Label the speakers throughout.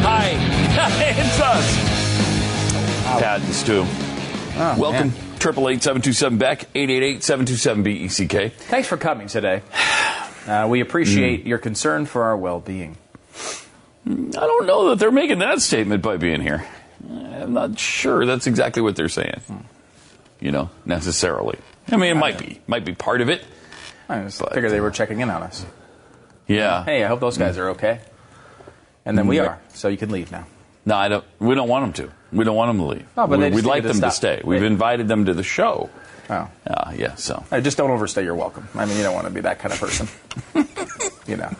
Speaker 1: Hi, it's us. Pat and Stu.
Speaker 2: Oh,
Speaker 1: Welcome. Triple eight seven two seven Beck eight eight eight seven two seven B E C K. Hmm.
Speaker 2: Thanks for coming today. Uh, we appreciate your concern for our well-being.
Speaker 1: I don't know that they're making that statement by being here. I'm not sure that's exactly what they're saying.
Speaker 2: Hmm.
Speaker 1: You know, necessarily. I mean, it might be, might be part of it.
Speaker 2: I just
Speaker 1: But, uh,
Speaker 2: figured they were checking in on us.
Speaker 1: Yeah.
Speaker 2: Hey, I hope those
Speaker 1: Hmm.
Speaker 2: guys are okay. And then we
Speaker 1: Mm.
Speaker 2: are, so you can leave now.
Speaker 1: No, I don't. We don't want them to. We don't want them to leave.
Speaker 2: Oh, but
Speaker 1: we,
Speaker 2: they just
Speaker 1: would like
Speaker 2: needed to
Speaker 1: them to
Speaker 2: stop.
Speaker 1: stay. We've
Speaker 2: Wait.
Speaker 1: invited them to the show.
Speaker 2: Oh,
Speaker 1: Uh, yeah. So
Speaker 2: I just don't overstay your welcome. I mean, you don't want to be that kind of person. you know,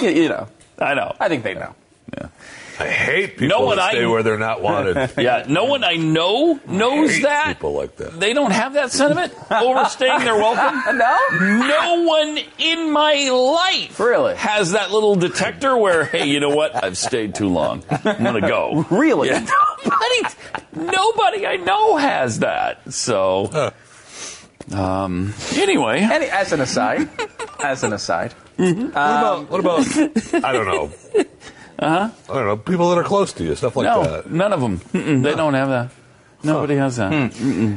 Speaker 2: you, you know.
Speaker 1: I know.
Speaker 2: I think they know.
Speaker 3: I hate people
Speaker 1: No one
Speaker 3: that
Speaker 1: I-
Speaker 3: stay where they're not wanted.
Speaker 1: Yeah, no one I know knows
Speaker 3: Hate
Speaker 1: that.
Speaker 3: people like that.
Speaker 1: They don't have that sentiment. Overstaying their welcome.
Speaker 2: No,
Speaker 1: No one in my life
Speaker 2: Really?
Speaker 1: has that little detector where, hey, you know what? I've stayed too long. I'm gonna go.
Speaker 2: really.
Speaker 1: Yeah, nobody, nobody I know has that. So, um, anyway,
Speaker 2: Any, as an aside, as an aside,
Speaker 1: Mm-hmm. Um,
Speaker 2: Um,
Speaker 3: what about? What about? I don't know. Uh
Speaker 2: Uh-huh.
Speaker 3: huh. I don't know. People that are close to you, stuff like
Speaker 1: no,
Speaker 3: that. Hmm.
Speaker 1: none of them. Mm-mm, They don't have that. Nobody has that.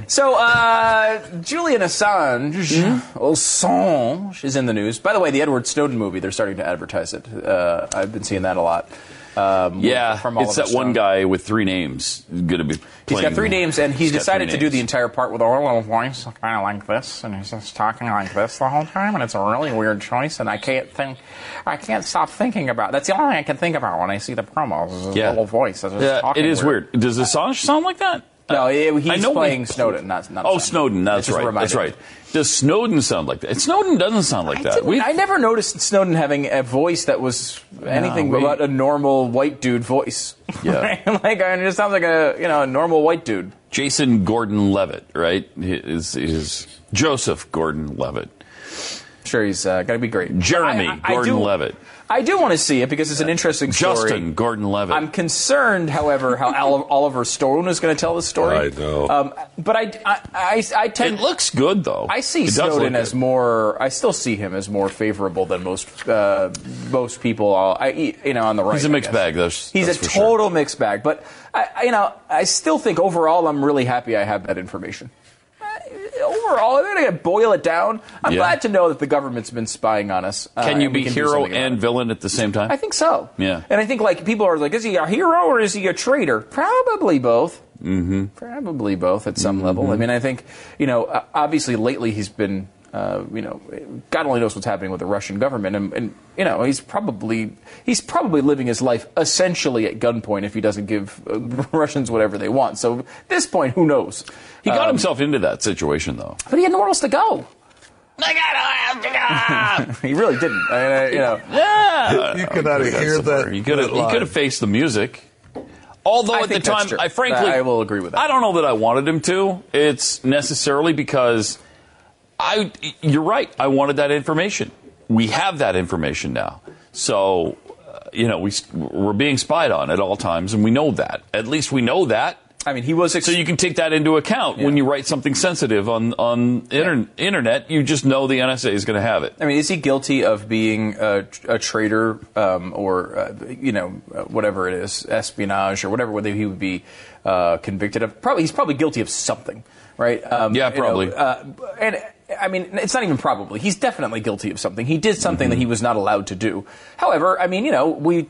Speaker 2: So, uh, Julian Assange,
Speaker 1: Mm-hmm.
Speaker 2: Assange, is in the news. By the way, the Edward Snowden movie, they're starting to advertise it. Uh, I've been seeing that a lot. Um,
Speaker 1: Yeah,
Speaker 2: from
Speaker 1: it's
Speaker 2: Oliver
Speaker 1: that one
Speaker 2: Stone.
Speaker 1: guy with three names going to be.
Speaker 2: He's got
Speaker 1: playing-
Speaker 2: three names, and he's,
Speaker 1: got
Speaker 2: decided
Speaker 1: three
Speaker 2: to do
Speaker 1: names.
Speaker 2: the entire part with a little voice, kind of like this, and he's just talking like this the whole time, and it's a really weird choice, and I can't think, I can't stop thinking about. That's the only thing I can think about when I see the promos is his
Speaker 1: Yeah.
Speaker 2: little voice. that's just
Speaker 1: Yeah,
Speaker 2: talking
Speaker 1: it is weird. Does Assange sound like that?
Speaker 2: No, it- he's
Speaker 1: I know we-
Speaker 2: playing Snowden, not, not
Speaker 1: Oh,
Speaker 2: Assange.
Speaker 1: Snowden. That's
Speaker 2: Just a
Speaker 1: right. That's
Speaker 2: reminder.
Speaker 1: right. Does Snowden sound like that? Snowden doesn't sound like
Speaker 2: I
Speaker 1: that.
Speaker 2: didn't-
Speaker 1: We-
Speaker 2: I never noticed Snowden having a voice that was anything
Speaker 1: we-
Speaker 2: but a normal white dude voice.
Speaker 1: Yeah.
Speaker 2: like I mean, it sounds like a you know a normal white dude.
Speaker 1: Jason Gordon-Levitt, right? Is is Joseph Gordon-Levitt?
Speaker 2: Sure, he's uh, got to be great.
Speaker 1: Jeremy
Speaker 2: I- I- I do-
Speaker 1: Gordon-Levitt.
Speaker 2: I do want to see it because it's an interesting story.
Speaker 1: Justin Gordon-Levitt.
Speaker 2: I'm concerned, however, how Al- Oliver Stone is going to tell the story.
Speaker 3: I know.
Speaker 2: Um, but I, I, I, I tend
Speaker 1: it looks good though.
Speaker 2: I see
Speaker 1: It does
Speaker 2: Snowden
Speaker 1: look
Speaker 2: as
Speaker 1: good.
Speaker 2: more. I still see him as more favorable than most uh, most people. All I, you know, on the right.
Speaker 1: He's a
Speaker 2: I
Speaker 1: mixed
Speaker 2: guess.
Speaker 1: bag, that's-
Speaker 2: He's
Speaker 1: that's
Speaker 2: a
Speaker 1: for sure.
Speaker 2: total mixed bag. But I, I- you know, I still think overall, I'm really happy I have that information. I- Overall, I'm going to boil it down. I'm
Speaker 1: Yeah.
Speaker 2: glad to know that the government's been spying on us. uh,
Speaker 1: Can you
Speaker 2: and we
Speaker 1: be
Speaker 2: do
Speaker 1: hero
Speaker 2: something about
Speaker 1: and
Speaker 2: it.
Speaker 1: villain at the same time?
Speaker 2: I think so.
Speaker 1: Yeah.
Speaker 2: And I think like people are like, is he a hero or is he a traitor? Probably both. Mm-hmm. Probably both at some level. I mean, I think you know, uh, obviously lately he's been. Uh, you know, God only knows what's happening with the Russian government, and, and you know he's probably he's probably living his life essentially at gunpoint if he doesn't give uh, Russians whatever they want. So at this point, who knows?
Speaker 1: he got
Speaker 2: Um,
Speaker 1: himself into that situation though.
Speaker 2: but he had nowhere else to go.
Speaker 1: I gotta have to
Speaker 2: Ah, He really didn't. I mean, I- you know,
Speaker 1: Yeah.
Speaker 3: You could not hear that.
Speaker 1: You could have
Speaker 3: that
Speaker 1: you
Speaker 3: line.
Speaker 1: could have faced the music. Although
Speaker 2: I
Speaker 1: at the
Speaker 2: think that's
Speaker 1: time,
Speaker 2: true.
Speaker 1: I frankly
Speaker 2: I will agree with that.
Speaker 1: I don't know that I wanted him to. It's necessarily because I you're right. I wanted that information. We have that information now. So uh, you know we s- we're being spied on at all times, and we know that. At least we know that.
Speaker 2: I mean, he was. Ex-
Speaker 1: So you can take that into account when you write something sensitive on on inter- internet. You just know the NSA is going to have it.
Speaker 2: I mean, is he guilty of being a, a traitor um, or, uh, you know, uh, whatever it is, espionage or whatever, whether he would be uh, convicted of? Probably, he's probably guilty of something, right? Um,
Speaker 1: Yeah,
Speaker 2: you know,
Speaker 1: probably.
Speaker 2: uh, and I mean, it's not even probably. He's definitely guilty of something. He did something
Speaker 1: Mm-hmm.
Speaker 2: that he was not allowed to do. However, I mean, you know, we,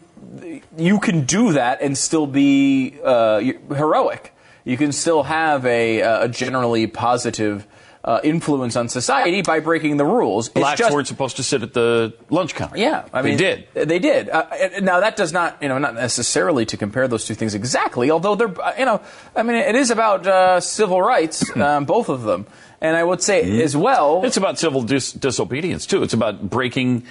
Speaker 2: you can do that and still be uh, heroic. You can still have a, uh, a generally positive. Uh, influence on society by breaking the rules. It's
Speaker 1: Blacks
Speaker 2: just-
Speaker 1: weren't supposed to sit at the lunch counter.
Speaker 2: yeah, I mean,
Speaker 1: they did.
Speaker 2: They did. Uh, and- and now that does not, you know, not necessarily to compare those two things exactly. Although they're, uh, you know, I mean, it is about uh, civil rights, um, both of them. And I would say
Speaker 3: Hmm?
Speaker 2: as well,
Speaker 1: It's about civil dis- disobedience too. It's about breaking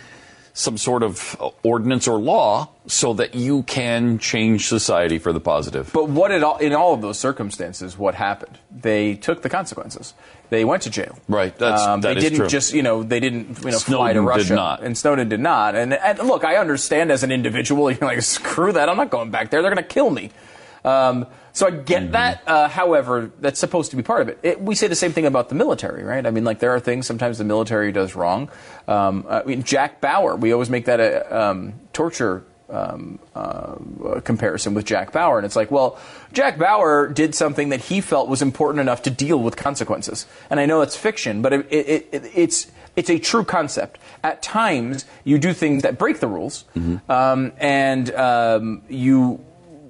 Speaker 1: some sort of uh, ordinance or law so that you can change society for the positive.
Speaker 2: but what it all in all of those circumstances, what happened? They took the consequences. They went to jail.
Speaker 1: Right, that's-
Speaker 2: um,
Speaker 1: that
Speaker 2: they
Speaker 1: is
Speaker 2: didn't
Speaker 1: true.
Speaker 2: just, you know, they didn't, you know, fly
Speaker 1: Snowden
Speaker 2: to
Speaker 1: did
Speaker 2: Russia.
Speaker 1: not.
Speaker 2: And Snowden did not. And, and look, I understand as an individual, you're like, screw that. I'm not going back there. They're going to kill me. Um, so I get
Speaker 1: Mm-hmm.
Speaker 2: that. Uh, however, that's supposed to be part of it. it. We say the same thing about the military, right? I mean, like there are things sometimes the military does wrong. Um, I mean, Jack Bauer. We always make that a um, torture. Um, uh, comparison with Jack Bauer, and it's like, well, Jack Bauer did something that he felt was important enough to deal with consequences. And I know that's fiction, but it, it, it, it's it's a true concept. At times, you do things that break the rules, um, and um, you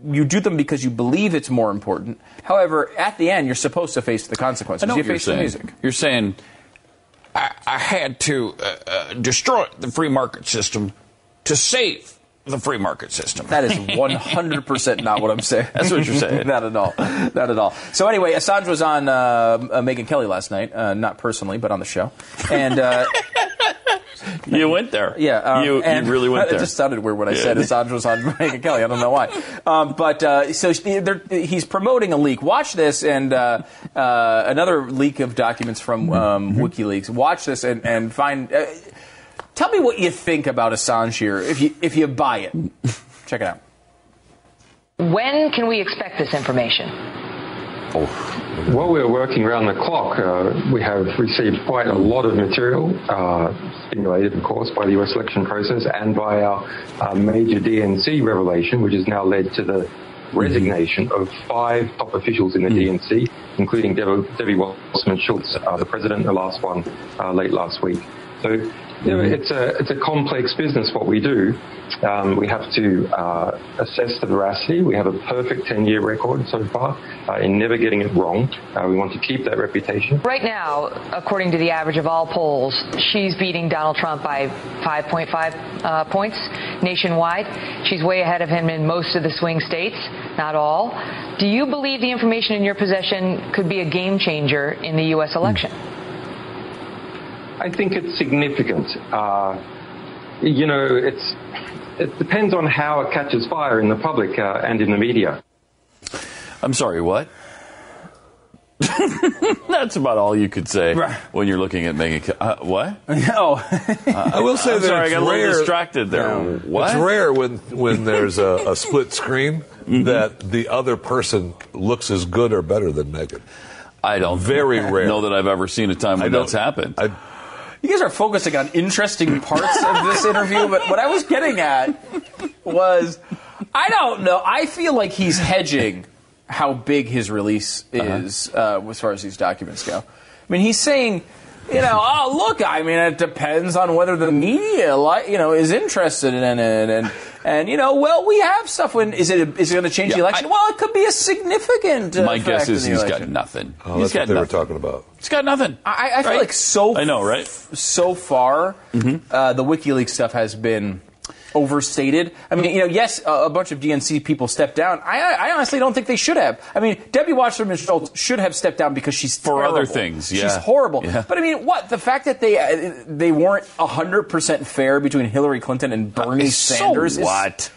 Speaker 2: you do them because you believe it's more important. However, at the end, you're supposed to face the consequences. you face the music.
Speaker 1: You're saying
Speaker 4: I, I had to uh, uh, destroy the free market system to save the free market system.
Speaker 2: That is 100% not what I'm saying.
Speaker 1: That's what you're saying.
Speaker 2: not at all. Not at all. So anyway, Assange was on uh, uh, Megan Kelly last night, uh, not personally, but on the show, and. Uh,
Speaker 1: you went there.
Speaker 2: Yeah, um,
Speaker 1: you,
Speaker 2: and
Speaker 1: you really went there.
Speaker 2: It just sounded weird when I
Speaker 1: Yeah.
Speaker 2: said Assange was on Megan Kelly. I don't know why. Um, but uh, so she- they're- he's promoting a leak. Watch this and uh, uh, another leak of documents from um,
Speaker 1: Mm-hmm.
Speaker 2: WikiLeaks. Watch this and and find. Uh, tell me what you think about Assange here. If you if you buy it, check it out.
Speaker 5: When can we expect this information?
Speaker 6: While we were working around the clock, uh, we have received quite a lot of material, uh, stimulated, of course, by the US election process and by our uh, major DNC revelation, which has now led to the resignation of five top officials in the DNC, including Debbie, Debbie Wasserman Schultz, uh, the president, the last one, uh, late last week. So you know, it's, a, it's a complex business, what we do. Um, we have to uh, assess the veracity. We have a perfect 10 year record so far uh, in never getting it wrong. Uh, we want to keep that reputation.
Speaker 5: Right now, according to the average of all polls, she's beating Donald Trump by 5.5 uh, points nationwide. She's way ahead of him in most of the swing states, not all. Do you believe the information in your possession could be a game changer in the U.S. election?
Speaker 6: I think it's significant. Uh, you know, it's, it depends on how it catches fire in the public uh, and in the media.
Speaker 1: I'm sorry, what? That's about all you could say
Speaker 2: Right.
Speaker 1: when you're looking at Megan. Ke- Uh, what?
Speaker 2: Oh,
Speaker 3: I will say
Speaker 1: I'm
Speaker 3: that
Speaker 1: sorry, I
Speaker 3: it's
Speaker 1: got a
Speaker 3: rare.
Speaker 1: little distracted there. What?
Speaker 3: It's rare when when there's a, a split screen
Speaker 1: Mm-hmm.
Speaker 3: that the other person looks as good or better than Megan.
Speaker 1: I don't
Speaker 3: Very rare.
Speaker 1: know that I've ever seen a time when
Speaker 3: don't-
Speaker 1: that's happened.
Speaker 3: I,
Speaker 2: you guys are focusing on interesting parts of this interview, but what I was getting at was, I don't know. I feel like he's hedging how big his release
Speaker 3: Uh-huh.
Speaker 2: is uh as far as these documents go. I mean, he's saying, you know, oh look, I mean, it depends on whether the media, li- you know, is interested in it, and and you know, well, we have stuff. When is it? Is it going to change the
Speaker 1: Yeah,
Speaker 2: election?
Speaker 1: I-
Speaker 2: well, it could be a significant. Uh,
Speaker 1: My guess
Speaker 2: fact
Speaker 1: is
Speaker 2: in the
Speaker 1: he's
Speaker 2: election.
Speaker 1: got nothing.
Speaker 3: oh,
Speaker 1: he's
Speaker 3: that's
Speaker 1: got
Speaker 3: what they
Speaker 1: nothing.
Speaker 3: were talking about.
Speaker 1: He's got nothing.
Speaker 2: I, I feel
Speaker 1: Right?
Speaker 2: like so.
Speaker 1: I know, right? Mm-hmm.
Speaker 2: So far, uh, the WikiLeaks stuff has been overstated. I mean, you know, yes, a, a bunch of DNC people stepped down. I, I honestly don't think they should have. I mean, Debbie Wasserman Schultz should have stepped down because she's
Speaker 1: For other
Speaker 2: terrible.
Speaker 1: things,
Speaker 2: she's
Speaker 1: yeah.
Speaker 2: horrible.
Speaker 1: Yeah.
Speaker 2: But I mean, what the fact that they uh, they weren't hundred percent fair between Hillary Clinton and Bernie
Speaker 1: So
Speaker 2: Sanders is-
Speaker 1: what?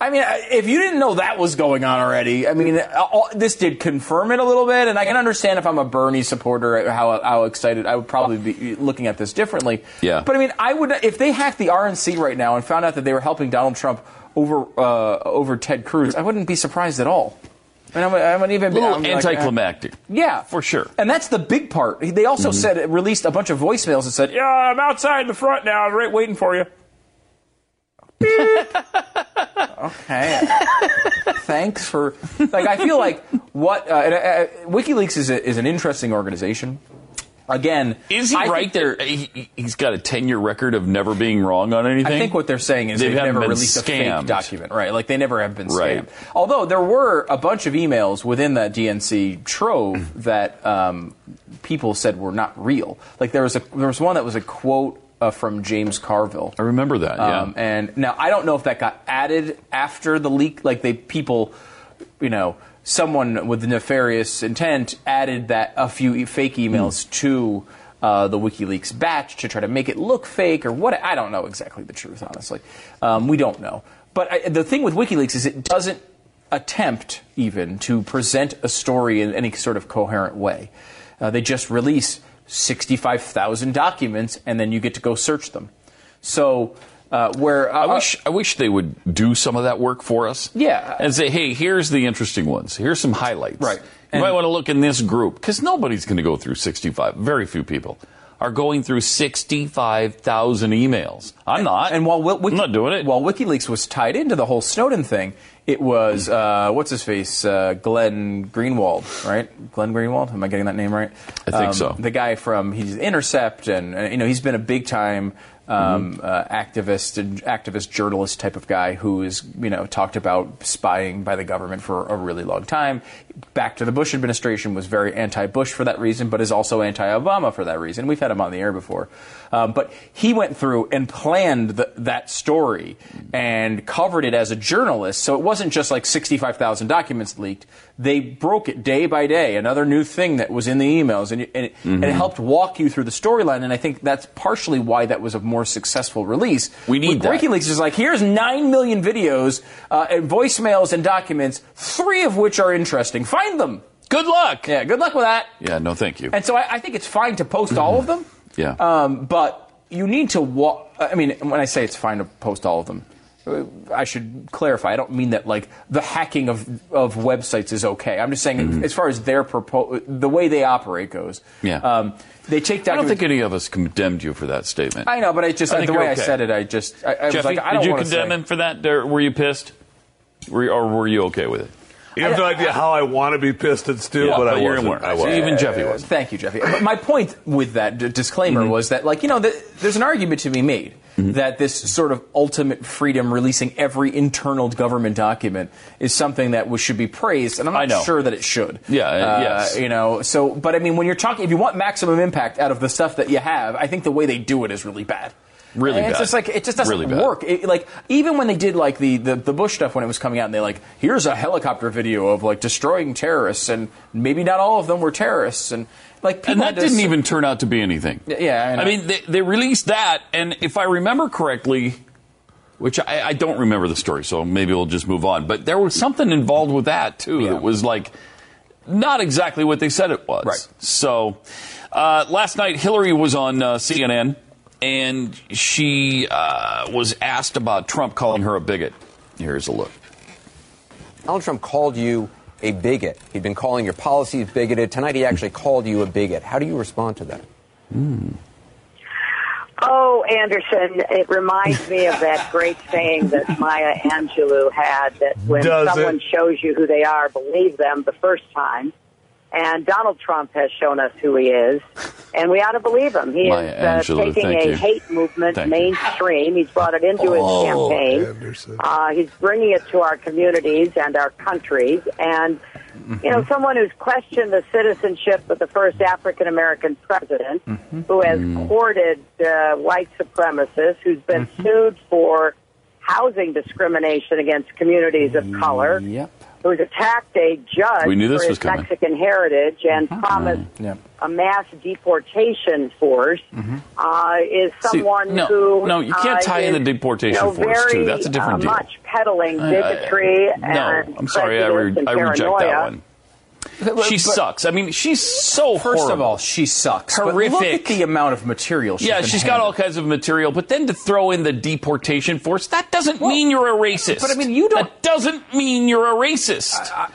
Speaker 2: I mean, I- if you didn't know that was going on already, I mean, uh, all, this did confirm it a little bit, and I can understand if I'm a Bernie supporter how how excited I would probably be looking at this differently.
Speaker 1: Yeah.
Speaker 2: But I mean, I would if they hacked the RNC right now and found out that they were helping Donald Trump over uh, over Ted Cruz, I wouldn't be surprised at all. And I'm, I'm even
Speaker 1: A little
Speaker 2: I'm like, eh.
Speaker 1: anticlimactic.
Speaker 2: Yeah,
Speaker 1: For sure. Mm-hmm.
Speaker 2: And that's the big part. They also said released a bunch of voicemails and said, "Yeah, I'm outside the front now. I'm right waiting for you." okay. Thanks for like. I feel like what uh, and, uh, WikiLeaks is a, is an interesting organization. Again,
Speaker 1: Is he
Speaker 2: I think
Speaker 1: right
Speaker 2: they're-
Speaker 1: there? He, has got a 10 year record of never being wrong on anything.
Speaker 2: I think what they're saying is
Speaker 1: They
Speaker 2: they've,
Speaker 1: haven't
Speaker 2: never
Speaker 1: been
Speaker 2: released a
Speaker 1: scammed.
Speaker 2: fake document, right? Like they never have been
Speaker 1: Right.
Speaker 2: scammed. Although there were a bunch of emails within that DNC
Speaker 1: Mm.
Speaker 2: trove that um, people said were not real. Like there was a there was one that was a quote uh, from James Carville.
Speaker 1: I remember that, yeah.
Speaker 2: Um, and now I don't know if that got added after the leak. Like they people, you know, someone with nefarious intent added that a few e- fake emails to. Uh, the WikiLeaks batch to try to make it look fake or what? I don't know exactly the truth, honestly. Um, we don't know. But I, the thing with WikiLeaks is it doesn't attempt even to present a story in any sort of coherent way. Uh, they just release 65,000 documents and then you get to go search them. So uh, where uh,
Speaker 1: I wish I wish they would do some of that work for us.
Speaker 2: Yeah. uh,
Speaker 1: and say, hey, here's the interesting ones. Here's some highlights.
Speaker 2: Right.
Speaker 1: You
Speaker 2: And-
Speaker 1: might want to look in this group because nobody's going to go through 65. Very few people are going through 65,000 emails. I'm not.
Speaker 2: and while Wi- Wiki,
Speaker 1: I'm not doing it.
Speaker 2: While WikiLeaks was tied into the whole Snowden thing, it was uh, what's his face, uh, Glenn Greenwald, right? Glenn Greenwald. Am I getting that name right? Um,
Speaker 1: I think so.
Speaker 2: The guy from he's Intercept, and uh, you know he's been a big time. Um, uh, activist and activist journalist type of guy who is you know talked about spying by the government for a really long time. Back to the Bush administration was very anti-Bush for that reason, but is also anti-Obama for that reason. We've had him on the air before, um, but he went through and planned th- that story and covered it as a journalist. So it wasn't just like 65,000 documents leaked. They broke it day by day, another new thing that was in the emails, and, it- and, it, and it
Speaker 1: Mm-hmm.
Speaker 2: helped walk you through the storyline. And I think that's partially why that was a more successful release.
Speaker 1: We need
Speaker 2: With
Speaker 1: that.
Speaker 2: WikiLeaks is like, here's 9 million videos uh, and voicemails and documents, three of which are interesting. Find them.
Speaker 1: Good luck.
Speaker 2: Yeah, good luck with that.
Speaker 1: Yeah, no, thank you.
Speaker 2: And so I, I think it's fine to post all of them.
Speaker 1: Yeah.
Speaker 2: Um, but you need to walk. I mean, when I say it's fine to post all of them, uh, I should clarify. I don't mean that like the hacking of of websites is okay. I'm just saying
Speaker 1: Mm-hmm.
Speaker 2: as far as their propo- the way they operate goes.
Speaker 1: Yeah.
Speaker 2: Um, they take
Speaker 1: I don't
Speaker 2: documents.
Speaker 1: think any of us condemned you for that statement.
Speaker 2: I know, but I just
Speaker 1: I
Speaker 2: the
Speaker 1: think
Speaker 2: way
Speaker 1: you're
Speaker 2: I
Speaker 1: okay.
Speaker 2: said it, I just I, I was
Speaker 1: Jeffy,
Speaker 2: like, I don't
Speaker 1: did you
Speaker 2: wanna
Speaker 1: condemn
Speaker 2: say-
Speaker 1: him for that? Or were you pissed? Were you, or were you okay with it?
Speaker 3: You have no idea how I want to be pissed at Stu, but, I
Speaker 1: you're
Speaker 3: wasn't.
Speaker 1: weren't.
Speaker 3: I wasn't.
Speaker 1: Even Jeffy was. Mm-hmm.
Speaker 2: Thank you, Jeffy. But my point with that d- disclaimer was that, like, you know, th- there's an argument to be made that this sort of ultimate freedom, releasing every internal government document, is something that we should be praised, and I'm
Speaker 1: I know.
Speaker 2: not sure that it should.
Speaker 1: Yeah, uh, yes.
Speaker 2: You know, so, but I mean, when you're talking, if you want maximum impact out of the stuff that you have, I think the way they do it is really bad.
Speaker 1: Really
Speaker 2: And
Speaker 1: bad.
Speaker 2: It's just like it just doesn't
Speaker 1: Really bad.
Speaker 2: work. It- like even when they did like the, the the Bush stuff when it was coming out, and they like here's a helicopter video of like destroying terrorists, and maybe not all of them were terrorists, and like people
Speaker 1: and
Speaker 2: had
Speaker 1: that
Speaker 2: to
Speaker 1: didn't
Speaker 2: s-
Speaker 1: even turn out to be anything.
Speaker 2: yeah, I know.
Speaker 1: I mean, they, they released that, and if I remember correctly, which I, I don't remember the story, so maybe we'll just move on. But there was something involved with that too that was like not exactly what they said it was.
Speaker 2: Right.
Speaker 1: So uh, last night, Hillary was on uh, CNN, and she uh, was asked about Trump calling her a bigot. Here's a look.
Speaker 7: Donald Trump called you a bigot. He'd been calling your policies bigoted. Tonight he actually called you a bigot. How do you respond to that?
Speaker 8: Oh, Anderson, it reminds me of that great saying that Maya Angelou had that when
Speaker 3: Does it?
Speaker 8: someone shows you who they are, believe them the first time. And Donald Trump has shown us who he is, and we ought to believe him. He
Speaker 1: Maya
Speaker 8: is uh,
Speaker 1: Angelou,
Speaker 8: taking
Speaker 1: thank
Speaker 8: a
Speaker 1: you.
Speaker 8: hate movement
Speaker 1: Thank you.
Speaker 8: mainstream. He's brought it into his campaign.
Speaker 3: Anderson.
Speaker 8: Uh, he's bringing it to our communities and our countries. And, you
Speaker 1: Mm-hmm.
Speaker 8: know, someone who's questioned the citizenship of the first African American president,
Speaker 1: Mm-hmm.
Speaker 8: who has
Speaker 1: Mm.
Speaker 8: courted uh, white supremacists, who's been
Speaker 1: Mm-hmm.
Speaker 8: sued for housing discrimination against communities of color,
Speaker 2: Yep.
Speaker 8: who's attacked a judge
Speaker 1: We knew this
Speaker 8: for
Speaker 1: was
Speaker 8: his
Speaker 1: coming. Uh-huh. Mm.
Speaker 8: Mexican heritage and promised
Speaker 2: Yep.
Speaker 8: a mass deportation force, uh, is
Speaker 1: Mm-hmm. See,
Speaker 8: someone
Speaker 1: no,
Speaker 8: who
Speaker 1: no, you can't
Speaker 8: uh,
Speaker 1: tie in
Speaker 8: is,
Speaker 1: the deportation
Speaker 8: you know,
Speaker 1: force, too.
Speaker 8: very,
Speaker 1: That's a different
Speaker 8: uh,
Speaker 1: deal.
Speaker 8: Much peddling
Speaker 1: I- I-
Speaker 8: bigotry
Speaker 1: no,
Speaker 8: and
Speaker 1: I'm sorry, I, re-
Speaker 8: prejudice and
Speaker 1: I reject that
Speaker 8: paranoia.
Speaker 1: one. She sucks. I mean, she's so
Speaker 2: First of
Speaker 1: horrible.
Speaker 2: all, she sucks. But look
Speaker 1: Horrific.
Speaker 2: at the amount of material. She's
Speaker 1: yeah,
Speaker 2: been
Speaker 1: she's got all
Speaker 2: handed.
Speaker 1: kinds of material, but then to throw in the deportation force, that doesn't mean you're a racist.
Speaker 2: but I mean, you don't-
Speaker 1: That doesn't mean you're a racist.
Speaker 2: I,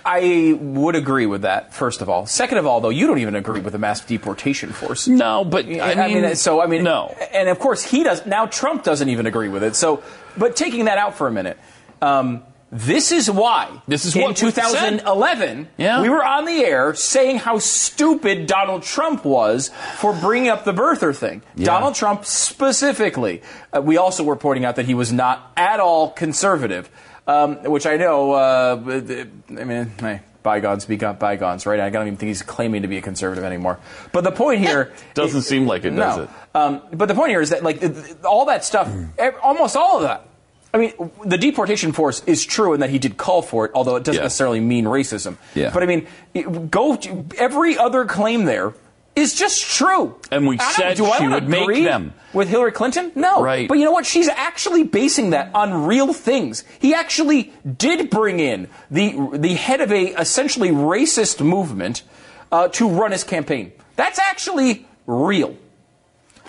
Speaker 2: I would agree with that. First of all, second of all, though, you don't even agree with the mass deportation force.
Speaker 1: no, but I mean,
Speaker 2: I mean, so I mean,
Speaker 1: no.
Speaker 2: and of course he does. Now Trump doesn't even agree with it. So, but taking that out for a minute, um, this is why.
Speaker 1: This is
Speaker 2: in
Speaker 1: what we said.
Speaker 2: 2011.
Speaker 1: Yeah.
Speaker 2: we were on the air saying how stupid Donald Trump was for bringing up the birther thing. Donald Trump specifically. Uh, we also were pointing out that he was not at all conservative, um, which I know. Uh, but, uh, I mean, hey, bygones be got bygones, right? I don't even think he's claiming to be a conservative anymore. But the point here
Speaker 1: Doesn't seem like it, does
Speaker 2: no.
Speaker 1: it? Hmm.
Speaker 2: Um, but the point here is that like th- th- all that stuff, ev- almost all of that. I mean, w- the deportation force is true in that he did call for it, although it doesn't
Speaker 1: Yeah.
Speaker 2: necessarily mean racism.
Speaker 1: Yeah.
Speaker 2: But I mean, it- go to, every other claim there is just true.
Speaker 1: And we
Speaker 2: I don't-
Speaker 1: said
Speaker 2: do I
Speaker 1: she
Speaker 2: wanna
Speaker 1: would make
Speaker 2: agree
Speaker 1: them.
Speaker 2: with Hillary Clinton. No,
Speaker 1: Right.
Speaker 2: But you know what? She's actually basing that on real things. He actually did bring in the the head of a essentially racist movement uh, to run his campaign. That's actually real.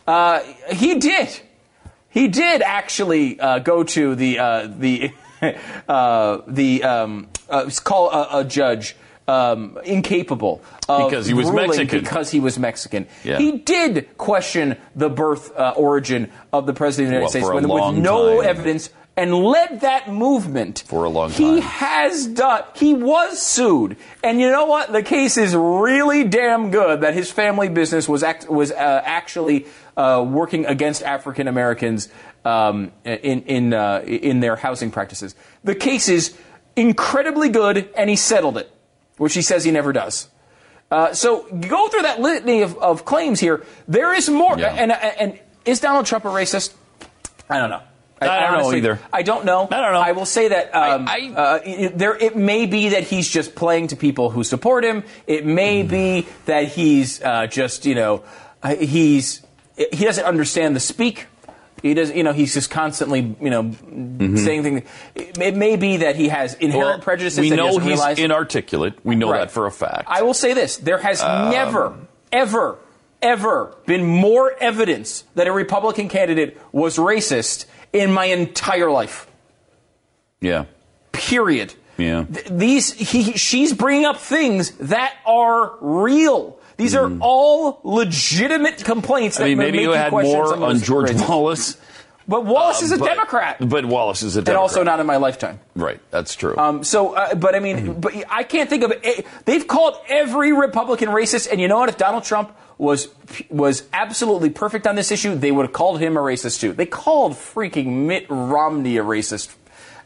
Speaker 2: Uh, he did. He did actually uh, go to the uh, the uh, the um, uh, call a, a judge um, incapable of
Speaker 1: Because he was
Speaker 2: ruling
Speaker 1: Mexican.
Speaker 2: Because he was Mexican.
Speaker 1: Yeah.
Speaker 2: He did question the birth uh, origin of the president of the United
Speaker 1: Well, for a
Speaker 2: States with-
Speaker 1: long
Speaker 2: with no
Speaker 1: time.
Speaker 2: evidence and led that movement
Speaker 1: For a long
Speaker 2: He
Speaker 1: time.
Speaker 2: has done. He was sued, and you know what? The case is really damn good that his family business was act, was uh, actually uh, working against African Americans um, in in uh, in their housing practices. The case is incredibly good, and he settled it, which he says he never does. Uh, so go through that litany of, of claims here. There is more,
Speaker 1: Yeah.
Speaker 2: and, and and is Donald Trump a racist? I don't know.
Speaker 1: I don't know either.
Speaker 2: I don't know.
Speaker 1: I don't know.
Speaker 2: I will say that um,
Speaker 1: I-
Speaker 2: uh, it- there it may be that he's just playing to people who support him. It may
Speaker 1: Mm-hmm.
Speaker 2: be that he's uh, just you know uh, he's he doesn't understand the speak. He doesn't you know he's just constantly you know saying things. It, it may be that he has
Speaker 1: Mm-hmm.
Speaker 2: inherent
Speaker 1: Well,
Speaker 2: prejudices.
Speaker 1: we
Speaker 2: that he
Speaker 1: know
Speaker 2: doesn't
Speaker 1: he's
Speaker 2: realize.
Speaker 1: inarticulate. We know
Speaker 2: Right.
Speaker 1: that for a fact.
Speaker 2: I will say this: there has
Speaker 1: Um,
Speaker 2: never, ever, ever been more evidence that a Republican candidate was racist in my entire life.
Speaker 1: yeah.
Speaker 2: Period.
Speaker 1: Yeah.
Speaker 2: Th- these he, she's bringing up things that are real. These are all legitimate complaints. That
Speaker 1: Hmm. I mean,
Speaker 2: may
Speaker 1: maybe
Speaker 2: make
Speaker 1: you had
Speaker 2: question
Speaker 1: more
Speaker 2: some of
Speaker 1: on
Speaker 2: those
Speaker 1: George
Speaker 2: races.
Speaker 1: Wallace.
Speaker 2: But Wallace
Speaker 1: Uh,
Speaker 2: is a
Speaker 1: but-
Speaker 2: Democrat,
Speaker 1: But Wallace is a Democrat.
Speaker 2: and also not in my lifetime.
Speaker 1: Right, that's true. Mm-hmm.
Speaker 2: Um, so, uh, but I mean, but I can't think of a, they've called every Republican racist, and you know what? If Donald Trump was was absolutely perfect on this issue, they would have called him a racist too. They called freaking Mitt Romney a racist.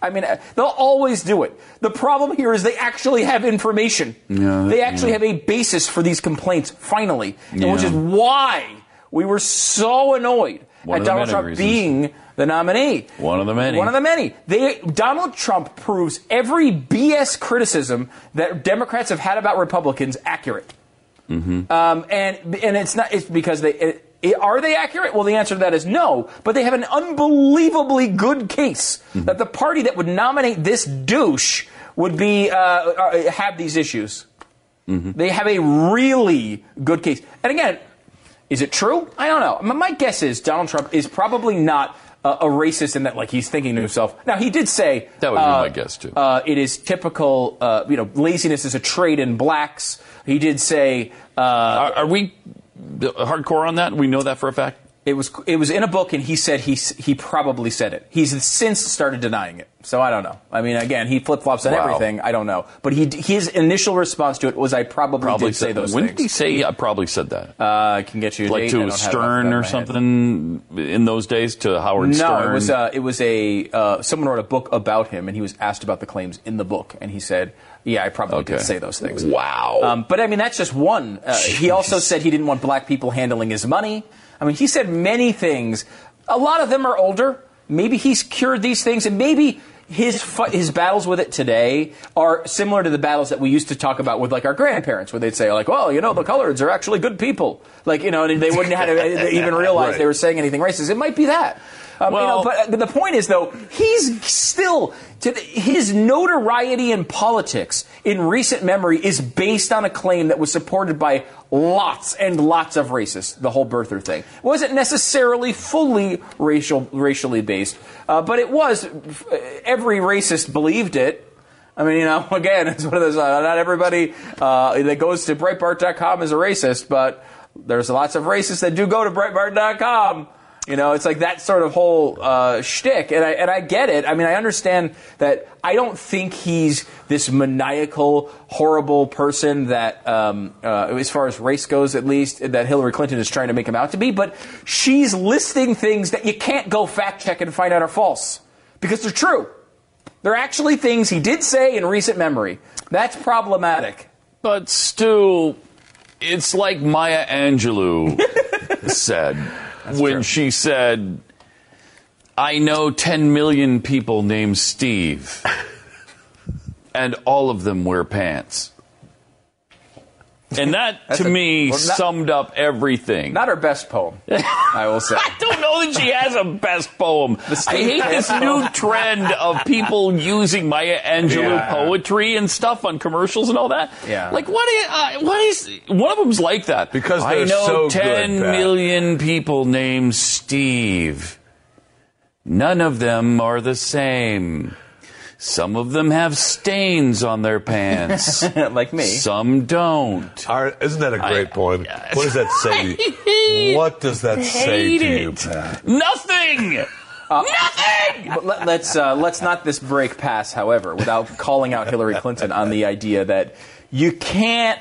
Speaker 2: I mean, uh, they'll always do it. The problem here is they actually have information. they
Speaker 1: Uh,
Speaker 2: actually have a basis for these complaints, finally, and which
Speaker 1: Yeah.
Speaker 2: is why we were so annoyed
Speaker 1: One of the
Speaker 2: at Donald
Speaker 1: many
Speaker 2: Trump
Speaker 1: reasons.
Speaker 2: being the nominee.
Speaker 1: One of the many.
Speaker 2: One of the many. They Donald Trump proves every BS criticism that Democrats have had about Republicans accurate.
Speaker 1: mm-hmm.
Speaker 2: Um, and and it's not it's because they it, it- are they accurate? Well, the answer to that is no. But they have an unbelievably good case that the party that would nominate this douche would be uh, uh, have these issues. Mm-hmm. They have a really good case. And again, is it true? I don't know. My- My guess is Donald Trump is probably not uh, a racist in that, like, he's thinking to himself. Now, he did say
Speaker 1: That would be
Speaker 2: uh,
Speaker 1: my guess, too.
Speaker 2: Uh, it is typical, uh, you know, laziness is a trait in blacks. He did say uh,
Speaker 1: are, are we hardcore on that? We know that for a fact.
Speaker 2: it was it was in a book, and he said he s- he probably said it. He's since started denying it. So I don't know. I mean, again, he flip flops on
Speaker 1: Wow.
Speaker 2: everything. I don't know. But he d- his initial response to it was, "I probably, did say
Speaker 1: said-
Speaker 2: those
Speaker 1: When
Speaker 2: things."
Speaker 1: did
Speaker 2: Uh,
Speaker 1: he say? I probably said that.
Speaker 2: I can get you a
Speaker 1: like
Speaker 2: date. I
Speaker 1: to
Speaker 2: don't have it off the top
Speaker 1: Stern
Speaker 2: of
Speaker 1: or
Speaker 2: my head.
Speaker 1: something in those days to Howard
Speaker 2: No,
Speaker 1: Stern.
Speaker 2: it was uh, it was a uh, someone wrote a book about him, and he was asked about the claims in the book, and he said, "Yeah, I probably
Speaker 1: Okay.
Speaker 2: did say those things."
Speaker 1: Wow.
Speaker 2: Um, but I mean, that's just one. Uh, he also said he didn't want black people handling his money. I mean, he said many things. A lot of them are older. Maybe he's cured these things, and maybe his fu- his battles with it today are similar to the battles that we used to talk about with like our grandparents, where they'd say like, "Well, you know, the coloreds are actually good people," like you know, and they wouldn't have had to even realize
Speaker 3: Right.
Speaker 2: they were saying anything racist. It might be that. Um, you know,
Speaker 1: Well-
Speaker 2: but, but the point is, though, he's still to the, his notoriety in politics in recent memory is based on a claim that was supported by lots and lots of racists. The whole birther thing It wasn't necessarily fully racial, racially based, uh, but it was. uh, Every racist believed it. I mean, you know, again, it's one of those. Uh, not everybody uh, that goes to Breitbart.com is a racist, but there's lots of racists that do go to Breitbart.com. You know, it's like that sort of whole uh, shtick, and I and I get it. I mean, I understand that. I don't think he's this maniacal, horrible person that, um, uh, as far as race goes, at least that Hillary Clinton is trying to make him out to be. But she's listing things that you can't go fact check and find out are false because they're true. They're actually things he did say in recent memory. That's problematic.
Speaker 1: But Stu, it's like Maya Angelou said when she said, I know 10 million people named Steve, and all of them wear pants. And that, to
Speaker 2: a-
Speaker 1: me,
Speaker 2: well, not-
Speaker 1: summed up everything.
Speaker 2: Not her best poem, I will say.
Speaker 1: I don't know that she has a best poem. I
Speaker 2: Steve
Speaker 1: hate this
Speaker 2: Best
Speaker 1: new trend of people using Maya Angelou
Speaker 2: Yeah.
Speaker 1: poetry and stuff on commercials and all that.
Speaker 2: Yeah.
Speaker 1: Like what is, uh, what is one of them's like that?
Speaker 3: Because
Speaker 1: I
Speaker 3: they're
Speaker 1: know
Speaker 3: so good,
Speaker 1: ten
Speaker 3: Pat.
Speaker 1: million people named Steve. None of them are the same. Some of them have stains on their pants.
Speaker 2: like me.
Speaker 1: Some don't.
Speaker 3: Our- isn't that a great
Speaker 1: I-
Speaker 3: point?
Speaker 1: yes.
Speaker 3: What does that say to you? What does that say
Speaker 1: Hate
Speaker 3: to you,
Speaker 1: it.
Speaker 3: Pat?
Speaker 1: Nothing. Nothing.
Speaker 2: But let, let's uh, let's not this break pass, however, without calling out Hillary Clinton on the idea that you can't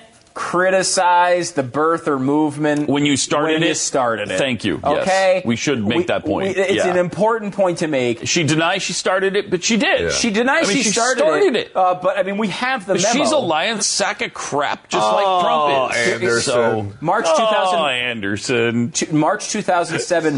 Speaker 2: criticize the birther movement
Speaker 1: When you started
Speaker 2: when you
Speaker 1: it?
Speaker 2: started it.
Speaker 1: Thank you. Yes.
Speaker 2: Okay,
Speaker 1: We should make that point.
Speaker 2: we- it's
Speaker 1: Yeah.
Speaker 2: an important point to make.
Speaker 1: She denies she started it, but she did.
Speaker 2: She denies
Speaker 1: I mean,
Speaker 2: she, started,
Speaker 1: it.
Speaker 2: uh, but I mean we have the
Speaker 1: But
Speaker 2: memo.
Speaker 1: she's a lying sack of crap, just
Speaker 3: Oh,
Speaker 1: like Trump is.
Speaker 3: Anderson.
Speaker 1: So-
Speaker 2: March
Speaker 1: Oh,
Speaker 2: 2000
Speaker 1: Anderson.
Speaker 2: T- March 2007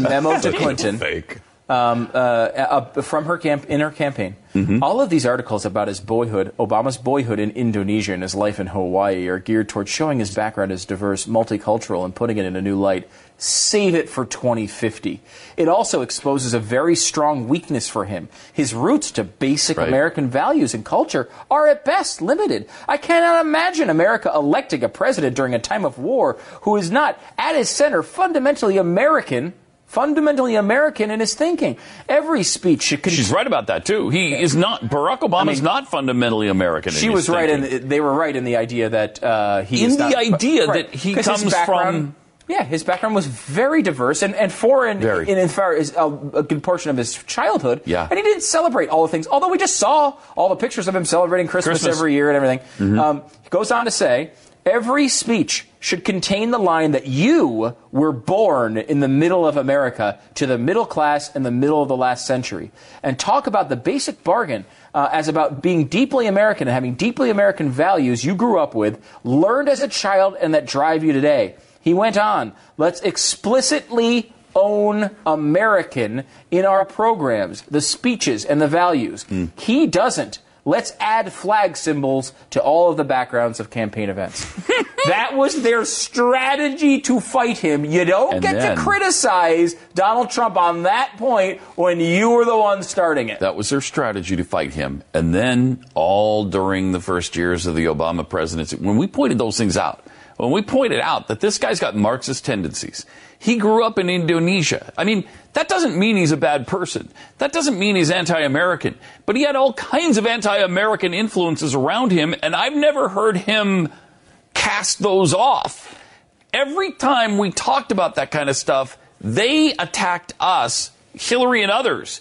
Speaker 2: memo to Clinton.
Speaker 3: Fake.
Speaker 2: um, uh, uh, from her camp in her campaign. Mm-hmm. All of these articles about his boyhood, Obama's boyhood in Indonesia and his life in Hawaii, are geared toward showing his background as diverse, multicultural, and putting it in a new light. Save it for 2050. It also exposes a very strong weakness for him. His roots to basic
Speaker 1: Right.
Speaker 2: American values and culture are at best limited. I cannot imagine America electing a president during a time of war who is not at his center fundamentally American fundamentally American in his thinking. Every speech should. Con-
Speaker 1: She's right about that too. He is not. Barack Obama is not fundamentally American. in
Speaker 2: She
Speaker 1: his
Speaker 2: was right,
Speaker 1: thinking.
Speaker 2: in they were right in the idea that uh, he
Speaker 1: In
Speaker 2: is not-
Speaker 1: the idea that he
Speaker 2: 'Cause his
Speaker 1: comes from-
Speaker 2: background- Yeah, his background was very diverse and, and foreign
Speaker 1: Very.
Speaker 2: in, in far as a, a good portion of his childhood.
Speaker 1: Yeah.
Speaker 2: And he didn't celebrate all the things, although we just saw all the pictures of him celebrating Christmas,
Speaker 1: Christmas.
Speaker 2: every year and everything.
Speaker 1: Mm-hmm.
Speaker 2: Um, he goes on to say every speech should contain the line that you were born in the middle of America to the middle class in the middle of the last century and talk about the basic bargain uh, as about being deeply American and having deeply American values you grew up with, learned as a child, and that drive you today. He went on, let's explicitly own American in our programs, the speeches, and the values.
Speaker 1: Hmm.
Speaker 2: He doesn't. Let's add flag symbols to all of the backgrounds of campaign events. uh, that was their strategy to fight him. You don't
Speaker 1: And
Speaker 2: get
Speaker 1: then-
Speaker 2: to criticize Donald Trump on that point when you were the one starting it.
Speaker 1: That was their strategy to fight him. And then, all during the first years of the Obama presidency, when we pointed those things out, when we pointed out that this guy's got Marxist tendencies, he grew up in Indonesia. I mean, that doesn't mean he's a bad person. That doesn't mean he's anti American. But he had all kinds of anti American influences around him, and I've never heard him cast those off. Every time we talked about that kind of stuff, they attacked us, Hillary and others,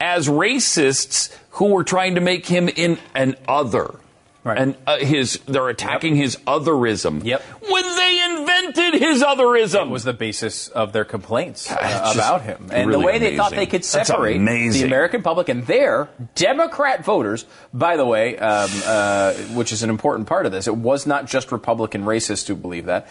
Speaker 1: as racists who were trying to make him in an other.
Speaker 2: Right.
Speaker 1: And uh, his, they're attacking his otherism.
Speaker 2: Yep.
Speaker 1: When they invented his otherism,
Speaker 2: was the basis of their complaints uh,
Speaker 1: it's just
Speaker 2: about him and the
Speaker 1: really
Speaker 2: way they thought
Speaker 1: amazing.
Speaker 2: they could
Speaker 1: That's
Speaker 2: separate the
Speaker 1: amazing.
Speaker 2: American public and their Democrat voters. By the way, um, uh, which is an important part of this, it was not just Republican racists who believed that.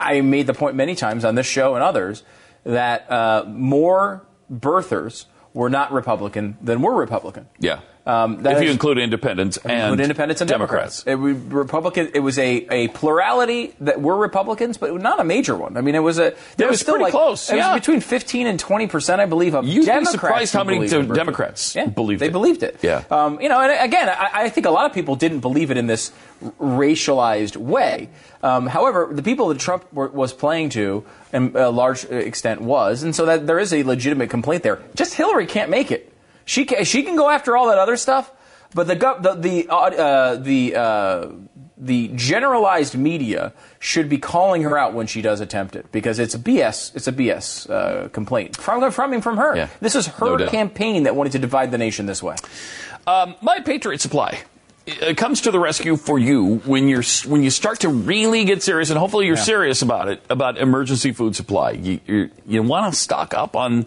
Speaker 2: I made the point many times on this show and others that uh, more birthers were not Republican than were Republican.
Speaker 1: yeah.
Speaker 2: Um, that
Speaker 1: if you
Speaker 2: is-
Speaker 1: include independents and
Speaker 2: include independents and Democrats. It, was Republican, it was a, a plurality that were Republicans, but not a major one. I mean, it was a. There
Speaker 1: was
Speaker 2: still
Speaker 1: pretty
Speaker 2: like,
Speaker 1: close,
Speaker 2: It
Speaker 1: yeah.
Speaker 2: was between 15 and 20 percent, I believe, of
Speaker 1: You'd be
Speaker 2: Democrats.
Speaker 1: surprised
Speaker 2: who
Speaker 1: how many
Speaker 2: believed
Speaker 1: Dem-
Speaker 2: in birth
Speaker 1: Democrats
Speaker 2: control. yeah,
Speaker 1: believed
Speaker 2: they
Speaker 1: it.
Speaker 2: believed it.
Speaker 1: Yeah.
Speaker 2: Um, you know, and again, I, I think a lot of people didn't believe it in this r- racialized way. Um, however, the people that Trump were, was playing to, and a large extent was, and so that there is a legitimate complaint there. Just Hillary can't make it. She can, she can go after all that other stuff, but the gov- the the uh, uh, the uh, the generalized media should be calling her out when she does attempt it because it's a BS. It's a BS uh, complaint from from from her.
Speaker 1: Yeah.
Speaker 2: This is
Speaker 1: No
Speaker 2: her
Speaker 1: doubt.
Speaker 2: campaign that wanted to divide the nation this way.
Speaker 1: Um, My Patriot Supply uh, comes to the rescue for you when you're when you start to really get serious, and hopefully you're serious about it about emergency food supply. You you, you want to stock up on.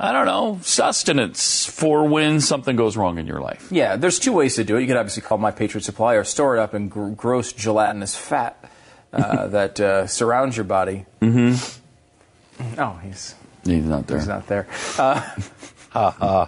Speaker 1: I don't know, sustenance for when something goes wrong in your life.
Speaker 2: Yeah, there's two ways to do it. You could obviously call My Patriot Supply or store it up in gr- gross gelatinous fat uh, that uh, surrounds your body. Mm-hmm. Oh, he's
Speaker 1: He's not there.
Speaker 2: he's not there. Uh,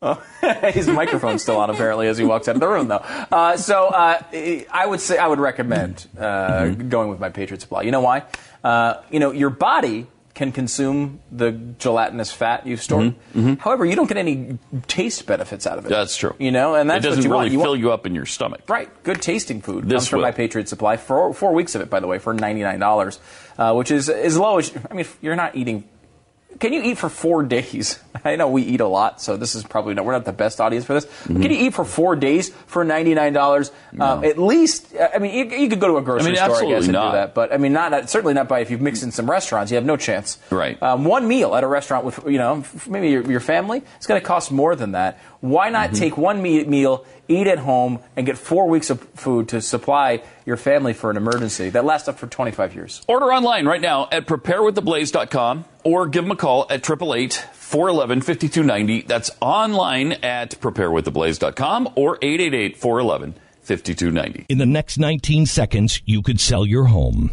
Speaker 2: oh, his microphone's still on apparently as he walks out of the room though. Uh, so uh, I would say I would recommend uh,
Speaker 1: Mm-hmm.
Speaker 2: going with My Patriot Supply. You know why? Uh, you know your body. Can consume the gelatinous fat you've stored.
Speaker 1: Mm-hmm.
Speaker 2: However, you don't get any taste benefits out of it.
Speaker 1: That's true.
Speaker 2: You know, and that's
Speaker 1: it doesn't
Speaker 2: what you
Speaker 1: really
Speaker 2: want. You
Speaker 1: fill
Speaker 2: want-
Speaker 1: you up in your stomach.
Speaker 2: Right, good tasting food.
Speaker 1: This
Speaker 2: comes from
Speaker 1: will.
Speaker 2: my Patriot Supply. Four, four weeks of it, by the way, for ninety nine dollars, uh, which is as low as I mean, if you're not eating. Can you eat for four days? I know we eat a lot, so this is probably not. We're not the best audience for this.
Speaker 1: Mm-hmm.
Speaker 2: But can you eat for four days for ninety nine dollars? Um, at least, I mean, you, you could go to a grocery
Speaker 1: I mean,
Speaker 2: store, I guess,
Speaker 1: absolutely
Speaker 2: and
Speaker 1: not.
Speaker 2: do that. But I mean, not, not certainly not by if you've mixed in some restaurants. You have no chance.
Speaker 1: Right.
Speaker 2: Um, one meal at a restaurant with you know f- maybe your, your family it's going to cost more than that why not
Speaker 1: Mm-hmm.
Speaker 2: take one me- meal eat at home and get four weeks of food to supply your family for an emergency that lasts up for 25 years
Speaker 1: Order online right now at preparewiththeblaze.com or give them a call at 888 411 5290. That's online at preparewiththeblaze.com or 888 411 5290.
Speaker 9: In the next 19 seconds, you could sell your home.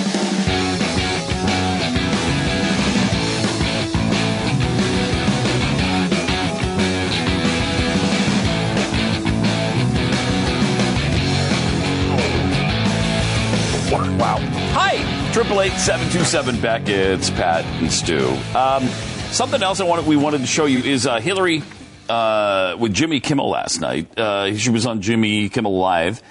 Speaker 1: Wow. Hi, 888 Beck. It's Pat and Stu. Um, something else I wanted, we wanted to show you is uh, Hillary uh, with Jimmy Kimmel last night. Uh, she was on Jimmy Kimmel Live.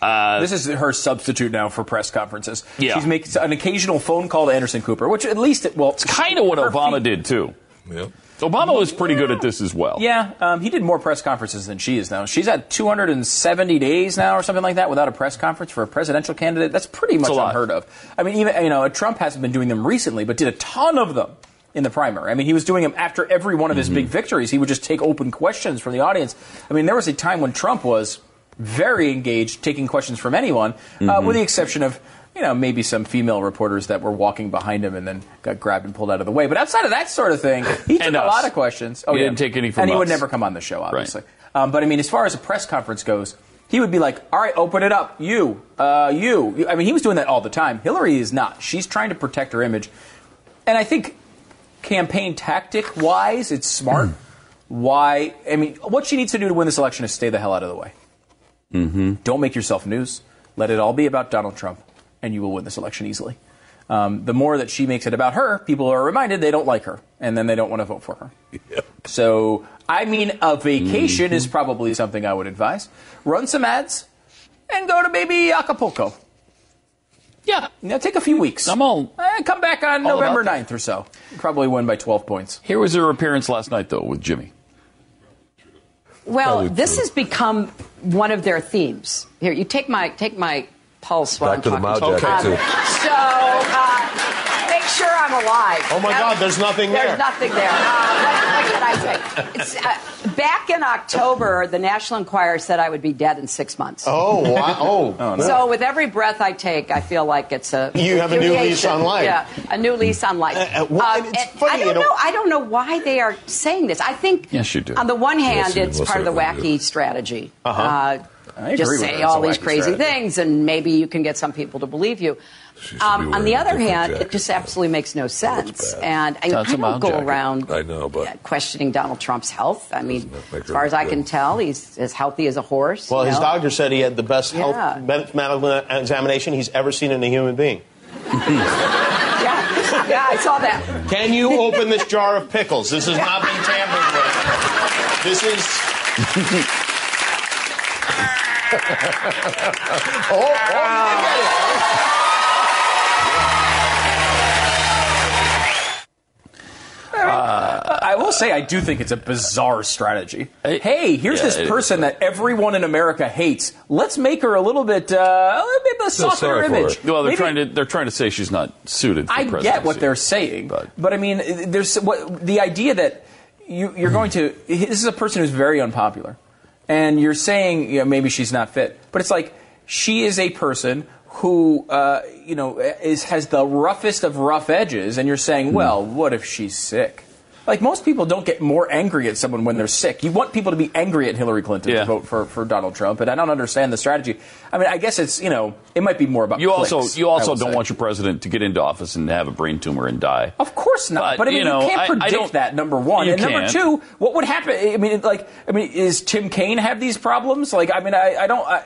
Speaker 1: Uh,
Speaker 2: this is her substitute now for press conferences
Speaker 1: Yeah.
Speaker 2: she's making an occasional phone call to anderson cooper which at least it, well it's
Speaker 1: kind of what Obama did, too.
Speaker 3: Yep.
Speaker 1: Obama was pretty good at this as well.
Speaker 2: yeah, um, he did more press conferences than she is now. She's at 270 days now, or something like that, without a press conference for a presidential candidate. That's pretty much
Speaker 1: a lot.
Speaker 2: unheard of. I mean, even you know, Trump hasn't been doing them recently, but did a ton of them in the primary. I mean, he was doing them after every one of his
Speaker 1: Mm-hmm.
Speaker 2: big victories. He would just take open questions from the audience. I mean, there was a time when Trump was very engaged, taking questions from anyone,
Speaker 1: Mm-hmm.
Speaker 2: uh, with the exception of. You know, maybe some female reporters that were walking behind him and then got grabbed and pulled out of the way. But outside of that sort of thing, he took
Speaker 1: And
Speaker 2: a
Speaker 1: us.
Speaker 2: lot of questions. Oh,
Speaker 1: He didn't take any from
Speaker 2: And he would
Speaker 1: us.
Speaker 2: never come on the show, obviously. Um, but I mean, as far as a press conference goes, he would be like, "All right, open it up, you, uh, you." You- I mean, he was doing that all the time. Hillary is not. She's trying to protect her image, and I think campaign tactic wise, it's smart. Why? I mean, what she needs to do to win this election is stay the hell out of the way. Mm-hmm. Don't make yourself news. Let it all be about Donald Trump, and you will win this election easily. Um, the more that she makes it about her, people are reminded they don't like her, and then they don't want to vote for her. So, I mean, a vacation is probably something I would advise. Run some ads and go to maybe Acapulco.
Speaker 1: Yeah.
Speaker 2: Now, take a few weeks.
Speaker 1: I'm all-
Speaker 2: Eh, come back on
Speaker 1: all about
Speaker 2: November
Speaker 1: that.
Speaker 2: 9th or so. Probably win by 12 points.
Speaker 1: Here was her appearance last night, though, with Jimmy.
Speaker 3: Probably
Speaker 10: Well, this
Speaker 3: true.
Speaker 10: has become one of their themes. Here, you take my take my pulse while
Speaker 3: Back to the
Speaker 10: I'm
Speaker 3: Mao
Speaker 10: talking.
Speaker 3: Jacket,
Speaker 10: Um,
Speaker 3: too.
Speaker 10: So uh, make sure I'm alive.
Speaker 11: Oh, my
Speaker 10: That
Speaker 11: God,
Speaker 10: was-
Speaker 11: there's nothing
Speaker 10: there's
Speaker 11: there.
Speaker 10: nothing there. Uh, what, what should I say? It's, uh, back in October, the National Enquirer said I would be dead in six months.
Speaker 11: Oh, wow. Oh, Oh, no.
Speaker 10: So with every breath I take, I feel like it's a
Speaker 11: You have a new lease
Speaker 10: humiliation.
Speaker 11: on life.
Speaker 10: Yeah, a new lease on life.
Speaker 11: Uh, uh, well,
Speaker 10: Um,
Speaker 11: it's
Speaker 10: and
Speaker 11: funny,
Speaker 10: I
Speaker 11: you
Speaker 10: don't
Speaker 11: know-
Speaker 10: know. I don't know why they are saying this. I think
Speaker 1: Yes, you do.
Speaker 10: on the one
Speaker 1: Yes,
Speaker 10: hand,
Speaker 1: you
Speaker 10: it's
Speaker 1: will
Speaker 10: part of the
Speaker 1: certainly
Speaker 10: wacky strategy.
Speaker 1: Uh-huh.
Speaker 10: Uh,
Speaker 1: I agree
Speaker 10: just
Speaker 1: with
Speaker 10: say
Speaker 1: her.
Speaker 10: all
Speaker 1: It's a
Speaker 10: these
Speaker 1: wacky
Speaker 10: crazy
Speaker 1: strategy.
Speaker 10: things, and maybe you can get some people to believe you. Um, on the other hand, it just absolutely makes no sense. And I, I
Speaker 3: That's a
Speaker 10: don't
Speaker 3: mild
Speaker 10: go
Speaker 3: jacket.
Speaker 10: around
Speaker 3: I know, but
Speaker 10: questioning Donald Trump's health. I mean,
Speaker 11: make
Speaker 10: as far
Speaker 11: her
Speaker 10: as I
Speaker 11: look
Speaker 10: can tell, he's as healthy as a horse.
Speaker 11: Well,
Speaker 10: you
Speaker 11: his
Speaker 10: know?
Speaker 11: doctor said he had the best
Speaker 10: Yeah.
Speaker 11: health med- medical examination he's ever seen in a human being.
Speaker 10: Yeah, yeah, I saw that.
Speaker 11: Can you open this jar of pickles? This has not been tampered with. This is.
Speaker 1: Oh.
Speaker 2: Uh, I will say, I do think it's a bizarre strategy. hey, here's
Speaker 1: yeah, it
Speaker 2: this
Speaker 1: is
Speaker 2: person that everyone in America hates. Let's make her a little bit, uh, a little bit of
Speaker 1: Feel
Speaker 2: a softer
Speaker 1: sorry for her.
Speaker 2: image.
Speaker 1: Well, they're
Speaker 2: Maybe-
Speaker 1: trying to they're trying to say she's not suited for
Speaker 2: I
Speaker 1: presidency.
Speaker 2: get what they're saying, but, I mean, there's what the idea that you, you're going to. This is a person who's very unpopular, and you're saying you know, maybe she's not fit, but it's like she is a person who uh, you know is has the roughest of rough edges, and you're
Speaker 1: Hmm.
Speaker 2: saying, well, what if she's sick? Like most people don't get more angry at someone when they're sick. You want people to be angry at Hillary Clinton to vote for, for Donald Trump, and I don't understand the strategy. I mean, I guess it's you know it might be more about
Speaker 1: You also
Speaker 2: clicks,
Speaker 1: you
Speaker 2: I
Speaker 1: also
Speaker 2: would
Speaker 1: don't
Speaker 2: say.
Speaker 1: want your president to get into office and have a brain tumor and die.
Speaker 2: Of course not. But, I mean,
Speaker 1: you
Speaker 2: you,
Speaker 1: know, I- I
Speaker 2: can't predict
Speaker 1: don't-
Speaker 2: that. Number one,
Speaker 1: You
Speaker 2: and number
Speaker 1: can't.
Speaker 2: two, what would happen? I mean, it, like, I mean, is Tim Kaine have these problems? Like, I mean, I, I don't. I,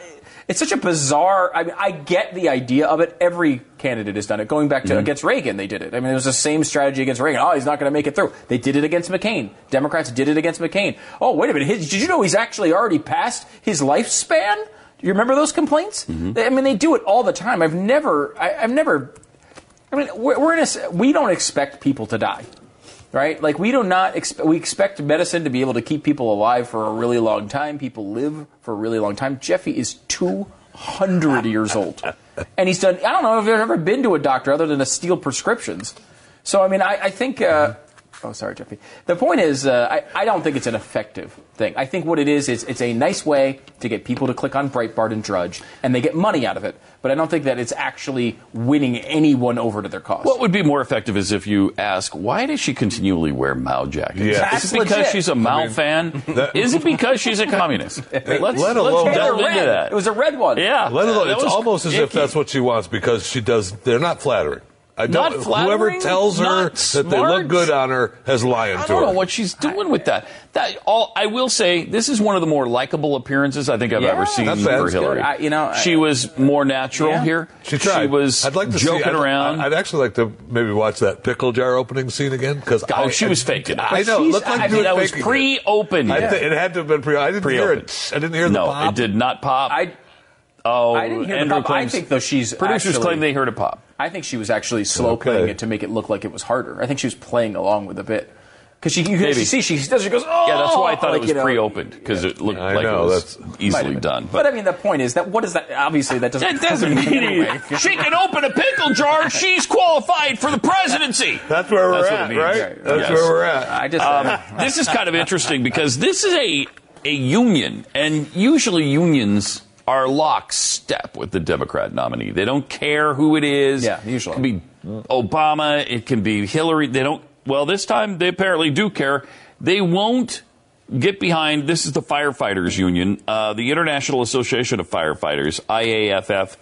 Speaker 2: it's such a bizarre. I mean, I get the idea of it. Every candidate has done it. Going
Speaker 1: Mm-hmm.
Speaker 2: back to against Reagan, they did it. I mean, it was the same strategy against Reagan. Oh, he's not going to make it through. They did it against McCain. Democrats did it against McCain. Oh, wait a minute. His, did you know he's actually already passed his lifespan? Do you remember those complaints?
Speaker 1: Mm-hmm.
Speaker 2: I mean, they do it all the time. I've never, I, I've never I mean, we're, we're in a, s- we don't expect people to die, right? Like we do not expect we expect medicine to be able to keep people alive for a really long time. People live for a really long time. Jeffy is two hundred years old, and he's done. I don't know if I've ever been to a doctor other than to steal prescriptions. So I mean, I, I think. Uh, Oh, sorry, Jeffy. The point is, uh, I, I don't think it's an effective thing. I think what it is is it's a nice way to get people to click on Breitbart and Drudge, and they get money out of it. But I don't think that it's actually winning anyone over to their cause.
Speaker 1: What would be more effective is if you ask, why does she continually wear Mao jackets?
Speaker 2: Yeah.
Speaker 1: Is
Speaker 2: That's
Speaker 1: it because
Speaker 2: legit.
Speaker 1: she's a Mao
Speaker 2: I mean,
Speaker 1: fan?
Speaker 2: that-
Speaker 1: is it because she's a communist? let's
Speaker 3: Let
Speaker 1: let's
Speaker 3: alone-
Speaker 1: delve
Speaker 3: Hey, they're
Speaker 1: into
Speaker 3: red.
Speaker 1: that.
Speaker 3: It was
Speaker 2: a red one.
Speaker 1: Yeah.
Speaker 3: Let alone,
Speaker 1: That
Speaker 3: it's
Speaker 1: was
Speaker 3: almost as if
Speaker 1: icky.
Speaker 3: that's what she wants because she does. They're not flattering. I don't.
Speaker 1: Not flattering,
Speaker 3: whoever tells her
Speaker 1: not
Speaker 3: that they look
Speaker 1: smart.
Speaker 3: good on her has lied
Speaker 1: I
Speaker 3: to
Speaker 1: don't
Speaker 3: her.
Speaker 1: know what she's doing with that. That all I will say, this is one of the more likable appearances I think I've
Speaker 2: Yeah.
Speaker 1: ever seen
Speaker 3: That's-
Speaker 1: for
Speaker 3: that's good.
Speaker 1: Hillary.
Speaker 3: I-
Speaker 2: you know,
Speaker 1: she was more natural
Speaker 3: Yeah.
Speaker 1: here.
Speaker 3: She tried.
Speaker 1: was
Speaker 3: I'd like to see-
Speaker 1: joking
Speaker 3: I'd-
Speaker 1: around.
Speaker 3: I'd actually like to maybe watch that pickle jar opening scene again because
Speaker 1: Oh, she was faking it.
Speaker 3: I know. It
Speaker 1: She's-
Speaker 3: looked like
Speaker 1: I
Speaker 3: you
Speaker 1: mean,
Speaker 3: were
Speaker 1: that was
Speaker 3: faking it.
Speaker 1: pre-open.
Speaker 3: I
Speaker 1: Yeah.
Speaker 3: thi- it had to have been pre. I didn't hear
Speaker 1: Pre-open.
Speaker 3: it. I didn't hear the
Speaker 1: no,
Speaker 3: pop.
Speaker 1: it did not pop.
Speaker 2: I,
Speaker 1: oh,
Speaker 2: I didn't hear the
Speaker 1: Andrew
Speaker 2: pop. I
Speaker 1: claims-
Speaker 2: think, though, she's
Speaker 1: producers
Speaker 2: actually-
Speaker 1: claim they heard a pop.
Speaker 2: I think she was actually slow
Speaker 1: Okay.
Speaker 2: playing it to make it look like it was harder. I think she was playing along with a bit. Because she, you can
Speaker 1: Maybe.
Speaker 2: actually see, she does, she goes, oh!
Speaker 1: yeah, that's why I thought
Speaker 2: like,
Speaker 1: it was
Speaker 2: you know.
Speaker 1: pre-opened because it looked like
Speaker 3: know,
Speaker 1: it was
Speaker 3: that's-
Speaker 1: easily done.
Speaker 2: But, I mean, the point is that what is that? Obviously, that doesn't.
Speaker 1: That doesn't mean
Speaker 2: anyway.
Speaker 1: anything. She can open a pickle jar. She's qualified for the presidency.
Speaker 3: That's where we're
Speaker 1: That's what
Speaker 3: at,
Speaker 1: it means.
Speaker 3: right? That's
Speaker 1: Yes.
Speaker 3: where we're at. I
Speaker 2: just. uh,
Speaker 1: Um, this is kind of interesting because this is a a union, and usually unions are lockstep with the Democrat nominee. They don't care who it is. Yeah, usually. It can be Obama. It can be Hillary. They don't. Well, this time they apparently do care. They won't get behind. This is the firefighters union, uh, the International Association of Firefighters (IAFF).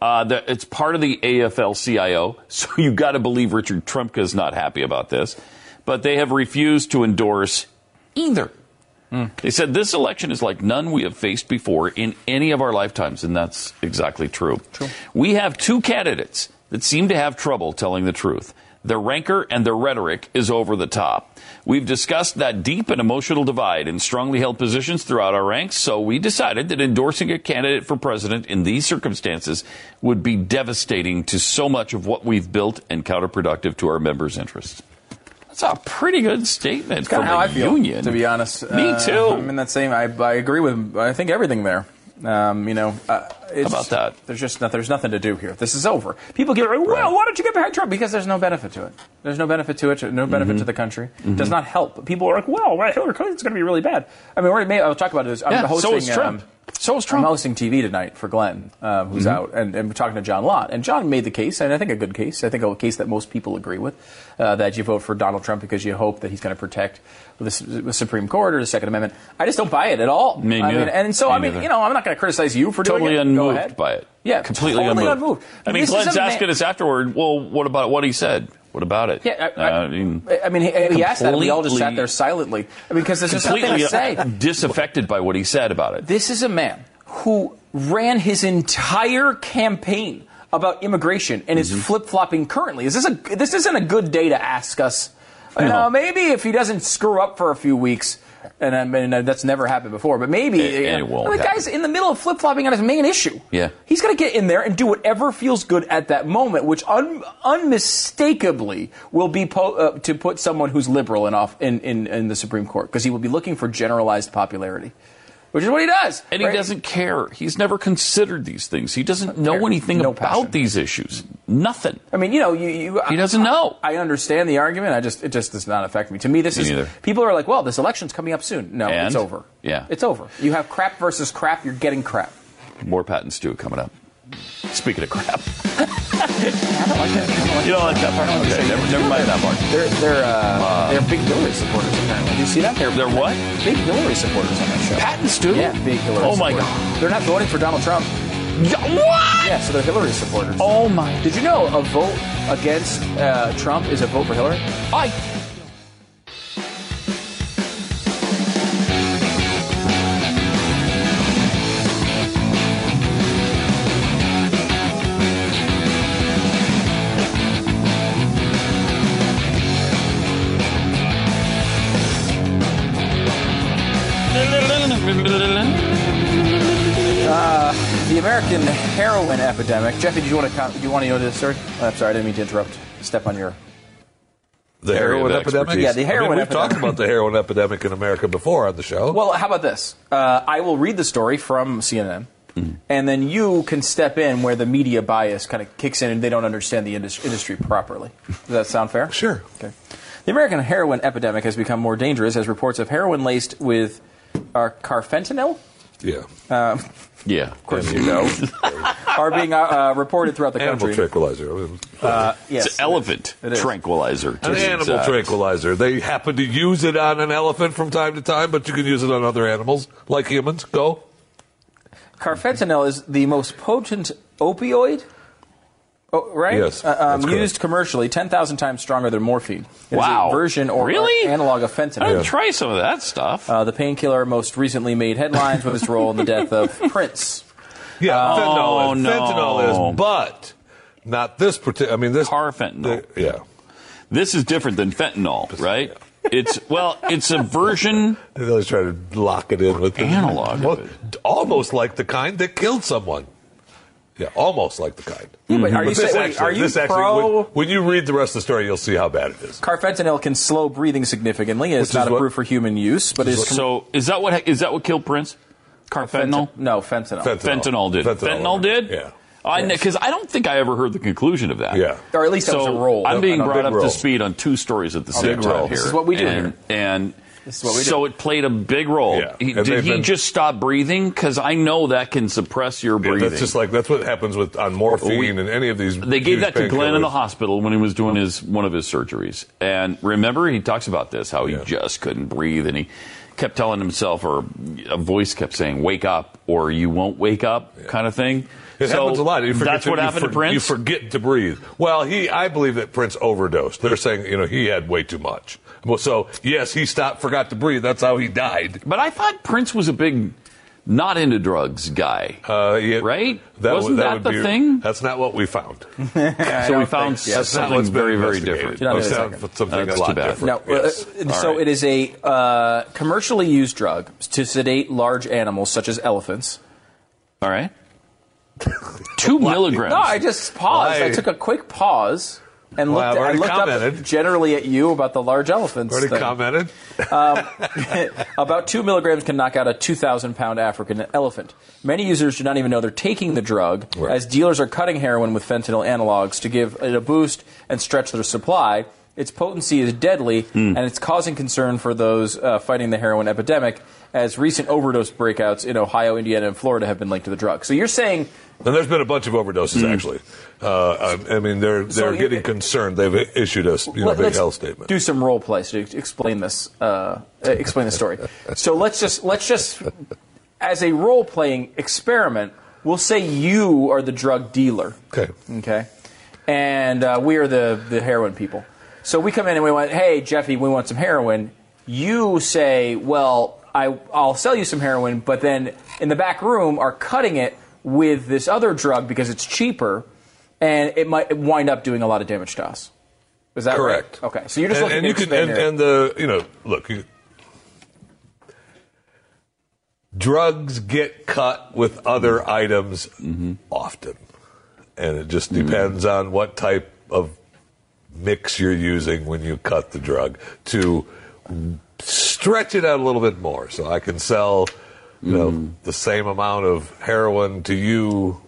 Speaker 1: Uh, the, it's part of the AFL-CIO, so you got to believe Richard Trumka's not happy about this. But they have refused to endorse either. They said this election is like none we have faced before in any of our lifetimes, and that's exactly true. True. We have two candidates that seem to have trouble telling the truth. Their rancor and their rhetoric is over the top. We've discussed that deep and emotional divide in strongly held positions throughout our ranks, so we decided that endorsing a candidate for president in these circumstances would be devastating to so much of what we've built and counterproductive to our members' interests. That's a pretty good statement
Speaker 2: It's kind
Speaker 1: from
Speaker 2: of how
Speaker 1: a
Speaker 2: I feel,
Speaker 1: union.
Speaker 2: to be honest.
Speaker 1: Me
Speaker 2: Uh,
Speaker 1: too.
Speaker 2: I'm in that same. I, I agree with. I think everything there. Um, you know, uh, it's,
Speaker 1: about that?
Speaker 2: There's just not, there's nothing to do here. This is over. People get well. Why don't you get behind Trump? Because there's no benefit to it. There's no benefit to it. No benefit
Speaker 1: Mhm.
Speaker 2: to the country.
Speaker 1: Mhm.
Speaker 2: Does not help. People are like, well, right, Hillary Clinton's going to be really bad. I mean, we're, may, I'll talk about this. I'm
Speaker 1: Yeah, so
Speaker 2: hosting.
Speaker 1: is Trump.
Speaker 2: Um, so is Trump. I'm hosting TV tonight for Glenn, um, who's
Speaker 1: Mhm.
Speaker 2: out, and, and we're talking to John Lott. And John made the case, and I think a good case. I think a case that most people agree with, uh, that you vote for Donald Trump because you hope that he's going to protect the, S- the Supreme Court or the Second Amendment. I just don't buy it at all.
Speaker 1: Me
Speaker 2: I mean,
Speaker 1: neither.
Speaker 2: and so
Speaker 1: Me
Speaker 2: I mean,
Speaker 1: neither.
Speaker 2: you know, I'm not going to criticize you for
Speaker 1: totally
Speaker 2: doing it. Go ahead.
Speaker 1: unmoved by it.
Speaker 2: Yeah,
Speaker 1: completely
Speaker 2: totally
Speaker 1: unmoved.
Speaker 2: unmoved.
Speaker 1: I mean,
Speaker 2: This is
Speaker 1: Glenn's
Speaker 2: a man-
Speaker 1: asking us afterward. Well, what about what he said? What about it?
Speaker 2: Yeah, I-
Speaker 1: Uh, mean,
Speaker 2: I mean, he, he asked that, and we all just sat
Speaker 1: completely-
Speaker 2: there silently. I mean, because there's just nothing
Speaker 1: completely uh,
Speaker 2: to say.
Speaker 1: disaffected by what he said about it.
Speaker 2: This is a man who ran his entire campaign about immigration and
Speaker 1: Mm-hmm.
Speaker 2: is flip flopping currently. Is this a this isn't a good day to ask us? You know, maybe if he doesn't screw up for a few weeks, and I mean that's never happened before, but maybe
Speaker 1: And- and it won't
Speaker 2: the guy's in the middle of flip flopping on his main issue.
Speaker 1: Yeah.
Speaker 2: He's going to get in there and do whatever feels good at that moment, which un- unmistakably will be po- uh, to put someone who's liberal in off in, in, in the Supreme Court because he will be looking for generalized popularity, which is what he does.
Speaker 1: And he doesn't care. He's never considered these things. He doesn't know anything about these issues. Nothing.
Speaker 2: I mean, you know, you, you
Speaker 1: He doesn't know.
Speaker 2: I, I understand the argument. I just it just does not affect me. To me, this
Speaker 1: Me
Speaker 2: is
Speaker 1: neither.
Speaker 2: people are like, well, this election's coming up soon. No,
Speaker 1: And?
Speaker 2: it's over.
Speaker 1: Yeah.
Speaker 2: It's over. You have crap versus crap. You're getting crap.
Speaker 1: More patents too coming up. Speaking of crap. you don't like that part? Okay, never, never mind that part.
Speaker 2: They're they're uh, they're big Hillary supporters apparently. Do you see that? They're
Speaker 1: they're what?
Speaker 2: Big Hillary supporters on that show.
Speaker 1: Patents too?
Speaker 2: Yeah, big Hillary.
Speaker 1: Oh, my
Speaker 2: supporters. They're not voting for Donald Trump.
Speaker 1: What?
Speaker 2: Yeah, so they're Hillary supporters.
Speaker 1: Oh my!
Speaker 2: Did you know a vote against uh, Trump is a vote for Hillary?
Speaker 1: I
Speaker 2: Uh, the American heroin epidemic. Jeffy, do you want to com- do you want to go to this story? Oh, I'm sorry, I didn't mean to interrupt. Step on your.
Speaker 3: The
Speaker 2: Area
Speaker 3: heroin
Speaker 2: of
Speaker 3: epidemic?
Speaker 2: expertise. Yeah, the
Speaker 3: I mean,
Speaker 2: heroin
Speaker 3: we've
Speaker 2: epidemic.
Speaker 3: talked about the heroin epidemic in America before on the show.
Speaker 2: Well, Oh, how about this? Uh, I will read the story from CNN, and then you can step in where the media bias kind of kicks in, and they don't understand the indus- industry properly. Does that sound fair? Sure. Okay. The American heroin epidemic has become more dangerous as reports of heroin laced with uh, carfentanil.
Speaker 3: Yeah.
Speaker 2: Um,
Speaker 1: Yeah, of
Speaker 2: course you know. are being uh, uh, reported throughout the
Speaker 3: Animal
Speaker 2: country.
Speaker 3: tranquilizer.
Speaker 2: Uh, yes,
Speaker 1: it's an elephant
Speaker 2: It is.
Speaker 1: tranquilizer. to
Speaker 3: An
Speaker 1: be
Speaker 3: animal
Speaker 1: exact.
Speaker 3: tranquilizer. They happen to use it on an elephant from time to time, but you can use it on other animals, like humans. Go.
Speaker 2: Carfentanil is the most potent opioid, oh, right?
Speaker 3: Yes,
Speaker 2: Uh, um,
Speaker 3: that's correct.
Speaker 2: used commercially, 10,000 times stronger than morphine. It is
Speaker 1: Wow.
Speaker 2: a version or, or
Speaker 1: Really?
Speaker 2: analog of fentanyl.
Speaker 1: I didn't try some of that stuff.
Speaker 2: Uh, the painkiller most recently made headlines with its role in the death of Prince.
Speaker 3: Yeah,
Speaker 2: Uh,
Speaker 3: fentanyl, is,
Speaker 1: Oh, no.
Speaker 3: fentanyl is, but not this particular. I mean, this
Speaker 1: carfentanil.
Speaker 3: yeah,
Speaker 1: this is different than fentanyl, right? It's well, it's a version.
Speaker 3: They always try to lock it in with the-
Speaker 1: Analog of
Speaker 3: Well, almost like the kind that killed someone. Yeah, almost like the kind.
Speaker 2: Yeah, but are you
Speaker 3: this
Speaker 2: saying- wait,
Speaker 3: actually-
Speaker 2: are you
Speaker 3: this actually-
Speaker 2: pro-
Speaker 3: when- when you read the rest of the story, you'll see how bad it is.
Speaker 2: Carfentanil can slow breathing significantly. It's
Speaker 3: Which is
Speaker 2: not
Speaker 3: what-
Speaker 2: approved for human use, but is
Speaker 1: so is that what is that what killed Prince? Carfentanil?
Speaker 2: Fenta- no, fentanyl.
Speaker 1: Fentanyl, did. Fentanyl, did. Yeah. I because I don't think I ever heard the conclusion of that. Yeah,
Speaker 2: Or at least that
Speaker 1: so
Speaker 2: was a roll.
Speaker 1: I'm being
Speaker 2: I don't
Speaker 1: brought
Speaker 2: know.
Speaker 1: up
Speaker 2: Big roll.
Speaker 1: to speed on two stories at the
Speaker 2: A
Speaker 1: same
Speaker 2: big
Speaker 1: time
Speaker 2: roll.
Speaker 1: here.
Speaker 2: This is what we do
Speaker 1: and,
Speaker 2: here.
Speaker 1: And
Speaker 2: This is what we do.
Speaker 1: so it played a big role.
Speaker 3: Yeah.
Speaker 1: He-
Speaker 3: And
Speaker 1: did
Speaker 3: they've
Speaker 1: he
Speaker 3: been-
Speaker 1: just stop breathing? Because I know that can suppress your
Speaker 3: Yeah,
Speaker 1: breathing.
Speaker 3: that's just like that's what happens with on morphine
Speaker 1: We-
Speaker 3: and any of these.
Speaker 1: They gave
Speaker 3: huge
Speaker 1: that to Glenn in the
Speaker 3: painkillers.
Speaker 1: hospital when he was doing his one of his surgeries. And remember, he talks about this how he just couldn't breathe, and he kept telling himself, or a voice kept saying, "Wake up," or "You won't wake up," kind of thing.
Speaker 3: It
Speaker 1: so
Speaker 3: happens a lot. You forget
Speaker 1: that's
Speaker 3: to-
Speaker 1: what
Speaker 3: you
Speaker 1: happened
Speaker 3: for-
Speaker 1: to Prince.
Speaker 3: You forget to breathe. Well, he, I believe that Prince overdosed. They're saying, you know, he had way too much. Well, so yes, he stopped, forgot to breathe. That's how he died.
Speaker 1: But I thought Prince was a big, not into drugs guy.
Speaker 3: Uh, yeah,
Speaker 1: right?
Speaker 3: That,
Speaker 1: Wasn't
Speaker 3: that,
Speaker 1: that
Speaker 3: would
Speaker 1: the
Speaker 3: be,
Speaker 1: thing?
Speaker 3: That's not what we found.
Speaker 1: so we found
Speaker 3: think- That's not
Speaker 1: something
Speaker 3: what's been
Speaker 1: very, very
Speaker 3: investigated.
Speaker 1: different.
Speaker 3: Not That's investigated. not something
Speaker 1: That's
Speaker 3: a lot
Speaker 1: too bad.
Speaker 3: different.
Speaker 2: No, uh, uh, so it is a uh, commercially used drug to sedate large animals such as elephants.
Speaker 1: All right. Two milligrams.
Speaker 2: No, I just paused. I
Speaker 1: Why?
Speaker 2: took a quick pause. and
Speaker 3: Well,
Speaker 2: looked,
Speaker 3: I've already
Speaker 2: I looked
Speaker 3: commented.
Speaker 2: up generally at you about the large elephants.
Speaker 3: Already
Speaker 2: thing.
Speaker 3: commented.
Speaker 2: Um, about two milligrams can knock out a 2,000 pound African elephant. Many users do not even know they're taking the drug, as dealers are cutting heroin with fentanyl analogs to give it a boost and stretch their supply. Its potency is deadly,
Speaker 3: Hmm.
Speaker 2: and it's causing concern for those uh, fighting the heroin epidemic, as recent overdose breakouts in Ohio, Indiana, and Florida have been linked to the drug. So you're saying Hmm.
Speaker 3: And there's been a bunch of overdoses, actually. Uh, I, I mean, they're
Speaker 2: So
Speaker 3: they're
Speaker 2: you-
Speaker 3: getting concerned. They've issued us you know,
Speaker 2: Let-
Speaker 3: big
Speaker 2: let's
Speaker 3: health statement.
Speaker 2: Do some role play so you can explain this. Uh, uh, explain the story. so let's just let's just as a role playing experiment, we'll say you are the drug dealer.
Speaker 3: Okay.
Speaker 2: Okay. And uh, we are the the heroin people. So we come in and we went, hey Jeffy, we want some heroin. You say, well, I I'll sell you some heroin, but then in the back room are cutting it with this other drug because it's cheaper. And it might wind up doing a lot of damage to us. Is that
Speaker 3: correct?
Speaker 2: Right? Okay, so you're just
Speaker 3: and,
Speaker 2: looking
Speaker 3: and
Speaker 2: to
Speaker 3: you can
Speaker 2: expand
Speaker 3: and,
Speaker 2: your-
Speaker 3: and the you know look. You, drugs get cut with other
Speaker 2: Mm-hmm.
Speaker 3: items often, and it just
Speaker 2: Mm-hmm.
Speaker 3: depends on what type of mix you're using when you cut the drug to stretch it out a little bit more. So I can sell you know
Speaker 2: Mm-hmm.
Speaker 3: the same amount of heroin to you,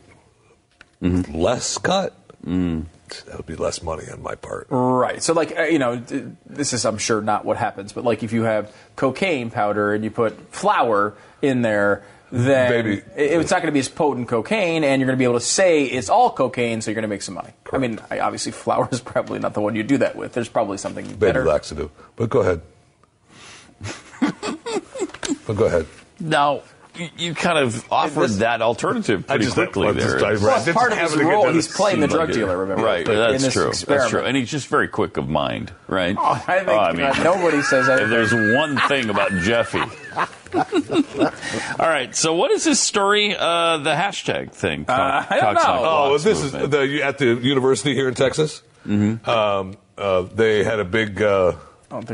Speaker 2: Mm-hmm.
Speaker 3: less cut.
Speaker 2: Mm.
Speaker 3: That would be less money on my part.
Speaker 2: right. So like uh, you know, d- this is I'm sure not what happens, but like if you have cocaine powder and you put flour in there. Then
Speaker 3: Maybe-
Speaker 2: it- it's not going to be as potent cocaine, and you're going to be able to say it's all cocaine, so you're going to make some money. I mean, I, obviously, flour is probably not the one you do that with. There's probably something
Speaker 3: Baby
Speaker 2: better.
Speaker 3: laxative. But go ahead. but go ahead.
Speaker 1: Now, you, you kind of offered that alternative
Speaker 3: I
Speaker 1: pretty
Speaker 3: just-
Speaker 1: quickly
Speaker 3: I
Speaker 1: there.
Speaker 3: just- I Well, read- it's part of his having to get role, down he's to playing the
Speaker 1: Seemed
Speaker 3: drug
Speaker 1: like it.
Speaker 3: dealer, remember,
Speaker 1: Right,
Speaker 3: in
Speaker 1: that's
Speaker 3: this
Speaker 1: true. That's true.
Speaker 3: experiment.
Speaker 1: And he's just very quick of mind, right?
Speaker 2: Oh, I think uh, nobody says
Speaker 1: If
Speaker 2: that.
Speaker 1: there's one thing about Jeffy. All right, so what is this story, uh, the hashtag thing?
Speaker 3: Uh,
Speaker 1: Cox- Cox Like
Speaker 3: Oh,
Speaker 1: Lots
Speaker 3: this is
Speaker 1: movement?
Speaker 3: the, at the university here in Texas. Um, uh, they had a big uh,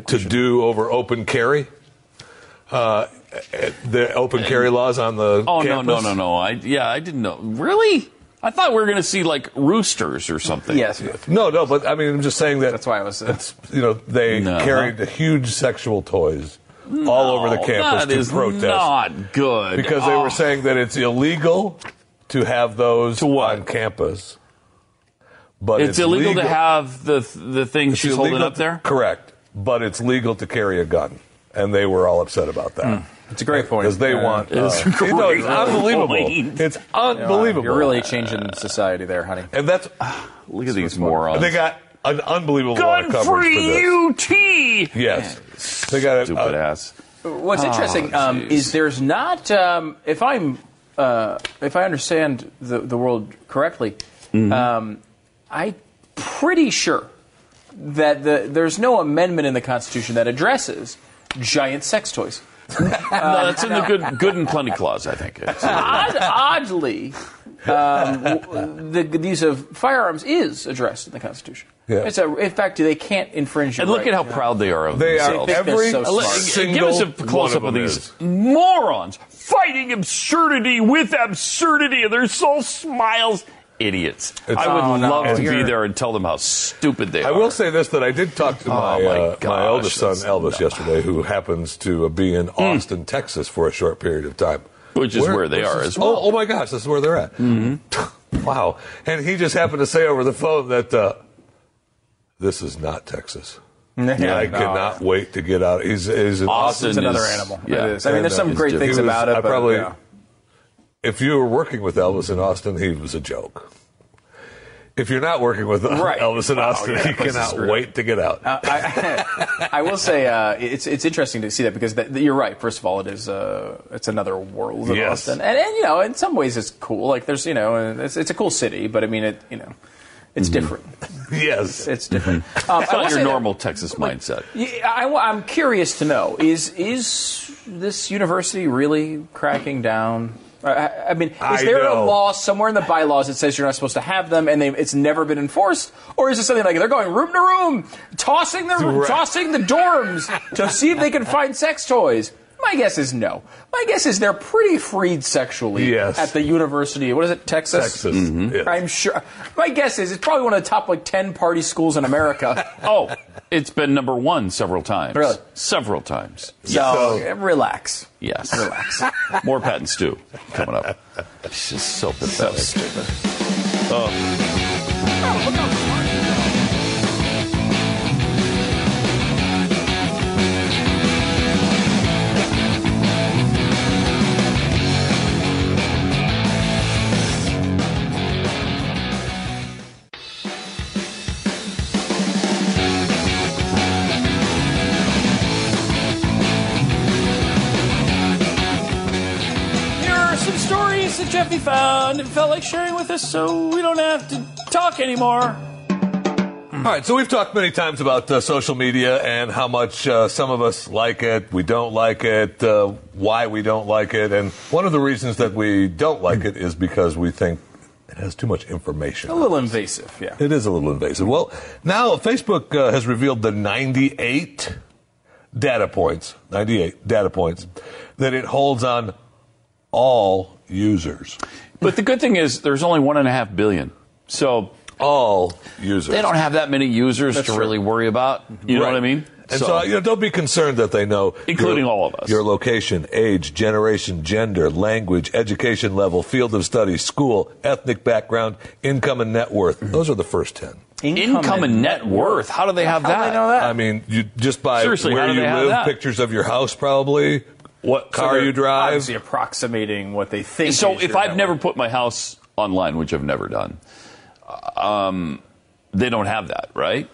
Speaker 3: to do over open carry. Uh, the open carry laws on the
Speaker 1: Oh no no
Speaker 3: campus.
Speaker 1: no no! I yeah I didn't know. Really? I thought we were going to see like roosters or something.
Speaker 2: Yes.
Speaker 3: No, no, but I mean, I'm just saying that. That's
Speaker 2: why I was. uh,
Speaker 3: you know, they
Speaker 1: No.
Speaker 3: carried huge sexual toys all over the
Speaker 1: No,
Speaker 3: campus
Speaker 1: that
Speaker 3: to
Speaker 1: is
Speaker 3: protest.
Speaker 1: not good.
Speaker 3: because they
Speaker 1: Oh.
Speaker 3: were saying that it's illegal to have those on campus. But
Speaker 1: it's,
Speaker 3: it's,
Speaker 1: illegal
Speaker 3: legal-
Speaker 1: to have the the thing
Speaker 3: it's
Speaker 1: she's
Speaker 3: illegal
Speaker 1: holding up
Speaker 3: to-
Speaker 1: there.
Speaker 3: correct, but it's legal to carry a gun, and they were all upset about
Speaker 1: Hmm.
Speaker 3: that.
Speaker 2: It's a great point.
Speaker 3: Because they
Speaker 2: Yeah.
Speaker 3: want.
Speaker 2: It's
Speaker 3: uh,
Speaker 2: a
Speaker 3: you know, it's
Speaker 2: great
Speaker 3: unbelievable.
Speaker 2: point.
Speaker 3: It's unbelievable.
Speaker 2: You're really changing society there, honey.
Speaker 3: And that's
Speaker 1: look at these morons.
Speaker 3: They got an unbelievable lot of
Speaker 1: Gun
Speaker 3: coverage for this.
Speaker 1: free UT.
Speaker 3: Yes, uh, they got a
Speaker 1: stupid ass.
Speaker 2: What's
Speaker 1: Oh,
Speaker 2: interesting um,
Speaker 1: geez.
Speaker 2: is there's not, um, if I'm, uh, if I understand the, the world correctly,
Speaker 1: Mm-hmm.
Speaker 2: um, I'm pretty sure that the, there's no amendment in the Constitution that addresses giant sex toys.
Speaker 3: Uh,
Speaker 1: no, that's in the good good and plenty clause. I think. It's- uh,
Speaker 2: Odd, oddly, um, w- the, the use of firearms is addressed in the Constitution.
Speaker 1: Yeah.
Speaker 2: It's a, in fact, they can't infringe. your
Speaker 1: And look at
Speaker 2: right.
Speaker 1: how proud they are of
Speaker 2: They are
Speaker 1: themselves.
Speaker 2: every They're so
Speaker 1: Let-
Speaker 2: smart.
Speaker 1: Give us a
Speaker 2: single
Speaker 1: close up of
Speaker 2: one of them
Speaker 1: these
Speaker 2: is.
Speaker 1: morons fighting absurdity with absurdity. They're so smiles. Idiots. I would
Speaker 3: Oh, no,
Speaker 1: love to be
Speaker 3: you're-
Speaker 1: there and tell them how stupid they
Speaker 3: I
Speaker 1: are.
Speaker 3: will say this: that I did talk to
Speaker 1: Oh,
Speaker 3: my
Speaker 1: my
Speaker 3: uh, my
Speaker 1: gosh,
Speaker 3: eldest son
Speaker 1: that's- Hmm.
Speaker 3: Elvis yesterday, who happens to be in Austin, Texas, for a short period of time,
Speaker 1: Which is where they
Speaker 3: this
Speaker 1: are
Speaker 3: is-
Speaker 1: as well. Mm-hmm.
Speaker 3: Oh, oh my gosh, this is where they're at. wow! And he just happened to say over the phone that uh, this is not Texas.
Speaker 2: No,
Speaker 3: And I
Speaker 2: no.
Speaker 3: cannot wait to get out. He's, he's in
Speaker 2: Austin
Speaker 3: Austin.
Speaker 2: It's another is- animal. It yeah. is. I mean, there's some
Speaker 3: And, uh,
Speaker 2: great
Speaker 3: he
Speaker 2: things
Speaker 3: was-
Speaker 2: about it,
Speaker 3: I
Speaker 2: but,
Speaker 3: probably,
Speaker 2: yeah.
Speaker 3: if you were working with Elvis in Austin, he was a joke. If you're not working with
Speaker 2: Right.
Speaker 3: Elvis in
Speaker 2: Oh,
Speaker 3: Austin,
Speaker 2: yeah,
Speaker 3: you
Speaker 2: place is
Speaker 3: cannot
Speaker 2: screwed up.
Speaker 3: wait to get out.
Speaker 2: Uh, I, I will say uh, it's it's interesting to see that because that, you're right. First of all, it is uh, it's another world in
Speaker 3: Yes.
Speaker 2: Austin, and, and you know in some ways it's cool. Like there's you know and it's it's a cool city, but I mean it you know it's different.
Speaker 3: Mm-hmm. yes,
Speaker 2: it's different. Um,
Speaker 1: it's
Speaker 2: I will
Speaker 1: not
Speaker 2: say
Speaker 1: your
Speaker 2: that-
Speaker 1: normal Texas mindset.
Speaker 2: Yeah, I, am curious to know is is this university really cracking down? I- I, I mean, is
Speaker 3: I
Speaker 2: there a
Speaker 3: know.
Speaker 2: law somewhere in the bylaws that says you're not supposed to have them, and they, it's never been enforced, or is it something like they're going room to room, tossing the
Speaker 3: Right.
Speaker 2: tossing the dorms to see if they can find sex toys? My guess is no. My guess is they're pretty freed sexually
Speaker 3: Yes.
Speaker 2: at the University. What is it, Texas?
Speaker 3: Texas, Mhm. yes.
Speaker 2: I'm sure. My guess is it's probably one of the top like ten party schools in America.
Speaker 1: oh, it's been number one several times.
Speaker 2: Really?
Speaker 1: Several times.
Speaker 2: So, relax.
Speaker 1: Yes.
Speaker 2: Relax.
Speaker 1: More patents too coming up. It's just so pathetic. stupid.
Speaker 12: Oh. There are some stories that Jeffy found and felt like sharing with us, so we don't have to talk anymore.
Speaker 3: Mm-hmm. All right, so we've talked many times about uh, social media and how much uh, some of us like it, we don't like it, uh, why we don't like it, and one of the reasons that we don't like it is because we think it has too much information.
Speaker 2: A little invasive, yeah.
Speaker 3: It is a little invasive. Well, now Facebook uh, has revealed the 98 data points, 98 data points that it holds on all users.
Speaker 1: But the good thing is there's only one and a half billion. So
Speaker 3: all users.
Speaker 1: They don't have that many users
Speaker 3: That's
Speaker 1: to
Speaker 3: true.
Speaker 1: really worry about. You know
Speaker 3: Right.
Speaker 1: what I mean?
Speaker 3: And so, you know, don't be concerned that they know,
Speaker 1: Including
Speaker 3: your-
Speaker 1: all of us.
Speaker 3: your location, age, generation, gender, language, education level, field of study, school, ethnic background, income, and net worth. Those are the first ten.
Speaker 1: Mm-hmm. Income, and net worth. How do they have that?
Speaker 3: I mean, you, just by
Speaker 1: Seriously, how
Speaker 3: where
Speaker 1: do
Speaker 3: you
Speaker 1: they have
Speaker 3: live,
Speaker 1: that?
Speaker 3: pictures of your house, probably what
Speaker 1: So
Speaker 3: car
Speaker 1: they're
Speaker 3: you drive.
Speaker 2: Obviously approximating what they think.
Speaker 1: So
Speaker 2: is
Speaker 1: if
Speaker 2: your
Speaker 1: I've
Speaker 2: network.
Speaker 1: never put my house online, which I've never done, um, they don't have that, right?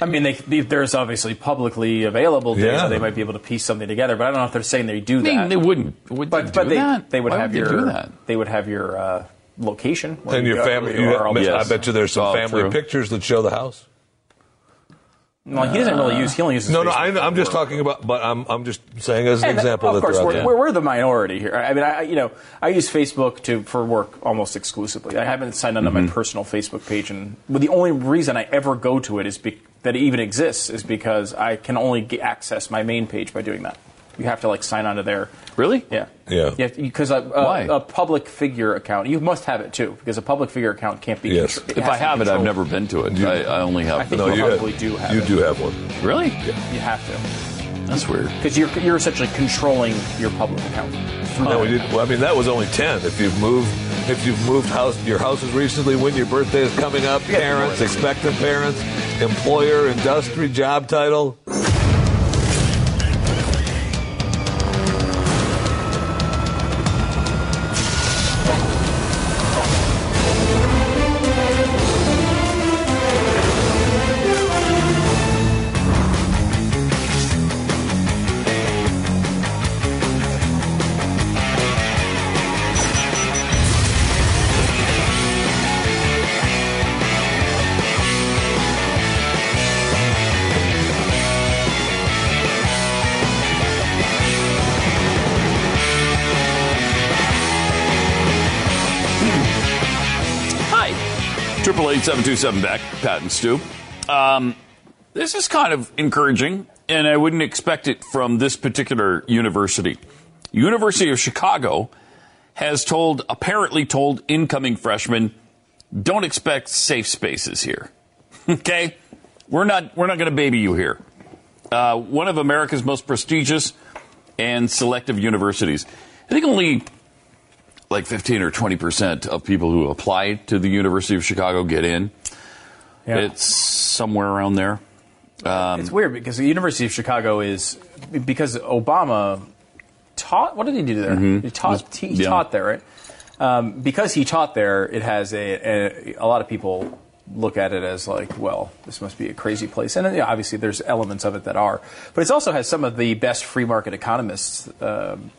Speaker 2: I mean, they, they, there's obviously publicly available data.
Speaker 1: Yeah.
Speaker 2: They might be able to piece something together, but I don't know if they're saying they do
Speaker 1: I mean,
Speaker 2: that.
Speaker 1: they wouldn't.
Speaker 2: but
Speaker 1: they
Speaker 2: but
Speaker 1: do
Speaker 2: they,
Speaker 1: that?
Speaker 2: they would
Speaker 1: Why
Speaker 2: have
Speaker 1: would they
Speaker 2: your
Speaker 1: do that?
Speaker 2: they would have your uh, location where
Speaker 3: and
Speaker 2: you
Speaker 3: your
Speaker 2: go,
Speaker 3: family.
Speaker 2: or
Speaker 3: you-
Speaker 2: all
Speaker 3: I
Speaker 2: that
Speaker 3: bet- I
Speaker 2: stuff.
Speaker 3: bet you there's some
Speaker 2: Oh,
Speaker 3: family
Speaker 2: true.
Speaker 3: pictures that show the house.
Speaker 2: Well, he doesn't really use. He only uses.
Speaker 3: No, no.
Speaker 2: Facebook
Speaker 3: I,
Speaker 2: for
Speaker 3: I'm just
Speaker 2: work.
Speaker 3: talking about. But I'm I'm just saying as an
Speaker 2: And,
Speaker 3: example.
Speaker 2: Of
Speaker 3: that
Speaker 2: course,
Speaker 3: they're out
Speaker 2: we're,
Speaker 3: there.
Speaker 2: we're, we're the minority here. I mean, I I- you know I use Facebook to for work almost exclusively. I haven't signed on to
Speaker 1: Mm-hmm.
Speaker 2: my personal Facebook page, and well, the only reason I ever go to it is be, that it even exists is because I can only get access my main page by doing that. You have to like sign on to there.
Speaker 1: Really?
Speaker 2: Yeah.
Speaker 3: Yeah.
Speaker 2: Because a,
Speaker 1: Why?
Speaker 2: a, a public figure account, you must have it too, because a public figure account can't be.
Speaker 1: Yes.
Speaker 2: contr-
Speaker 1: If I
Speaker 2: has to be
Speaker 1: have it, I've
Speaker 2: controlled.
Speaker 1: never been to it. I, I only have.
Speaker 2: I think No, you you probably have- do have you it.
Speaker 3: do have one.
Speaker 1: Really?
Speaker 2: You have to.
Speaker 1: That's weird.
Speaker 2: Because you're you're essentially controlling your public account. through
Speaker 3: No,
Speaker 2: that
Speaker 3: we didn't. Well, I mean, that was only ten. If you've moved, if you've moved house, your houses recently, when your birthday is coming up, parents, expectant parents, employer, industry, job title.
Speaker 1: Hi. Triple eight seven two seven back. Pat and Stu. Um, this is kind of encouraging, and I wouldn't expect it from this particular university. University of Chicago has told, apparently told incoming freshmen, don't expect safe spaces here. okay, we're not we're not going to baby you here. Uh, one of America's most prestigious and selective universities. I think only like 15 or 20 percent of people who apply to the University of Chicago get in. It's somewhere around there. Um,
Speaker 2: It's weird because the University of Chicago is because Obama taught. What did he do there?
Speaker 1: Mhm.
Speaker 2: He taught. He
Speaker 1: Yeah.
Speaker 2: taught there, right? Um, because he taught there, it has a, a a lot of people look at it as like, well, this must be a crazy place, and you know, obviously there's elements of it that are, but it also has some of the best free market economists um,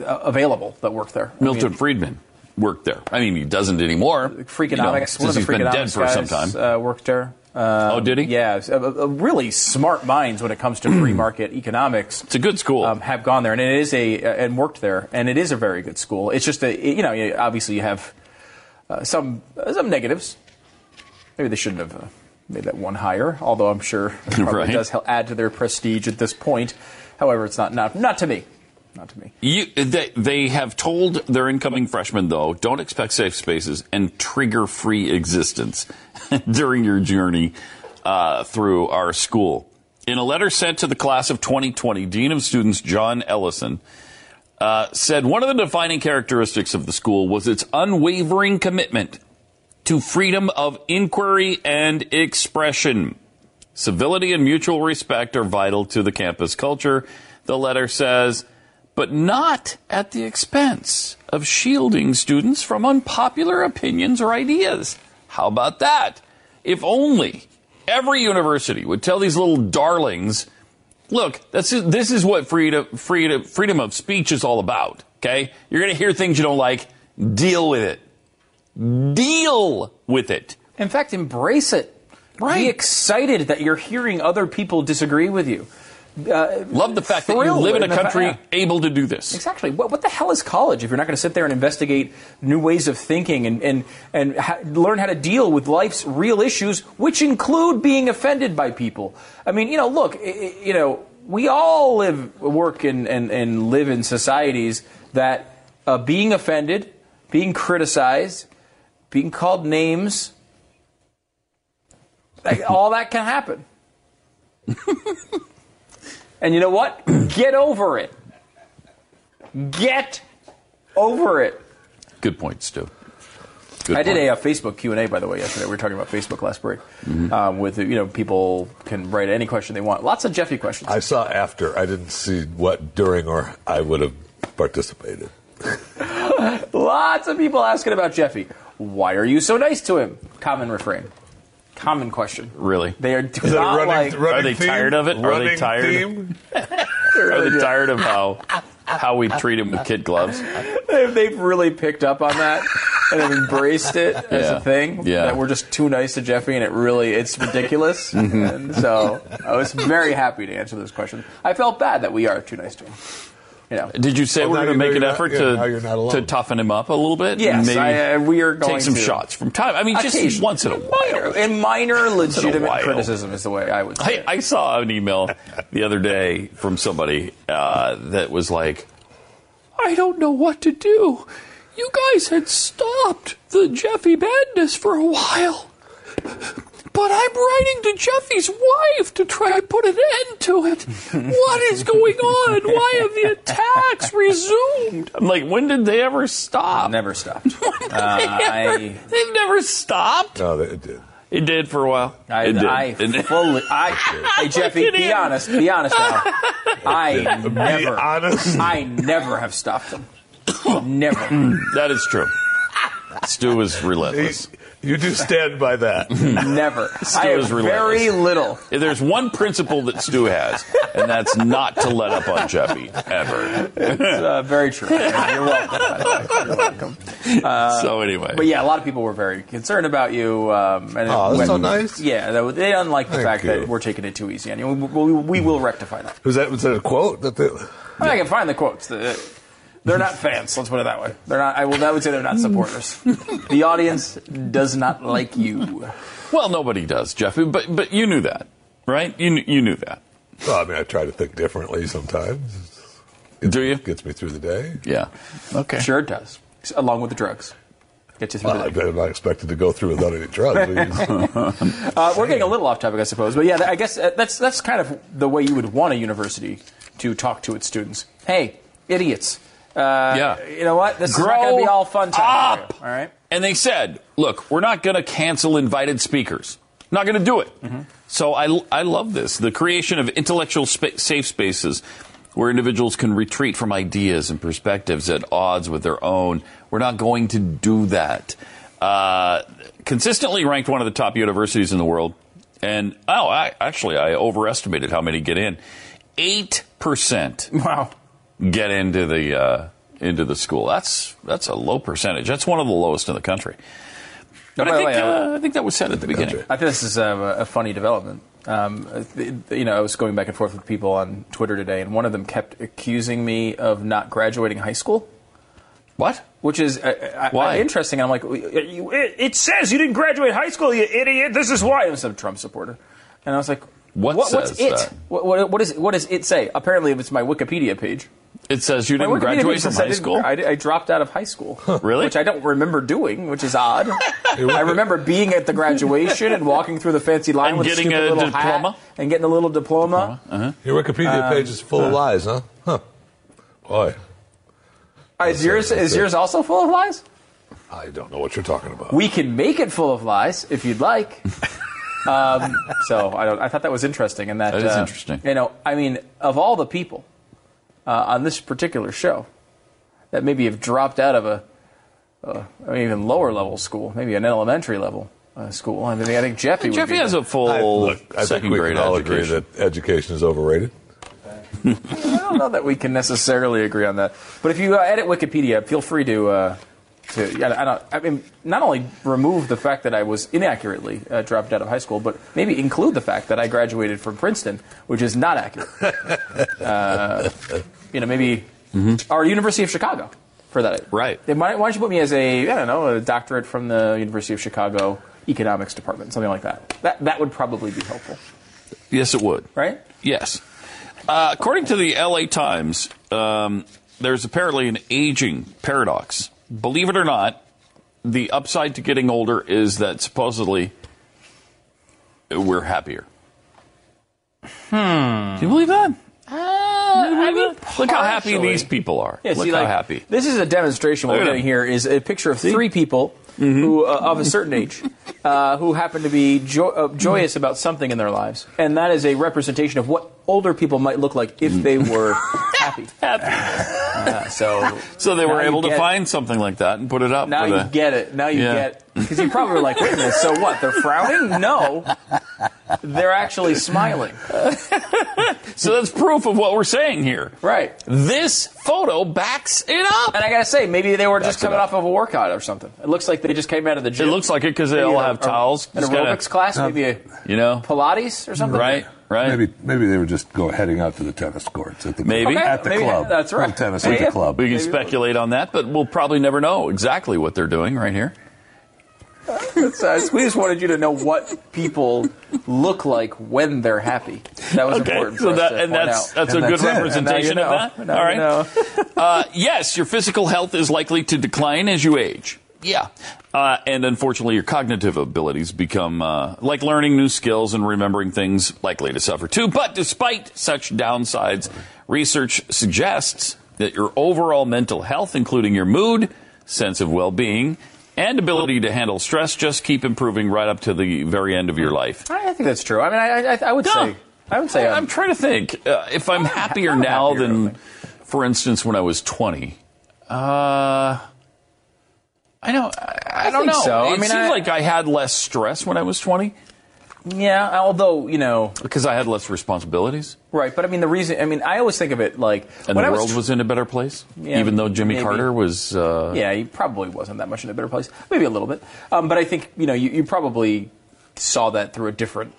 Speaker 2: uh, available that work there. I
Speaker 1: Milton
Speaker 2: mean,
Speaker 1: Friedman worked there. I mean, he doesn't anymore. You know,
Speaker 2: Freakonomics. one
Speaker 1: since
Speaker 2: of the
Speaker 1: he's been
Speaker 2: Freakonomics
Speaker 1: dead for
Speaker 2: guys,
Speaker 1: some time.
Speaker 2: Uh, worked there. Um,
Speaker 1: Oh, did he?
Speaker 2: Yeah, s- uh, uh, really smart minds when it comes to free market economics. It's
Speaker 1: a good school.
Speaker 2: Um, have gone there, and it is a uh, and worked there, and it is a very good school. It's just a it- you know you- obviously you have uh, some uh, some negatives. Maybe they shouldn't have uh, made that one higher, although I'm sure it probably
Speaker 1: Right.
Speaker 2: does help add to their prestige at this point. However, it's not not not to me. Not to me.
Speaker 1: You, they, they have told their incoming freshmen, though, don't expect safe spaces and trigger free existence during your journey uh, through our school. In a letter sent to the class of 2020, Dean of Students John Ellison uh, said one of the defining characteristics of the school was its unwavering commitment to freedom of inquiry and expression. Civility and mutual respect are vital to the campus culture, the letter says, but not at the expense of shielding students from unpopular opinions or ideas. How about that? If only every university would tell these little darlings, look, this is, this is what freedom, freedom, freedom of speech is all about, okay? You're going to hear things you don't like, deal with it deal with it.
Speaker 2: In fact, embrace it. Right. Be excited that you're hearing other people disagree with you. Uh,
Speaker 1: Love the fact that you live in a country able to do this.
Speaker 2: Exactly. What, what the hell is college if you're not going to sit there and investigate new ways of thinking and, and, and ha- learn how to deal with life's real issues, which include being offended by people? I mean, you know, look, i- i- you know, we all live, work, and, and, and live in societies that uh, being offended, being criticized, being called names, like, all that can happen. and you know what? Get over it. Get over it.
Speaker 1: Good point, Stu.
Speaker 2: I did a, uh Facebook Q and A by the way yesterday. We were talking about Facebook last break.
Speaker 1: Mm-hmm.
Speaker 2: Um, with you know, people can write any question they want. Lots of Jeffy questions.
Speaker 3: I saw after. I didn't see what during or I would have participated.
Speaker 2: Lots of people asking about Jeffy. Why are you so nice to him? Common refrain. Common question.
Speaker 1: Really?
Speaker 2: They are do
Speaker 1: Is that a
Speaker 2: not
Speaker 1: running-
Speaker 2: like.
Speaker 1: running Are they theme? tired of it? Are they Running tired? theme? Are they tired of how how we treat him with kid gloves?
Speaker 2: They've they've really picked up on that and have embraced it as
Speaker 1: Yeah.
Speaker 2: a thing.
Speaker 1: Yeah.
Speaker 2: That we're just too nice to Jeffy, and it really it's ridiculous.
Speaker 1: Mhm.
Speaker 2: And so I was very happy to answer this question. I felt bad that we are too nice to him. You know.
Speaker 1: Did you say
Speaker 2: Well,
Speaker 1: we're
Speaker 2: now
Speaker 1: going to
Speaker 2: you know
Speaker 1: make an
Speaker 2: you're
Speaker 1: effort
Speaker 2: not- yeah, now you're not
Speaker 1: to
Speaker 2: alone.
Speaker 1: to toughen him up a little bit?
Speaker 2: Yes,
Speaker 1: Maybe
Speaker 2: I- uh, we are going
Speaker 1: take some
Speaker 2: to.
Speaker 1: shots from time. I mean, just
Speaker 2: Occasionally.
Speaker 1: once in a
Speaker 2: Minor, and minor
Speaker 1: Once in a
Speaker 2: legitimate
Speaker 1: while.
Speaker 2: criticism is the way I would say.
Speaker 1: I, I saw an email the other day from somebody uh, that was like, I don't know what to do. You guys had stopped the Jeffy madness for a while. But I'm writing to Jeffy's wife to try to put an end to it. What is going on? Why have the attacks resumed? I'm like, when did they ever stop?
Speaker 2: Never stopped. Uh,
Speaker 1: they
Speaker 2: I-
Speaker 1: have never stopped.
Speaker 3: No, it did.
Speaker 1: It did for a while.
Speaker 2: I,
Speaker 1: it did.
Speaker 2: I fully. I, hey Jeffy, be honest. Be honest now. I
Speaker 1: Be
Speaker 2: never. I never have stopped them. Never.
Speaker 1: Mm,
Speaker 3: Mm.
Speaker 1: that is true. Stu is relentless.
Speaker 3: You do stand by that.
Speaker 2: Never.
Speaker 1: Stu
Speaker 2: I
Speaker 1: is
Speaker 2: have very
Speaker 1: relentless.
Speaker 2: little.
Speaker 1: If There's one principle that Stu has, and that's not to let up on Jeffy ever.
Speaker 2: It's uh, very true. You're welcome. by the way. You're welcome. Uh,
Speaker 1: So anyway.
Speaker 2: but yeah, a lot of people were very concerned about you. Um, and
Speaker 3: Oh, that's
Speaker 2: when-
Speaker 3: so nice.
Speaker 2: Yeah, they- they don't like the
Speaker 3: Thank
Speaker 2: fact
Speaker 3: you.
Speaker 2: that we're taking it too easy. I mean, we, we, we will rectify that.
Speaker 3: Was that was that a quote? That they,
Speaker 2: I, mean, I can find the quotes. The- They're not fans. Let's put it that way. They're not. I will. I would say they're not supporters. the audience does not like you.
Speaker 1: Well, nobody does, Jeffy. But but you knew that, right? You kn- you knew that.
Speaker 3: well, I mean, I try to think differently sometimes. It
Speaker 1: Do you?
Speaker 3: Gets me through the day.
Speaker 1: Yeah. Okay.
Speaker 2: Sure, it does. Along with the drugs, get you through.
Speaker 3: Well,
Speaker 2: the
Speaker 3: I'm not expected to go through without any drugs.
Speaker 2: Uh, we're getting a little off topic, I suppose, but yeah, I guess uh, that's that's kind of the way you would want a university to talk to its students. Hey, idiots! Uh,
Speaker 1: Yeah.
Speaker 2: you know what? This is not going to be all fun time. for you, all right.
Speaker 1: And they said, look, we're not going to cancel invited speakers. Not going to do it.
Speaker 2: Mm-hmm.
Speaker 1: So I, I love this the creation of intellectual spa- safe spaces where individuals can retreat from ideas and perspectives at odds with their own. We're not going to do that. Uh, consistently ranked one of the top universities in the world. And oh, I, actually, I overestimated how many get in. 8%
Speaker 2: wow.
Speaker 1: get into the, uh, into the school. That's, that's a low percentage. That's one of the lowest in the country. But
Speaker 2: By
Speaker 1: I
Speaker 2: the
Speaker 1: think,
Speaker 2: way,
Speaker 1: uh, I think that was said at the beginning.
Speaker 2: I think this is um, a, a funny development. Um, uh, th- th- you know, I was going back and forth with people on Twitter today, and one of them kept accusing me of not graduating high school.
Speaker 1: What?
Speaker 2: Which is uh, uh,
Speaker 12: Why?
Speaker 2: uh, interesting. I'm like, you, it, it says you didn't graduate high school, you idiot. This is why I'm some Trump supporter. And I was like,
Speaker 1: What,
Speaker 2: what's
Speaker 1: says
Speaker 2: it?
Speaker 1: that?
Speaker 2: What, what, what, is, what does it say? Apparently, it's my Wikipedia page.
Speaker 1: It says you didn't graduate from high school.
Speaker 2: I, I dropped out of high school.
Speaker 1: Really?
Speaker 2: Which I don't remember doing, which is odd. I remember being at the graduation and walking through the fancy line
Speaker 1: And
Speaker 2: with
Speaker 1: getting
Speaker 2: a,
Speaker 1: a
Speaker 2: stupid little
Speaker 1: diploma?
Speaker 2: hat and getting a little diploma.
Speaker 3: Your Wikipedia
Speaker 2: Um,
Speaker 3: page is full of
Speaker 2: huh.
Speaker 3: lies, huh? Huh. Boy,
Speaker 2: Uh, Is yours
Speaker 3: that's
Speaker 2: is
Speaker 3: it.
Speaker 2: yours also full of lies?
Speaker 3: I don't know what you're talking about.
Speaker 2: We can make it full of lies if you'd like. um, so I don't. I thought that was interesting, and that
Speaker 1: That is
Speaker 2: uh,
Speaker 1: interesting.
Speaker 2: You know, I mean, of all the people uh, on this particular show that maybe have dropped out of a, uh, I mean, even lower level school, maybe an elementary level uh, school. I mean, I think Jeffy. would be the-
Speaker 3: I, look, I
Speaker 1: second
Speaker 3: think we
Speaker 1: grade
Speaker 3: can all
Speaker 1: education.
Speaker 3: agree that education is overrated.
Speaker 2: I don't know that we can necessarily agree on that. But if you uh, edit Wikipedia, feel free to. Uh, to, yeah, I, don't, I mean, not only remove the fact that I was inaccurately uh, dropped out of high school, but maybe include the fact that I graduated from Princeton, which is not accurate. uh, you know, maybe
Speaker 1: Mm-hmm.
Speaker 2: our University of Chicago for that. Right. Why, why don't you put me as a I don't know a doctorate from the University of Chicago economics department, something like that. That that would probably be helpful.
Speaker 1: Yes, it would.
Speaker 2: Right?
Speaker 1: Yes. Uh, according to the LA Times, um, there's apparently an aging paradox. Believe it or not, the upside to getting older is that supposedly we're happier.
Speaker 2: Hmm.
Speaker 1: Do you believe that?
Speaker 2: Uh, I mean,
Speaker 1: Look how happy
Speaker 2: partially.
Speaker 1: these people are.
Speaker 2: Yeah,
Speaker 1: Look
Speaker 2: see,
Speaker 1: how
Speaker 2: like,
Speaker 1: happy.
Speaker 2: This is a demonstration. What
Speaker 1: Look
Speaker 2: we're
Speaker 1: at
Speaker 2: getting
Speaker 1: him. Mm-hmm.
Speaker 2: here is a picture of three people who uh, of a certain age uh, who happen to be jo- uh, joyous about something in their lives, and that is a representation of what older people might look like if they
Speaker 1: Mm.
Speaker 2: were happy. Uh, so,
Speaker 1: So they
Speaker 2: now
Speaker 1: were
Speaker 2: you
Speaker 1: able to
Speaker 2: get-
Speaker 1: find something like that and put it up.
Speaker 2: Now
Speaker 1: for
Speaker 2: you
Speaker 1: the-
Speaker 2: get it. Now you
Speaker 1: Yeah.
Speaker 2: get because you probably were like, wait a minute. So what? They're frowning? No, they're actually smiling.
Speaker 1: So that's proof of what we're saying here.
Speaker 2: Right.
Speaker 1: This photo backs it up.
Speaker 2: And I gotta say, maybe they were
Speaker 1: Backs
Speaker 2: just
Speaker 1: it
Speaker 2: coming
Speaker 1: up.
Speaker 2: off of a workout or something. It looks like they just came out of the gym.
Speaker 1: It looks like it because they
Speaker 2: Maybe
Speaker 1: all
Speaker 2: an
Speaker 1: have
Speaker 2: aer-
Speaker 1: towels.
Speaker 2: An
Speaker 1: Just kinda-
Speaker 2: aerobics class,
Speaker 1: Um,
Speaker 2: maybe a
Speaker 1: You know?
Speaker 2: Pilates or something.
Speaker 1: Right, right.
Speaker 13: Maybe maybe they were just go heading out to the tennis courts at the
Speaker 1: Maybe
Speaker 13: at the club. Not tennis at the club.
Speaker 1: We can speculate on that, but we'll probably never know exactly what they're doing right here.
Speaker 2: That's, uh, we just wanted you to know what people look like when they're happy. That was
Speaker 1: Okay,
Speaker 2: important.
Speaker 1: so
Speaker 2: for us
Speaker 1: that-
Speaker 2: to
Speaker 1: and
Speaker 2: point
Speaker 1: that's-
Speaker 2: out.
Speaker 1: that's a And good that's it. representation
Speaker 2: And now you
Speaker 1: of
Speaker 2: know.
Speaker 1: that?
Speaker 2: Now
Speaker 1: All
Speaker 2: you
Speaker 1: right.
Speaker 2: know.
Speaker 1: Uh, yes, your physical health is likely to decline as you age. Yeah, uh, and unfortunately, your cognitive abilities become uh, like learning new skills and remembering things likely to suffer too. But despite such downsides, research suggests that your overall mental health, including your mood, sense of well-being, and ability to handle stress, just keep improving right up to the very end of your life.
Speaker 2: I, I think that's true. I mean, I, I, I would say. I would say.
Speaker 1: I- I'm trying to think. Uh, if I'm happier now than, for instance, when I was 20, uh, I know. I, I, don't
Speaker 2: think
Speaker 1: know.
Speaker 2: so.
Speaker 1: It
Speaker 2: I mean,
Speaker 1: seems
Speaker 2: I-
Speaker 1: like I had less stress when I was 20.
Speaker 2: Yeah, although you know,
Speaker 1: because I had less responsibilities.
Speaker 2: Right, but I mean, the reason. I mean, I always think of it like
Speaker 1: And
Speaker 2: when
Speaker 1: the
Speaker 2: I was
Speaker 1: world was, in a better place,
Speaker 2: Yeah,
Speaker 1: even though Jimmy
Speaker 2: maybe.
Speaker 1: Carter was. Uh,
Speaker 2: yeah, he probably wasn't that much in a better place. Maybe a little bit, um, but I think you know you, you probably saw that through a different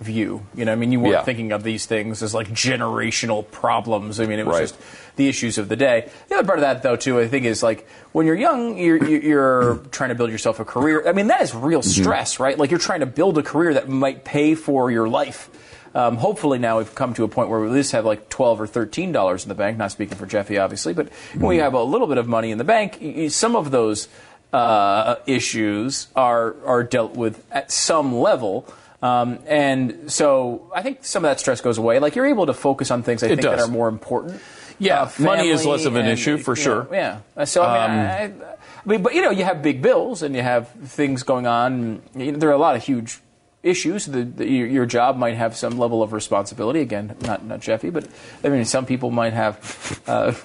Speaker 2: view. You know, I mean, you weren't
Speaker 1: Yeah.
Speaker 2: thinking of these things as like generational problems. I mean, it was
Speaker 1: Right.
Speaker 2: just the issues of the day. The other part of that, though, too, I think, is like when you're young, you're you're- you're trying to build yourself a career. I mean, that is real
Speaker 1: Mm-hmm.
Speaker 2: stress, right? Like you're trying to build a career that might pay for your life. Um, hopefully now we've come to a point where we at least have like twelve or thirteen dollars in the bank. Not speaking for Jeffy, obviously, but when
Speaker 1: Mm-hmm.
Speaker 2: you have a little bit of money in the bank, y- y- some of those uh, issues are are dealt with at some level. Um, and so I think some of that stress goes away. Like you're able to focus on things I
Speaker 1: It
Speaker 2: think that
Speaker 1: does.
Speaker 2: are more important.
Speaker 1: Yeah, money is
Speaker 2: uh, family
Speaker 1: less of an
Speaker 2: and,
Speaker 1: issue, for
Speaker 2: you
Speaker 1: sure. Um,
Speaker 2: know, yeah. Uh, So I mean, I, I, I mean, but you know, you have big bills and you have things going on. and, You know, there are a lot of huge issues. The, the, your, your job might have some level of responsibility. Again, not not Jeffy, but I mean, some people might have. Uh,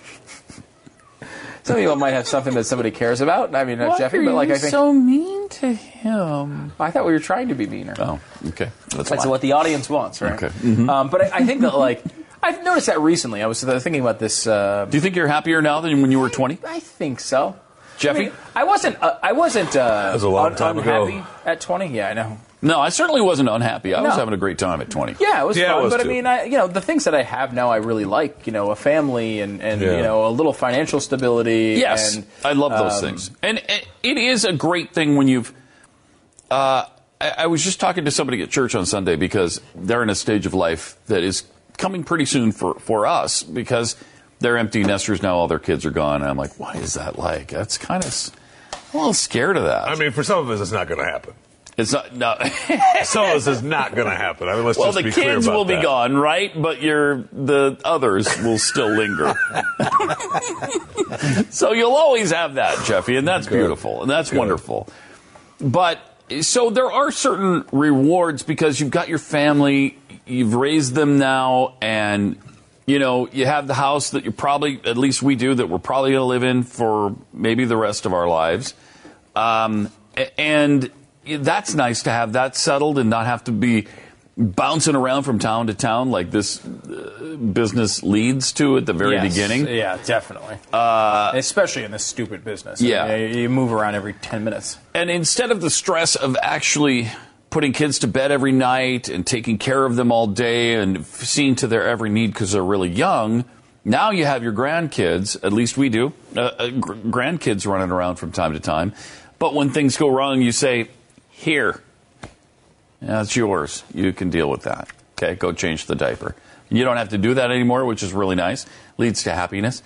Speaker 2: Some people might have something that somebody cares about. I mean, not Jeffy, but like I think
Speaker 1: mean to him?
Speaker 2: I thought we were trying to be meaner.
Speaker 1: Oh, okay. That's,
Speaker 2: That's
Speaker 1: why.
Speaker 2: what the audience wants, right?
Speaker 1: Mm-hmm.
Speaker 2: Um, but I, I think that like I've noticed that recently. I was uh, thinking about this. Uh,
Speaker 1: Do you think you're happier now than when you were 20?
Speaker 2: I think so.
Speaker 1: Jeffy?
Speaker 2: I, mean, I wasn't. Uh, I wasn't. Uh, that
Speaker 1: was a long time ago.
Speaker 2: unhappy at 20. Yeah, I know.
Speaker 1: No, I certainly wasn't unhappy. I was
Speaker 2: No.
Speaker 1: having a great time at 20.
Speaker 2: Yeah, it was fun. but
Speaker 1: too.
Speaker 2: I mean, I, you know, the things that I have now, I really like. You know, a family and and
Speaker 1: Yeah.
Speaker 2: you know, a little financial stability.
Speaker 1: Yes,
Speaker 2: and,
Speaker 1: I love those
Speaker 2: um,
Speaker 1: things, and it, it is a great thing when you've. Uh, I, I was just talking to somebody at church on Sunday because they're in a stage of life that is coming pretty soon for, for us because they're empty nesters now. All their kids are gone. And I'm like, what is that like? That's kind of, I'm a little scared of that.
Speaker 3: I mean, for some of us, it's not going to happen.
Speaker 1: It's not, no.
Speaker 3: some of us is not going to happen. I mean, let's
Speaker 1: well,
Speaker 3: just
Speaker 1: the
Speaker 3: be clear
Speaker 1: kids
Speaker 3: about
Speaker 1: will be
Speaker 3: that.
Speaker 1: gone, right? But your the others will still linger. so you'll always have that, Jeffy, and that's beautiful and that's wonderful. But so there are certain rewards because you've got your family, you've raised them now, and you know you have the house that you're probably at least we do that we're probably going to live in for maybe the rest of our lives, um, a- and that's nice to have that settled and not have to be bouncing around from town to town like this uh, business leads to at the very
Speaker 2: Yes.
Speaker 1: beginning.
Speaker 2: Yeah, definitely.
Speaker 1: Uh,
Speaker 2: Especially in this stupid business.
Speaker 1: Yeah.
Speaker 2: I mean, you you move around every 10 minutes.
Speaker 1: And instead of the stress of actually putting kids to bed every night and taking care of them all day and f- seeing to their every need because they're really young, now you have your grandkids, at least we do, uh, uh, gr- grandkids running around from time to time. But when things go wrong, you say, here, that's yours. You can deal with that. Okay, go change the diaper. You don't have to do that anymore, which is really nice. Leads to happiness.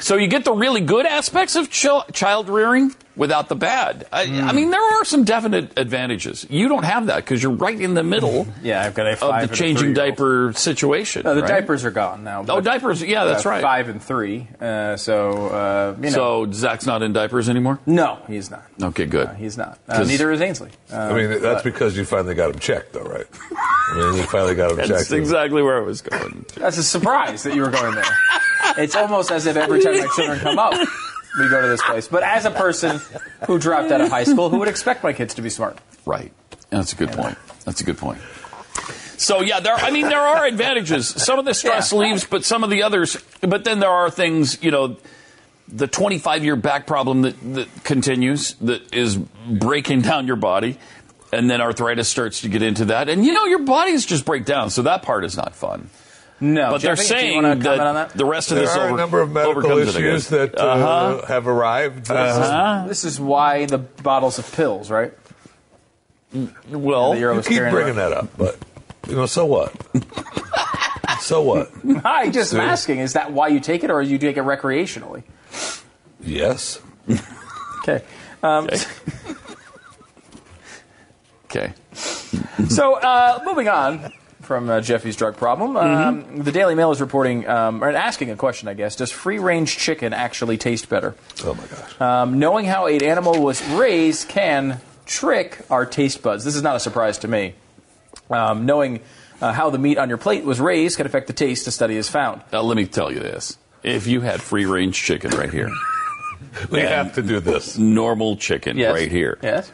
Speaker 1: so you get the really good aspects of chil- child rearing without the bad. I, I mean, there are some definite advantages. You don't have that because you're right in the middle.
Speaker 2: Yeah, I've got a five
Speaker 1: of
Speaker 2: and
Speaker 1: the
Speaker 2: a
Speaker 1: changing
Speaker 2: three-year-old.
Speaker 1: diaper situation.
Speaker 2: No, the
Speaker 1: right?
Speaker 2: diapers are gone now.
Speaker 1: Oh,
Speaker 2: but-
Speaker 1: diapers. Yeah, that's
Speaker 2: uh,
Speaker 1: right.
Speaker 2: Five and three. Uh, so, uh, you know.
Speaker 1: So Zach's not in diapers anymore.
Speaker 2: No, he's not.
Speaker 1: Okay, good.
Speaker 2: He's not. Uh,
Speaker 1: 'Cause-
Speaker 2: neither is Ainsley. Uh,
Speaker 3: I mean, that's because you finally got him checked, though, right? I mean, you finally got him
Speaker 1: That's
Speaker 3: checked.
Speaker 1: exactly where I was going.
Speaker 2: That's a surprise that you were going there. It's almost as if every time my children come up, we go to this place. But as a person who dropped out of high school, who would expect my kids to be smart?
Speaker 1: Right. That's a good point. That's a good point. So yeah, there. I mean, there are advantages. Some of the stress leaves, but some of the others. But then there are things, you know, the 25 year back problem that, that continues, that is breaking down your body, and then arthritis starts to get into that, and you know your bodies just break down. So that part is not fun.
Speaker 2: No,
Speaker 1: but they're
Speaker 2: Jeffy, do you
Speaker 1: saying
Speaker 2: wanna
Speaker 1: that,
Speaker 2: comment on that?
Speaker 1: the rest of
Speaker 3: there
Speaker 1: this
Speaker 3: are
Speaker 1: over,
Speaker 3: a number of medical
Speaker 1: overcomes it, I
Speaker 3: issues
Speaker 1: guess.
Speaker 3: that uh,
Speaker 1: Uh-huh.
Speaker 3: have arrived. This is-
Speaker 2: This is why the bottles of pills, right?
Speaker 1: Well,
Speaker 2: The Euro
Speaker 3: Oh, you
Speaker 2: was
Speaker 3: keep
Speaker 2: carrying
Speaker 3: bringing
Speaker 2: around.
Speaker 3: that up, but you know, so what? so what?
Speaker 2: I just am
Speaker 3: Seriously?
Speaker 2: asking: Is that why you take it, or you take it recreationally?
Speaker 3: Yes.
Speaker 2: Okay. Um,
Speaker 1: Okay.
Speaker 2: so uh, moving on from uh, Jeffy's drug problem, um, the Daily Mail is reporting um, or asking a question, I guess: Does free-range chicken actually taste better?
Speaker 3: Oh my gosh!
Speaker 2: Um, knowing how an animal was raised can trick our taste buds. This is not a surprise to me. Um, knowing uh, how the meat on your plate was raised can affect the taste. A study has found.
Speaker 1: Now, let me tell you this: if you had free range chicken right here,
Speaker 3: We
Speaker 1: and
Speaker 3: have to do this.
Speaker 1: Normal chicken
Speaker 2: Yes.
Speaker 1: right here.
Speaker 2: Yes.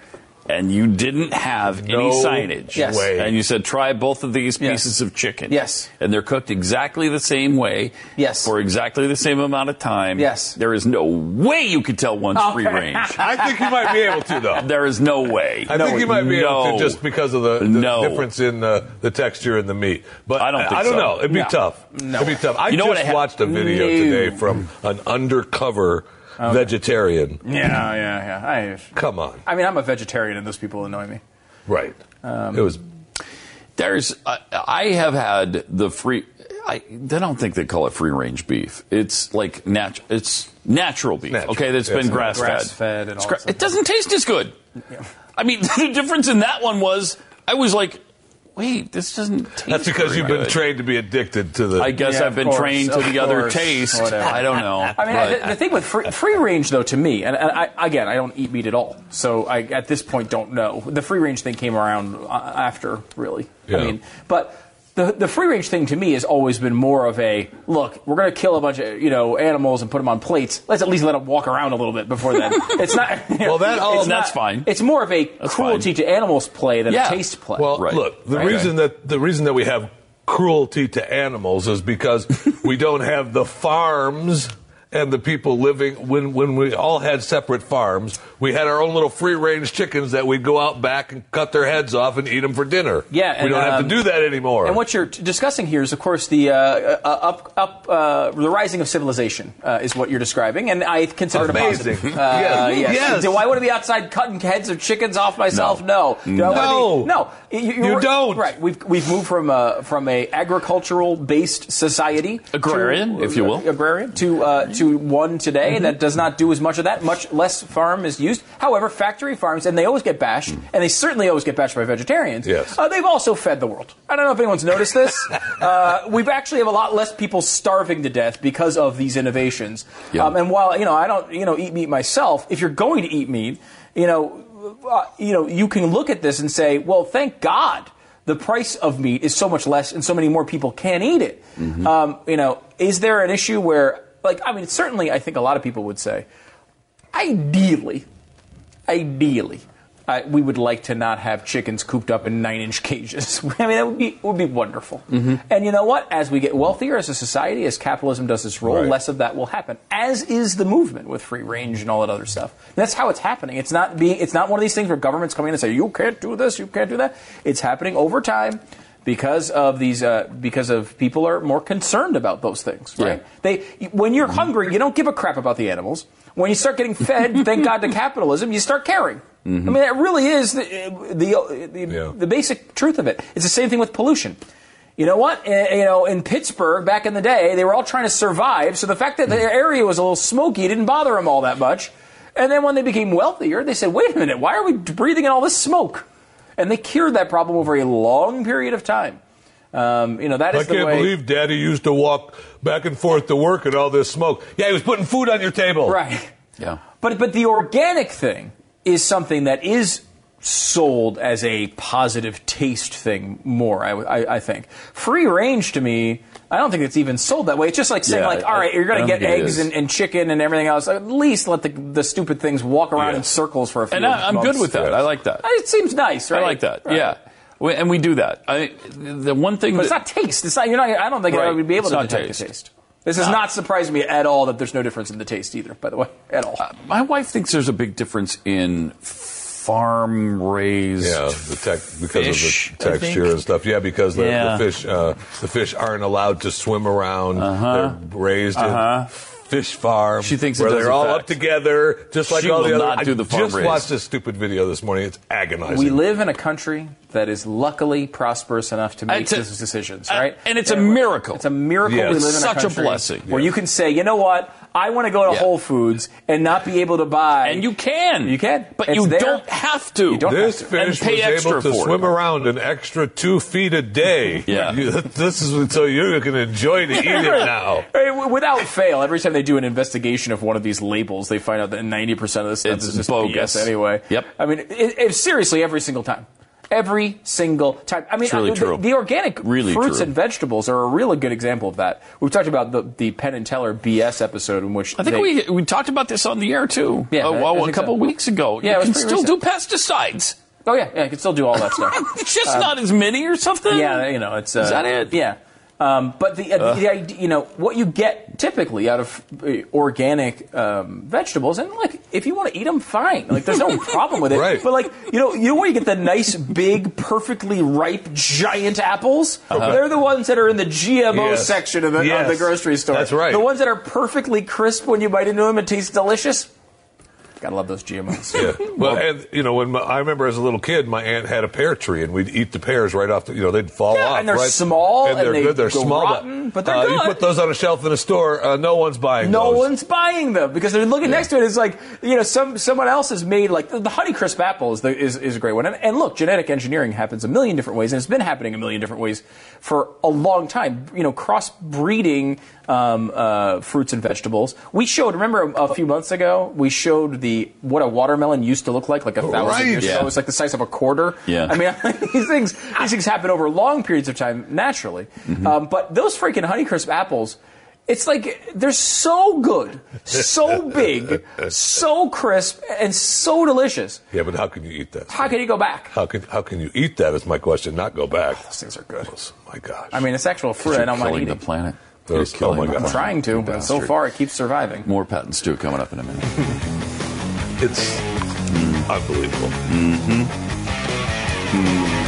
Speaker 1: And you didn't have any
Speaker 3: No
Speaker 1: signage.
Speaker 3: Yes. way.
Speaker 1: And you said, try both of these pieces of chicken.
Speaker 2: Yes.
Speaker 1: And they're cooked exactly the same way.
Speaker 2: Yes.
Speaker 1: For exactly the same amount of time.
Speaker 2: Yes.
Speaker 1: There is no way you could tell one's
Speaker 2: Okay.
Speaker 1: free range.
Speaker 3: I think you might be able to, though.
Speaker 1: There is no way.
Speaker 3: I think you might be able
Speaker 1: No.
Speaker 3: to just because of the, the
Speaker 1: No.
Speaker 3: difference in the, the texture and the meat. But I
Speaker 1: don't think so.
Speaker 3: know. It'd be
Speaker 1: No.
Speaker 3: tough.
Speaker 1: No.
Speaker 3: It'd be tough. I
Speaker 1: You know what
Speaker 3: just
Speaker 1: I ha-
Speaker 3: watched a video
Speaker 1: No.
Speaker 3: today from an undercover vegetarian.
Speaker 2: Yeah, yeah, yeah. I,
Speaker 3: Come on.
Speaker 2: I mean, I'm a vegetarian, and those people annoy me.
Speaker 3: Right. it was.
Speaker 1: Um, There's, I I have had the free. I, they don't think they call it free range beef. It's like nat, It's natural beef.
Speaker 2: Natural.
Speaker 1: Okay, that's
Speaker 2: Yes.
Speaker 1: been grass fed.
Speaker 2: Grass-fed and all that stuff.
Speaker 1: It doesn't taste as good. I mean, the difference in that one was I was like, wait, this doesn't taste.
Speaker 3: That's because
Speaker 1: very
Speaker 3: you've been
Speaker 1: good.
Speaker 3: trained to be addicted to the.
Speaker 1: I guess
Speaker 2: Yeah,
Speaker 1: I've been
Speaker 2: of course,
Speaker 1: trained to
Speaker 2: of
Speaker 1: the other
Speaker 2: course,
Speaker 1: taste.
Speaker 2: whatever.
Speaker 1: I don't know.
Speaker 2: I mean, I,
Speaker 1: but-
Speaker 2: the, the thing with free, free range, though, to me, and, and I, again, I don't eat meat at all, so I at this point don't know. The free range thing came around uh, after, really.
Speaker 3: Yeah.
Speaker 2: I mean, but. The, the free range thing to me has always been more of a look. We're going to kill a bunch of you know animals and put them on plates. Let's at least let them walk around a little bit before then. It's not
Speaker 3: Well, that- oh,
Speaker 2: it's
Speaker 1: that's
Speaker 2: not-
Speaker 1: fine.
Speaker 2: It's more of a cruelty to animals play than
Speaker 1: Yeah.
Speaker 2: a taste play.
Speaker 3: Well,
Speaker 1: Right.
Speaker 3: look, the
Speaker 1: Right.
Speaker 3: reason that the reason that we have cruelty to animals is because we don't have the farms and the people living when when we all had separate farms, we had our own little free range chickens that we'd go out back and cut their heads off and eat them for dinner.
Speaker 2: Yeah,
Speaker 3: we
Speaker 2: and,
Speaker 3: don't have
Speaker 2: um,
Speaker 3: to do that anymore.
Speaker 2: And what you're t- discussing here is, of course, the uh, uh, up, up, uh, the rising of civilization uh, is what you're describing, and I consider
Speaker 3: Amazing.
Speaker 2: it a positive. Uh,
Speaker 3: Yes. Yes.
Speaker 2: Do I want to be outside cutting heads of chickens off myself? No. Do I wanna be- no. You, you're
Speaker 3: You
Speaker 2: right-
Speaker 3: don't.
Speaker 2: Right. We've, we've moved from a from a agricultural based society,
Speaker 1: Agrarian,
Speaker 2: to-
Speaker 1: if you will.
Speaker 2: agrarian, to uh, to one today that does not do as much of that. Much less farm is used. However, factory farms, and they always get bashed, and they certainly always get bashed by vegetarians.
Speaker 3: Yes.
Speaker 2: Uh, they've also fed the world. I don't know if anyone's noticed this. uh, we've actually have a lot less people starving to death because of these innovations.
Speaker 1: Yeah.
Speaker 2: Um, and while you know I don't you know eat meat myself, if you're going to eat meat, you know, uh, you know you can look at this and say, well, thank God the price of meat is so much less, and so many more people can eat it.
Speaker 14: Mm. Mm-hmm.
Speaker 1: Mm-hmm. Uh,
Speaker 2: Um, you know, is there an issue where, like, I mean, certainly, I think a lot of people would say, ideally, ideally, I, we would like to not have chickens cooped up in nine-inch cages. I mean, that would be it would be wonderful.
Speaker 1: Mm-hmm.
Speaker 2: And you know what? As we get wealthier as a society, as capitalism does its role,
Speaker 3: Right.
Speaker 2: less of that will happen. As is the movement with free range and all that other stuff. And that's how it's happening. It's not being. It's not one of these things where governments come in and say you can't do this, you can't do that. It's happening over time because of these. Uh, because of people are more concerned about those things, right? They when you're hungry, you don't give a crap about the animals. When you start getting fed, thank God to capitalism, you start caring. I mean, that really is the the the, the basic truth of it. It's the same thing with pollution. You know what? Eh, You know, in Pittsburgh back in the day, they were all trying to survive. So the fact that their area was a little smoky didn't bother them all that much. And then when they became wealthier, they said, "Wait a minute, why are we breathing in all this smoke?" And they cured that problem over a long period of time. Um, you know, that is
Speaker 3: I
Speaker 2: the
Speaker 3: can't
Speaker 2: way.
Speaker 3: believe Daddy used to walk back and forth to work in all this smoke. Yeah, he was putting food on your table.
Speaker 2: Right.
Speaker 1: Yeah.
Speaker 2: But but the organic thing is something that is sold as a positive taste thing more. I, I, I think free range to me. I don't think it's even sold that way. It's just like saying,
Speaker 1: Yeah,
Speaker 2: like,
Speaker 1: I-
Speaker 2: all right, you're
Speaker 1: I
Speaker 2: going to
Speaker 1: don't
Speaker 2: get
Speaker 1: think it
Speaker 2: eggs
Speaker 1: is.
Speaker 2: and, and chicken and everything else. At least let the, the stupid things walk around
Speaker 1: Yeah.
Speaker 2: in circles for a few
Speaker 1: And I, I'm good
Speaker 2: months.
Speaker 1: with that. I like that.
Speaker 2: It seems nice, right?
Speaker 1: I like that. Yeah. We, and we do that. I, the one thing
Speaker 2: But it's
Speaker 1: that-
Speaker 2: not taste. It's not. You're not. I don't think I
Speaker 1: Right.
Speaker 2: would be able
Speaker 1: It's
Speaker 2: to
Speaker 1: not
Speaker 2: detect the
Speaker 1: taste.
Speaker 2: taste. This is
Speaker 1: Not-
Speaker 2: not surprising me at all that there's no difference in the taste either. By the way, at all.
Speaker 1: Uh, my wife thinks there's a big difference in farm raised
Speaker 3: Yeah, the tech, because
Speaker 1: Fish,
Speaker 3: of
Speaker 1: I
Speaker 3: the texture
Speaker 1: think.
Speaker 3: and stuff. Yeah, because the,
Speaker 1: Yeah.
Speaker 3: the fish uh, the fish aren't allowed to swim around.
Speaker 1: Uh-huh.
Speaker 3: They're raised
Speaker 1: Uh-huh.
Speaker 3: in fish farm.
Speaker 1: She thinks it
Speaker 3: where
Speaker 1: does
Speaker 3: they're all
Speaker 1: affect.
Speaker 3: up together, just like
Speaker 1: She
Speaker 3: all the
Speaker 1: will
Speaker 3: other.
Speaker 1: not do the farm
Speaker 3: I just
Speaker 1: raised.
Speaker 3: watched this stupid video this morning. It's agonizing.
Speaker 2: We live in a country that is luckily prosperous enough to make
Speaker 1: It's a-
Speaker 2: those decisions, right?
Speaker 1: Uh, and it's a miracle.
Speaker 2: It's a miracle
Speaker 1: Yes.
Speaker 2: we live in
Speaker 1: Such a
Speaker 2: a country
Speaker 1: blessing.
Speaker 2: where you can say, you know what, I want to go to
Speaker 1: Yeah.
Speaker 2: Whole Foods and not be able to buy.
Speaker 1: And you can.
Speaker 2: You can,
Speaker 1: But
Speaker 2: It's
Speaker 1: you
Speaker 2: there.
Speaker 1: don't have to.
Speaker 2: You don't
Speaker 3: This
Speaker 2: have to.
Speaker 1: And
Speaker 3: fish
Speaker 1: pay
Speaker 3: was
Speaker 1: extra
Speaker 3: able to
Speaker 1: for it.
Speaker 3: swim around an extra two feet a day.
Speaker 1: Yeah.
Speaker 3: You- this is so you can enjoy to eat it now.
Speaker 2: I mean, w- Without fail, every time they do an investigation of one of these labels, they find out that 90% of this stuff
Speaker 1: It's
Speaker 2: is just
Speaker 1: bogus.
Speaker 2: BS anyway.
Speaker 1: Yep.
Speaker 2: I mean, it, it, seriously, every single time. Every single time. I mean,
Speaker 1: It's really
Speaker 2: uh, the,
Speaker 1: true.
Speaker 2: the organic
Speaker 1: Really
Speaker 2: fruits
Speaker 1: true.
Speaker 2: and vegetables are a really good example of that. We've talked about the, the Penn and Teller BS episode in which
Speaker 1: I think
Speaker 2: they,
Speaker 1: we we talked about this on the air too.
Speaker 2: Yeah,
Speaker 1: Uh,
Speaker 2: I-
Speaker 1: well,
Speaker 2: I
Speaker 1: a
Speaker 2: think
Speaker 1: couple
Speaker 2: so.
Speaker 1: weeks ago.
Speaker 2: Yeah, it
Speaker 1: you
Speaker 2: was
Speaker 1: can
Speaker 2: pretty
Speaker 1: still
Speaker 2: recent.
Speaker 1: do pesticides.
Speaker 2: Oh yeah, yeah, I can still do all that stuff. Um,
Speaker 1: It's just not as many or something.
Speaker 2: yeah, you know, it's uh,
Speaker 1: Is that it?
Speaker 2: Yeah. Um, but the, uh, the idea, you know, what you get typically out of uh, organic um, vegetables, and like, if you want to eat them, fine. Like, there's no problem with it.
Speaker 3: Right.
Speaker 2: But like, you know, you know where you get the nice, big, perfectly ripe, giant apples?
Speaker 1: Uh-huh.
Speaker 2: They're the ones that are in the GMO
Speaker 3: Yes.
Speaker 2: section of the, of the
Speaker 3: Yes.
Speaker 2: grocery store.
Speaker 3: That's right.
Speaker 2: The ones that are perfectly crisp when you bite into them and taste delicious. Gotta love those GMOs.
Speaker 3: Yeah. Well, and you know, when my, I remember as a little kid, my aunt had a pear tree, and we'd eat the pears right off. The, you know, they'd fall
Speaker 2: Yeah,
Speaker 3: off.
Speaker 2: and they're
Speaker 3: right?
Speaker 2: small,
Speaker 3: and they're
Speaker 2: and they
Speaker 3: good. They're
Speaker 2: go
Speaker 3: small,
Speaker 2: rotten, but they're
Speaker 3: uh, You
Speaker 2: good.
Speaker 3: put those on a shelf in a store, uh, no one's buying.
Speaker 2: No
Speaker 3: those.
Speaker 2: one's buying them because they're looking next to it. It's like you know, some someone else has made like the, the Honeycrisp apple is, the, is is a great one. And, and look, genetic engineering happens a million different ways, and it's been happening a million different ways for a long time. You know, crossbreeding um, uh, fruits and vegetables. We showed. Remember a, a few months ago, we showed the what a watermelon used to look like like a thousand
Speaker 3: Oh, Right.
Speaker 2: years
Speaker 1: Yeah.
Speaker 2: ago. It was like the size of a quarter.
Speaker 1: Yeah.
Speaker 2: I mean, these things these things happen over long periods of time naturally.
Speaker 1: Mm-hmm.
Speaker 2: Um, but those freaking Honeycrisp apples, it's like they're so good, so big, so crisp, and so delicious.
Speaker 3: Yeah, but how can you eat that?
Speaker 2: How can you go back?
Speaker 3: How can how can you eat that? Is my question. Not go back. Oh
Speaker 2: Those things are good.
Speaker 3: My gosh.
Speaker 2: I mean, it's actual fruit.
Speaker 1: You're
Speaker 2: I don't mind
Speaker 1: killing
Speaker 2: eating.
Speaker 1: the planet. They're killing
Speaker 3: my
Speaker 1: the
Speaker 3: God.
Speaker 1: planet.
Speaker 2: Trying to, but so
Speaker 1: Bastard.
Speaker 2: far it keeps surviving.
Speaker 1: More patents too coming up in a minute. Mm.
Speaker 3: It's unbelievable.
Speaker 1: Mm-hmm. Mm.